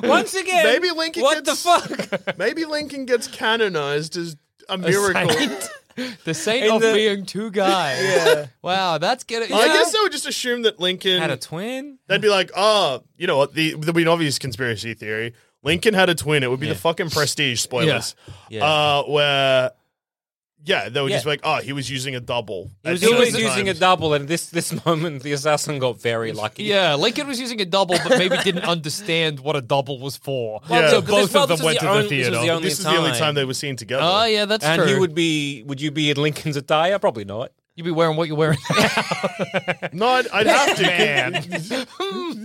[SPEAKER 4] once again.
[SPEAKER 2] Maybe Lincoln
[SPEAKER 4] What
[SPEAKER 2] gets-
[SPEAKER 4] the fuck?
[SPEAKER 2] Maybe Lincoln gets canonized as a miracle.
[SPEAKER 3] The saint
[SPEAKER 4] In
[SPEAKER 3] of
[SPEAKER 4] the-
[SPEAKER 3] being two guys. yeah. Wow, that's getting.
[SPEAKER 2] I
[SPEAKER 3] yeah.
[SPEAKER 2] guess I would just assume that Lincoln
[SPEAKER 4] Had a twin.
[SPEAKER 2] They'd be like, oh, you know what? The, there'd be an obvious conspiracy theory. Lincoln had a twin. It would be the fucking prestige spoilers.
[SPEAKER 4] Yeah.
[SPEAKER 2] Uh, where, yeah, they were just
[SPEAKER 4] Yeah.
[SPEAKER 2] like, oh, he was using a double.
[SPEAKER 4] He was
[SPEAKER 2] at
[SPEAKER 4] always
[SPEAKER 2] certain
[SPEAKER 4] using a
[SPEAKER 2] times."
[SPEAKER 4] double, and this this moment the assassin got very lucky.
[SPEAKER 3] Yeah, Lincoln was using a double, but maybe didn't understand what a double was for.
[SPEAKER 4] Well,
[SPEAKER 2] Yeah.
[SPEAKER 4] so-
[SPEAKER 2] So
[SPEAKER 4] 'cause this-
[SPEAKER 3] both
[SPEAKER 4] well,
[SPEAKER 3] of them
[SPEAKER 4] this was
[SPEAKER 3] went to the
[SPEAKER 4] only-
[SPEAKER 3] theater.
[SPEAKER 4] This was the only
[SPEAKER 3] But
[SPEAKER 4] Ah,
[SPEAKER 2] This is the only time they were seen together.
[SPEAKER 3] Oh yeah, that's
[SPEAKER 4] and
[SPEAKER 3] true.
[SPEAKER 4] he would be. Would you be in Lincoln's attire? Probably not.
[SPEAKER 3] You'd be wearing what you're wearing.
[SPEAKER 2] No, I'd, I'd have to.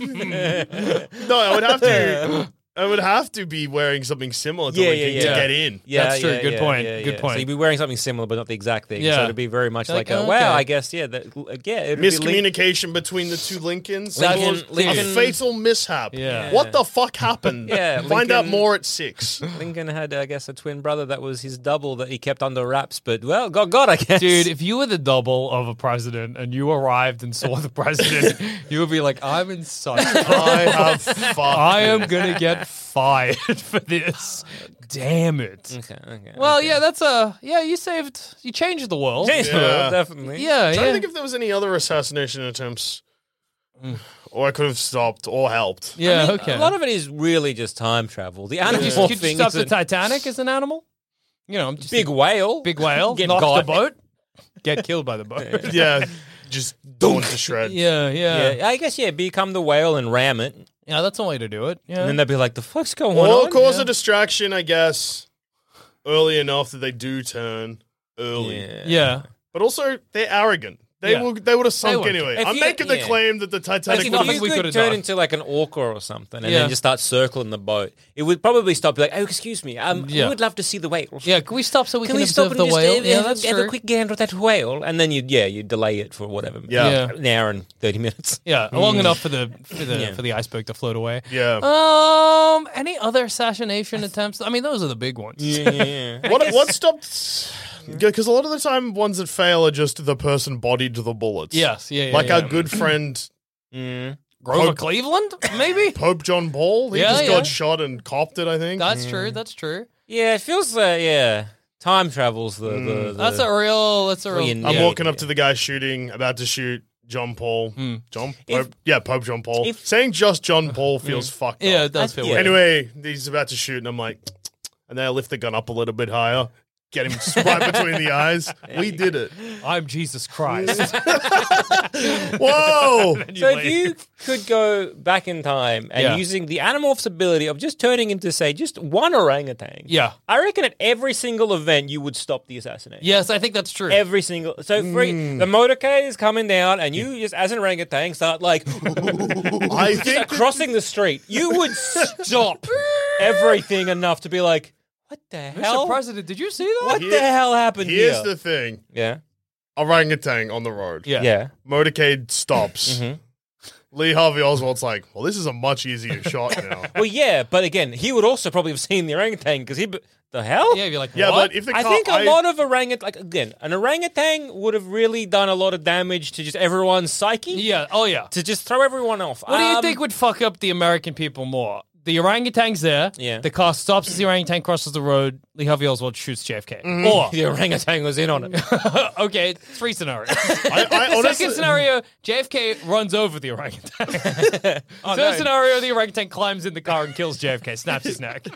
[SPEAKER 2] no, I would have to. I would have to be wearing something similar to
[SPEAKER 4] Yeah,
[SPEAKER 2] Lincoln
[SPEAKER 4] yeah,
[SPEAKER 2] to
[SPEAKER 4] yeah.
[SPEAKER 2] get in.
[SPEAKER 4] Yeah,
[SPEAKER 3] That's true.
[SPEAKER 4] yeah,
[SPEAKER 3] Good
[SPEAKER 4] yeah,
[SPEAKER 3] point.
[SPEAKER 4] yeah,
[SPEAKER 3] Good
[SPEAKER 4] yeah.
[SPEAKER 3] point.
[SPEAKER 4] So you'd be wearing something similar, but not the exact thing.
[SPEAKER 3] Yeah.
[SPEAKER 4] So it'd be very much like,
[SPEAKER 3] Like, oh,
[SPEAKER 4] a, wow,
[SPEAKER 3] okay.
[SPEAKER 4] I guess, yeah, that, uh, yeah. It'd be Lincoln.
[SPEAKER 2] Miscommunication between the two Lincolns.
[SPEAKER 4] Lincoln-
[SPEAKER 2] It was
[SPEAKER 4] Lincoln-
[SPEAKER 2] A fatal mishap.
[SPEAKER 3] Yeah.
[SPEAKER 2] What the fuck happened?
[SPEAKER 4] Yeah,
[SPEAKER 2] Find out
[SPEAKER 4] Lincoln-
[SPEAKER 2] more at six.
[SPEAKER 4] Lincoln had, I guess, a twin brother that was his double that he kept under wraps. But well, God, God, I guess,
[SPEAKER 3] Dude, if you were the double of a president and you arrived and saw the president, you would be like, I'm in such
[SPEAKER 2] I
[SPEAKER 3] trouble.
[SPEAKER 2] have fucked.
[SPEAKER 3] I am going to get fired for this. Damn it.
[SPEAKER 4] Okay, okay,
[SPEAKER 3] Well,
[SPEAKER 4] okay.
[SPEAKER 3] yeah, that's a. Yeah, you saved. You changed the world.
[SPEAKER 4] Change the
[SPEAKER 2] Yeah.
[SPEAKER 4] world, definitely.
[SPEAKER 3] Yeah,
[SPEAKER 2] I don't
[SPEAKER 3] yeah.
[SPEAKER 2] think if there was any other assassination attempts,
[SPEAKER 4] Mm.
[SPEAKER 2] or I could have stopped or helped.
[SPEAKER 3] Yeah,
[SPEAKER 4] I mean,
[SPEAKER 3] okay.
[SPEAKER 4] A lot of it is really just time travel. The
[SPEAKER 3] Could
[SPEAKER 4] animal
[SPEAKER 3] you, could you
[SPEAKER 4] thing
[SPEAKER 3] stop
[SPEAKER 4] is
[SPEAKER 3] the
[SPEAKER 4] a
[SPEAKER 3] Titanic as an animal? You know, I'm just
[SPEAKER 4] big whale.
[SPEAKER 3] big whale.
[SPEAKER 4] Get
[SPEAKER 3] knock the
[SPEAKER 4] got.
[SPEAKER 3] boat. Get killed by the boat.
[SPEAKER 2] Yeah, just torn to shreds.
[SPEAKER 3] yeah, yeah, yeah.
[SPEAKER 4] yeah, I guess yeah. Become the whale and ram it,
[SPEAKER 3] that's one way to do it. Yeah.
[SPEAKER 4] and then they'll be like, "The fuck's going
[SPEAKER 2] Or
[SPEAKER 4] on?"
[SPEAKER 2] cause a distraction, I guess, early enough that they do turn early.
[SPEAKER 4] Yeah.
[SPEAKER 3] yeah.
[SPEAKER 2] But also, they're arrogant. They
[SPEAKER 3] Yeah.
[SPEAKER 2] will. They would have sunk
[SPEAKER 3] would.
[SPEAKER 2] anyway.
[SPEAKER 4] If
[SPEAKER 2] I'm
[SPEAKER 4] you-
[SPEAKER 2] making the
[SPEAKER 4] yeah.
[SPEAKER 2] claim that the
[SPEAKER 4] Like,
[SPEAKER 2] Titanic.
[SPEAKER 4] if
[SPEAKER 2] would
[SPEAKER 3] nothing
[SPEAKER 4] you
[SPEAKER 3] we
[SPEAKER 4] could
[SPEAKER 3] could've
[SPEAKER 4] turn
[SPEAKER 3] done.
[SPEAKER 4] into like an orca or something, and
[SPEAKER 3] Yeah.
[SPEAKER 4] then just start circling the boat, it would probably stop. Be like, "Oh, excuse me, um,
[SPEAKER 3] Yeah.
[SPEAKER 4] I would love to see the whale."
[SPEAKER 3] Yeah, can we stop so we
[SPEAKER 4] Can,
[SPEAKER 3] can,
[SPEAKER 4] we stop
[SPEAKER 3] observe
[SPEAKER 4] and
[SPEAKER 3] the
[SPEAKER 4] just
[SPEAKER 3] whale?
[SPEAKER 4] have,
[SPEAKER 3] yeah,
[SPEAKER 4] have-
[SPEAKER 3] that's
[SPEAKER 4] have
[SPEAKER 3] true.
[SPEAKER 4] a quick gander at that whale, and then you yeah you delay it for whatever
[SPEAKER 2] Yeah.
[SPEAKER 3] Yeah.
[SPEAKER 4] an hour and thirty minutes.
[SPEAKER 3] Yeah, long enough for the for the
[SPEAKER 4] Mm. Yeah.
[SPEAKER 3] for the iceberg to float away.
[SPEAKER 2] yeah.
[SPEAKER 3] Um, any other assassination attempts? I mean, those are the big ones.
[SPEAKER 4] Yeah, yeah, yeah.
[SPEAKER 2] what what stopped? Because a lot of the time, ones that fail are just the person bodied to the bullets.
[SPEAKER 3] Yes, yeah, yeah,
[SPEAKER 2] like
[SPEAKER 3] yeah.
[SPEAKER 2] our good friend
[SPEAKER 4] Mm.
[SPEAKER 3] Grover
[SPEAKER 2] Pope-
[SPEAKER 3] Cleveland, maybe.
[SPEAKER 2] Pope John Paul. He
[SPEAKER 3] Yeah,
[SPEAKER 2] just
[SPEAKER 3] yeah.
[SPEAKER 2] got shot and copped it. I think.
[SPEAKER 3] That's true. That's true.
[SPEAKER 4] Yeah, it feels uh, yeah. Time travels the, the, the
[SPEAKER 3] That's a real. That's a
[SPEAKER 4] Well,
[SPEAKER 3] real.
[SPEAKER 4] you
[SPEAKER 2] I'm
[SPEAKER 4] Yeah.
[SPEAKER 2] walking up to the guy shooting, about to shoot John Paul.
[SPEAKER 3] Hmm.
[SPEAKER 2] John
[SPEAKER 4] If-
[SPEAKER 2] Pope, yeah, Pope John Paul.
[SPEAKER 4] if-
[SPEAKER 2] Saying just John Paul feels fucked
[SPEAKER 3] yeah,
[SPEAKER 2] up.
[SPEAKER 3] it does feel
[SPEAKER 4] Yeah.
[SPEAKER 3] weird.
[SPEAKER 2] Anyway, he's about to shoot, and I'm like, and then I lift the gun up a little bit higher, get him right between the eyes. We did it.
[SPEAKER 3] I'm Jesus Christ.
[SPEAKER 2] Whoa!
[SPEAKER 4] So if you could go back in time and
[SPEAKER 3] Yeah.
[SPEAKER 4] using the Animorph's ability of just turning into say just one orangutan,
[SPEAKER 3] yeah.
[SPEAKER 4] I reckon at every single event you would stop the assassination.
[SPEAKER 3] Yes, I think that's true.
[SPEAKER 4] Every single so free the motorcade is coming down and you just as an orangutan start like
[SPEAKER 2] I
[SPEAKER 4] start
[SPEAKER 2] think
[SPEAKER 4] crossing the street. You would stop everything enough to be like, what the
[SPEAKER 3] Mr.
[SPEAKER 4] hell?
[SPEAKER 3] President, did you see that?
[SPEAKER 4] What
[SPEAKER 2] Here-
[SPEAKER 4] the hell happened
[SPEAKER 2] here's
[SPEAKER 4] here?
[SPEAKER 2] the thing:
[SPEAKER 4] yeah,
[SPEAKER 2] orangutan on the road.
[SPEAKER 3] Yeah.
[SPEAKER 4] yeah. Mm-hmm.
[SPEAKER 2] Motorcade stops. Lee Harvey Oswald's like, well, this is a much easier shot now.
[SPEAKER 4] Well, yeah, but again, he would also probably have seen the orangutan because he. be- The hell?
[SPEAKER 3] Yeah, you're like,
[SPEAKER 2] Yeah,
[SPEAKER 3] what?
[SPEAKER 2] but if the
[SPEAKER 4] I
[SPEAKER 2] car-
[SPEAKER 4] think a
[SPEAKER 2] I-
[SPEAKER 4] lot of orangutan, like again, an orangutan would have really done a lot of damage to just everyone's psyche.
[SPEAKER 3] yeah, oh yeah.
[SPEAKER 4] To just throw everyone off.
[SPEAKER 3] What do you
[SPEAKER 4] Um,
[SPEAKER 3] think would fuck up the American people more? The orangutan's there.
[SPEAKER 4] Yeah.
[SPEAKER 3] The car stops as the orangutan crosses the road. Lee Harvey Oswald shoots JFK.
[SPEAKER 4] The orangutan was in on it.
[SPEAKER 3] Or Mm-hmm. okay, Oh, three scenarios.
[SPEAKER 2] I, I honestly,
[SPEAKER 3] Second scenario, JFK runs over the orangutan. Third
[SPEAKER 4] no.
[SPEAKER 3] scenario, the orangutan climbs in the car and kills JFK, snaps his neck.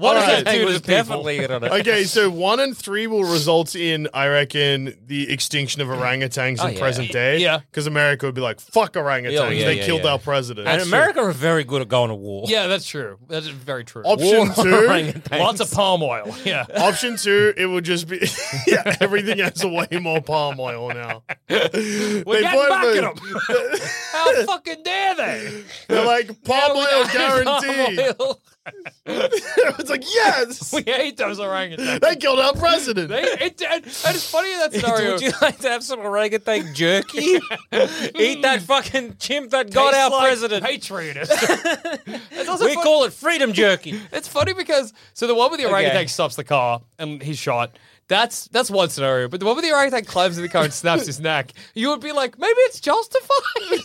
[SPEAKER 4] What does
[SPEAKER 2] Alright.
[SPEAKER 4] that do
[SPEAKER 2] It
[SPEAKER 4] to
[SPEAKER 2] was
[SPEAKER 4] people? definitely
[SPEAKER 2] Okay, so one and three will result in, I reckon, the extinction of orangutans
[SPEAKER 4] Oh,
[SPEAKER 2] in
[SPEAKER 4] yeah. Oh,
[SPEAKER 2] present day.
[SPEAKER 3] Yeah.
[SPEAKER 2] Because America would be like, fuck orangutans.
[SPEAKER 4] Yeah, yeah,
[SPEAKER 2] they
[SPEAKER 4] yeah,
[SPEAKER 2] killed
[SPEAKER 4] yeah.
[SPEAKER 2] our president.
[SPEAKER 4] and America are very good at going to war.
[SPEAKER 3] Yeah, that's true. That is very true.
[SPEAKER 2] Option two.
[SPEAKER 4] Orangutans.
[SPEAKER 3] Lots of palm oil. Yeah.
[SPEAKER 2] Option two, it will just be yeah, everything has way more palm oil now.
[SPEAKER 3] We're
[SPEAKER 2] They
[SPEAKER 3] getting
[SPEAKER 2] put
[SPEAKER 3] back
[SPEAKER 2] the-
[SPEAKER 3] at them. How fucking dare they?
[SPEAKER 2] They're like palm oil guaranteed.
[SPEAKER 3] Palm oil.
[SPEAKER 2] it's like yes,
[SPEAKER 3] We hate those orangutans.
[SPEAKER 2] they killed our president.
[SPEAKER 3] They, it, it, it's funny in that scenario.
[SPEAKER 4] Would you like to have some orangutan jerky? Eat that fucking chimp that got
[SPEAKER 3] Tastes
[SPEAKER 4] our
[SPEAKER 3] like
[SPEAKER 4] president.
[SPEAKER 3] Hatred. It's also
[SPEAKER 4] We
[SPEAKER 3] fun-
[SPEAKER 4] call it freedom jerky.
[SPEAKER 3] It's funny because so the one with the orangutan
[SPEAKER 4] Okay.
[SPEAKER 3] stops the car and he's shot. That's that's one scenario. But the one with the orangutan climbs in the car and snaps his neck. You would be like, maybe it's justified.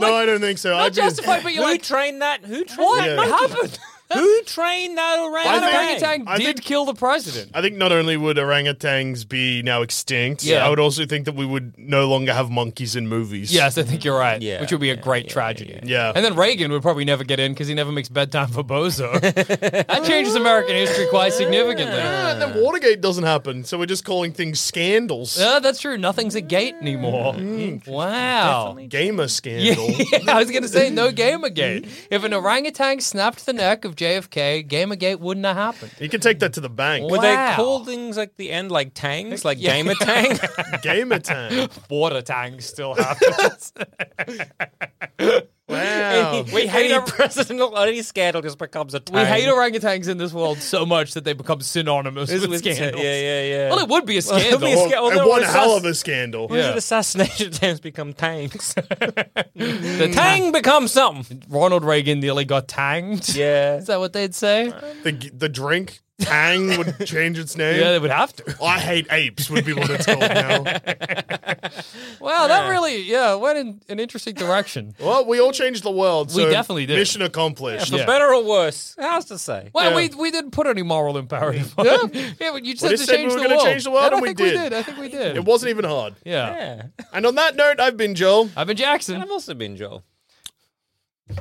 [SPEAKER 2] no, I don't think so.
[SPEAKER 3] Not
[SPEAKER 2] I'd be-
[SPEAKER 3] justified, but
[SPEAKER 4] Who
[SPEAKER 3] you're like,
[SPEAKER 4] trained that? Who trained
[SPEAKER 3] what
[SPEAKER 2] Yeah.
[SPEAKER 3] happened?
[SPEAKER 4] that? Who trained that
[SPEAKER 3] That
[SPEAKER 4] orangutan?
[SPEAKER 3] orangutan
[SPEAKER 2] I
[SPEAKER 3] did
[SPEAKER 2] think-
[SPEAKER 3] kill the president.
[SPEAKER 2] I think not only would orangutans be now extinct,
[SPEAKER 3] Yeah.
[SPEAKER 2] I would also think that we would no longer have monkeys in movies.
[SPEAKER 3] Yes, I think you're right.
[SPEAKER 4] Yeah,
[SPEAKER 3] which would be a great tragedy.
[SPEAKER 2] yeah.
[SPEAKER 3] And then Reagan would probably never get in because he never makes bedtime for Bozo. that changes American history quite significantly.
[SPEAKER 2] Ah, and then Watergate doesn't happen, so we're just calling things scandals.
[SPEAKER 3] Yeah, Uh, that's true. Nothing's a gate anymore. Wow.
[SPEAKER 2] Gamer scandal.
[SPEAKER 3] Yeah, I was going to say no Gamergate. If an orangutan snapped the neck of JFK, Gamergate wouldn't have happened.
[SPEAKER 2] You can take that to the bank.
[SPEAKER 4] Were
[SPEAKER 3] Wow.
[SPEAKER 4] they called things like the end like tangs, like
[SPEAKER 3] Yeah.
[SPEAKER 4] gamer tang?
[SPEAKER 2] Gamer time.
[SPEAKER 3] Water tang still happens.
[SPEAKER 2] Wow.
[SPEAKER 3] we hate
[SPEAKER 4] any
[SPEAKER 3] or-
[SPEAKER 4] presidential, any scandal just becomes a tang.
[SPEAKER 3] we hate orangutans in this world so much that they become synonymous with,
[SPEAKER 4] With-
[SPEAKER 3] scandals.
[SPEAKER 4] Yeah, yeah, yeah.
[SPEAKER 3] Well, it would be a
[SPEAKER 4] Well, it'd
[SPEAKER 3] scandal.
[SPEAKER 4] be a sca- well,
[SPEAKER 2] and
[SPEAKER 4] no,
[SPEAKER 2] one
[SPEAKER 4] it's
[SPEAKER 2] hell
[SPEAKER 4] us-
[SPEAKER 2] of a scandal.
[SPEAKER 4] Why
[SPEAKER 3] Yeah.
[SPEAKER 4] did assassination attempts become tangs?
[SPEAKER 3] the tang.
[SPEAKER 4] Tang becomes something.
[SPEAKER 3] Ronald Reagan nearly got tanged.
[SPEAKER 4] Yeah.
[SPEAKER 3] Is that what they'd say?
[SPEAKER 2] The, the drink, Tang, would change its name. Oh,
[SPEAKER 3] Yeah, they would have to.
[SPEAKER 2] I hate apes would be what it's called now.
[SPEAKER 3] Wow, that really, yeah, went in an interesting direction.
[SPEAKER 2] Well, we all changed the world.
[SPEAKER 3] We
[SPEAKER 2] so
[SPEAKER 3] definitely did.
[SPEAKER 2] Mission accomplished.
[SPEAKER 4] For better or worse, how's to say?
[SPEAKER 3] Well,
[SPEAKER 2] Yeah.
[SPEAKER 3] we, we didn't put any moral imperative on it. Yeah, but you just
[SPEAKER 2] We just
[SPEAKER 3] had to
[SPEAKER 2] said
[SPEAKER 3] change,
[SPEAKER 2] we were
[SPEAKER 3] the
[SPEAKER 2] gonna
[SPEAKER 3] world.
[SPEAKER 2] change the world,
[SPEAKER 3] And
[SPEAKER 2] and
[SPEAKER 3] I
[SPEAKER 2] we
[SPEAKER 3] think
[SPEAKER 2] did.
[SPEAKER 3] I think we did.
[SPEAKER 2] It wasn't even hard.
[SPEAKER 3] yeah.
[SPEAKER 4] Yeah.
[SPEAKER 2] And on that note, I've been Joel.
[SPEAKER 3] I've been
[SPEAKER 4] And
[SPEAKER 3] Jackson.
[SPEAKER 4] I've also been Joel.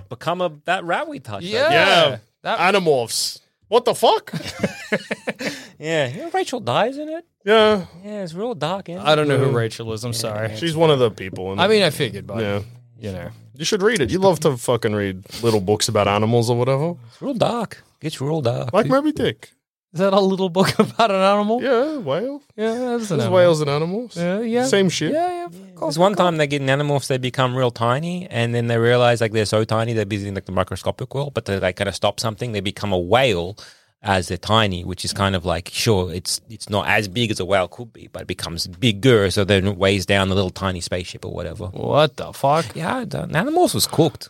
[SPEAKER 4] Become a that rat we touched. I
[SPEAKER 3] Yeah.
[SPEAKER 4] guess.
[SPEAKER 2] Yeah.
[SPEAKER 3] That-
[SPEAKER 2] Animorphs. What the fuck?
[SPEAKER 4] Yeah. You know Rachel dies in it?
[SPEAKER 2] yeah.
[SPEAKER 4] Yeah, it's real dark, is
[SPEAKER 3] I don't know who Rachel is. I'm sorry.
[SPEAKER 2] She's one of the people. In
[SPEAKER 3] I mean, I figured, but
[SPEAKER 2] yeah.
[SPEAKER 3] you know,
[SPEAKER 2] You should read it. You love to fucking read little books about animals or whatever.
[SPEAKER 4] It's real dark. It's real dark.
[SPEAKER 2] Like Moby Dick.
[SPEAKER 3] is that a little book about an animal?
[SPEAKER 2] Yeah, whale.
[SPEAKER 3] yeah that's an
[SPEAKER 2] Is
[SPEAKER 3] animal.
[SPEAKER 2] whales and animals?
[SPEAKER 3] Yeah, Uh-huh. Uh, yeah.
[SPEAKER 2] Same shit.
[SPEAKER 3] Yeah, yeah. Of course.
[SPEAKER 4] Because one time they get in animorphs, they become real tiny, and then they realize like they're so tiny, they're busy in like the microscopic world, but they're like going to stop something. They become a whale as they're tiny, which is kind of like sure, it's it's not as big as a whale could be, but it becomes bigger, so then it weighs down the little tiny spaceship or whatever.
[SPEAKER 3] What the fuck?
[SPEAKER 4] Yeah, I don't- animorphs was cooked.